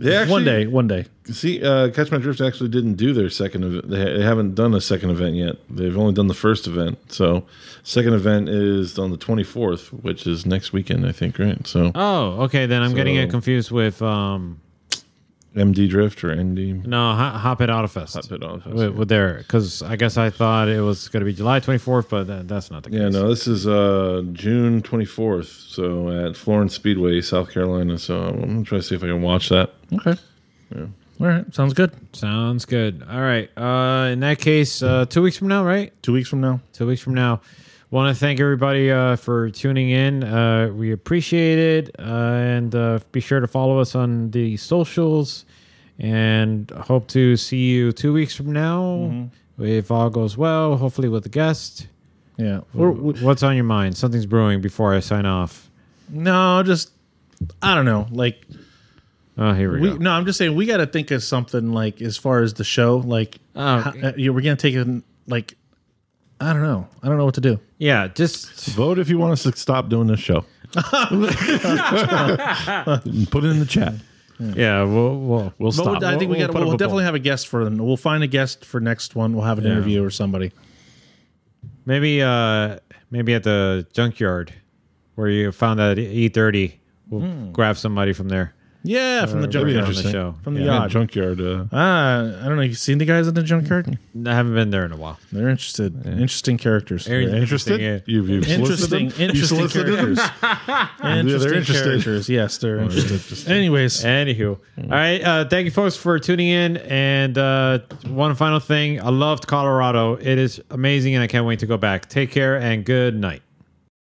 S3: They actually,
S2: one day, one day.
S3: See, uh, Catch My Drift actually didn't do their second event. They, they haven't done a second event yet. They've only done the first event. So, second event is on the 24th, which is next weekend, I think, right? So,
S1: oh, okay. Then I'm getting it
S3: So-
S1: confused with um
S3: MD Drift or ND.
S1: no Ho- Hop It Auto Fest.
S3: Hot Pit Auto Fest,
S1: With, with there, because I guess I thought it was going to be July 24th, but that, that's not the case.
S3: Yeah, no, this is uh, June 24th. So, at Florence Speedway, South Carolina. So, I'm going to try to see if I can watch that.
S2: Okay. All right. Sounds good.
S1: Sounds good. All right. Uh, in that case, uh, two weeks from now, right?
S2: Two weeks from now.
S1: Two weeks from now. Want to thank everybody uh, for tuning in. Uh, we appreciate it. Uh, and uh, be sure to follow us on the socials. And hope to see you two weeks from now.
S2: Mm-hmm.
S1: If all goes well, hopefully with a guest.
S2: Yeah. We're, we,
S1: What's on your mind? Something's brewing before I sign off.
S2: no, just I don't know. Like
S1: Oh, here we,
S2: we,
S1: go.
S2: no, I'm just saying we got to think of something like as far as the show. Like
S1: Oh,
S2: how- uh, yeah, we're gonna take it. in, Like I don't know. I don't know what to do.
S1: Yeah, just
S3: Vote if you want us to stop doing this show. Put it in the chat.
S1: yeah. We'll we'll,
S3: We'll
S2: But
S3: stop.
S2: we- I think we
S3: We'll-
S2: got.
S3: we'll put
S2: We'll,
S3: up a poll.
S2: definitely have a guest for them. We'll find a guest for next one. We'll have an
S1: Yeah.
S2: interview or somebody.
S1: Maybe uh maybe at the junkyard where you found that E thirty. We'll
S2: Hmm.
S1: grab somebody from there.
S2: Yeah, from the
S1: Or bring
S2: junkyard.
S1: on the show.
S2: From the
S1: Yeah.
S3: Uh, Yeah,
S2: yard.
S3: junkyard. Uh,
S2: Ah, I don't know. You've seen the guys at the junkyard?
S3: Mm-hmm.
S1: I haven't been there in a while.
S2: They're interested. Interesting characters.
S1: Aaron's been
S3: interested?
S1: thinking it.
S3: You've, you've solicited
S2: interesting,
S3: them? You
S2: interesting
S3: solicited them?
S2: characters. interesting
S3: interested.
S2: characters. Yes, they're interested. Anyways,
S1: Anywho, all right. Uh, thank you, folks, for tuning in. And uh, one final thing: I loved Colorado. It is amazing, and I can't wait to go back. Take care and good night.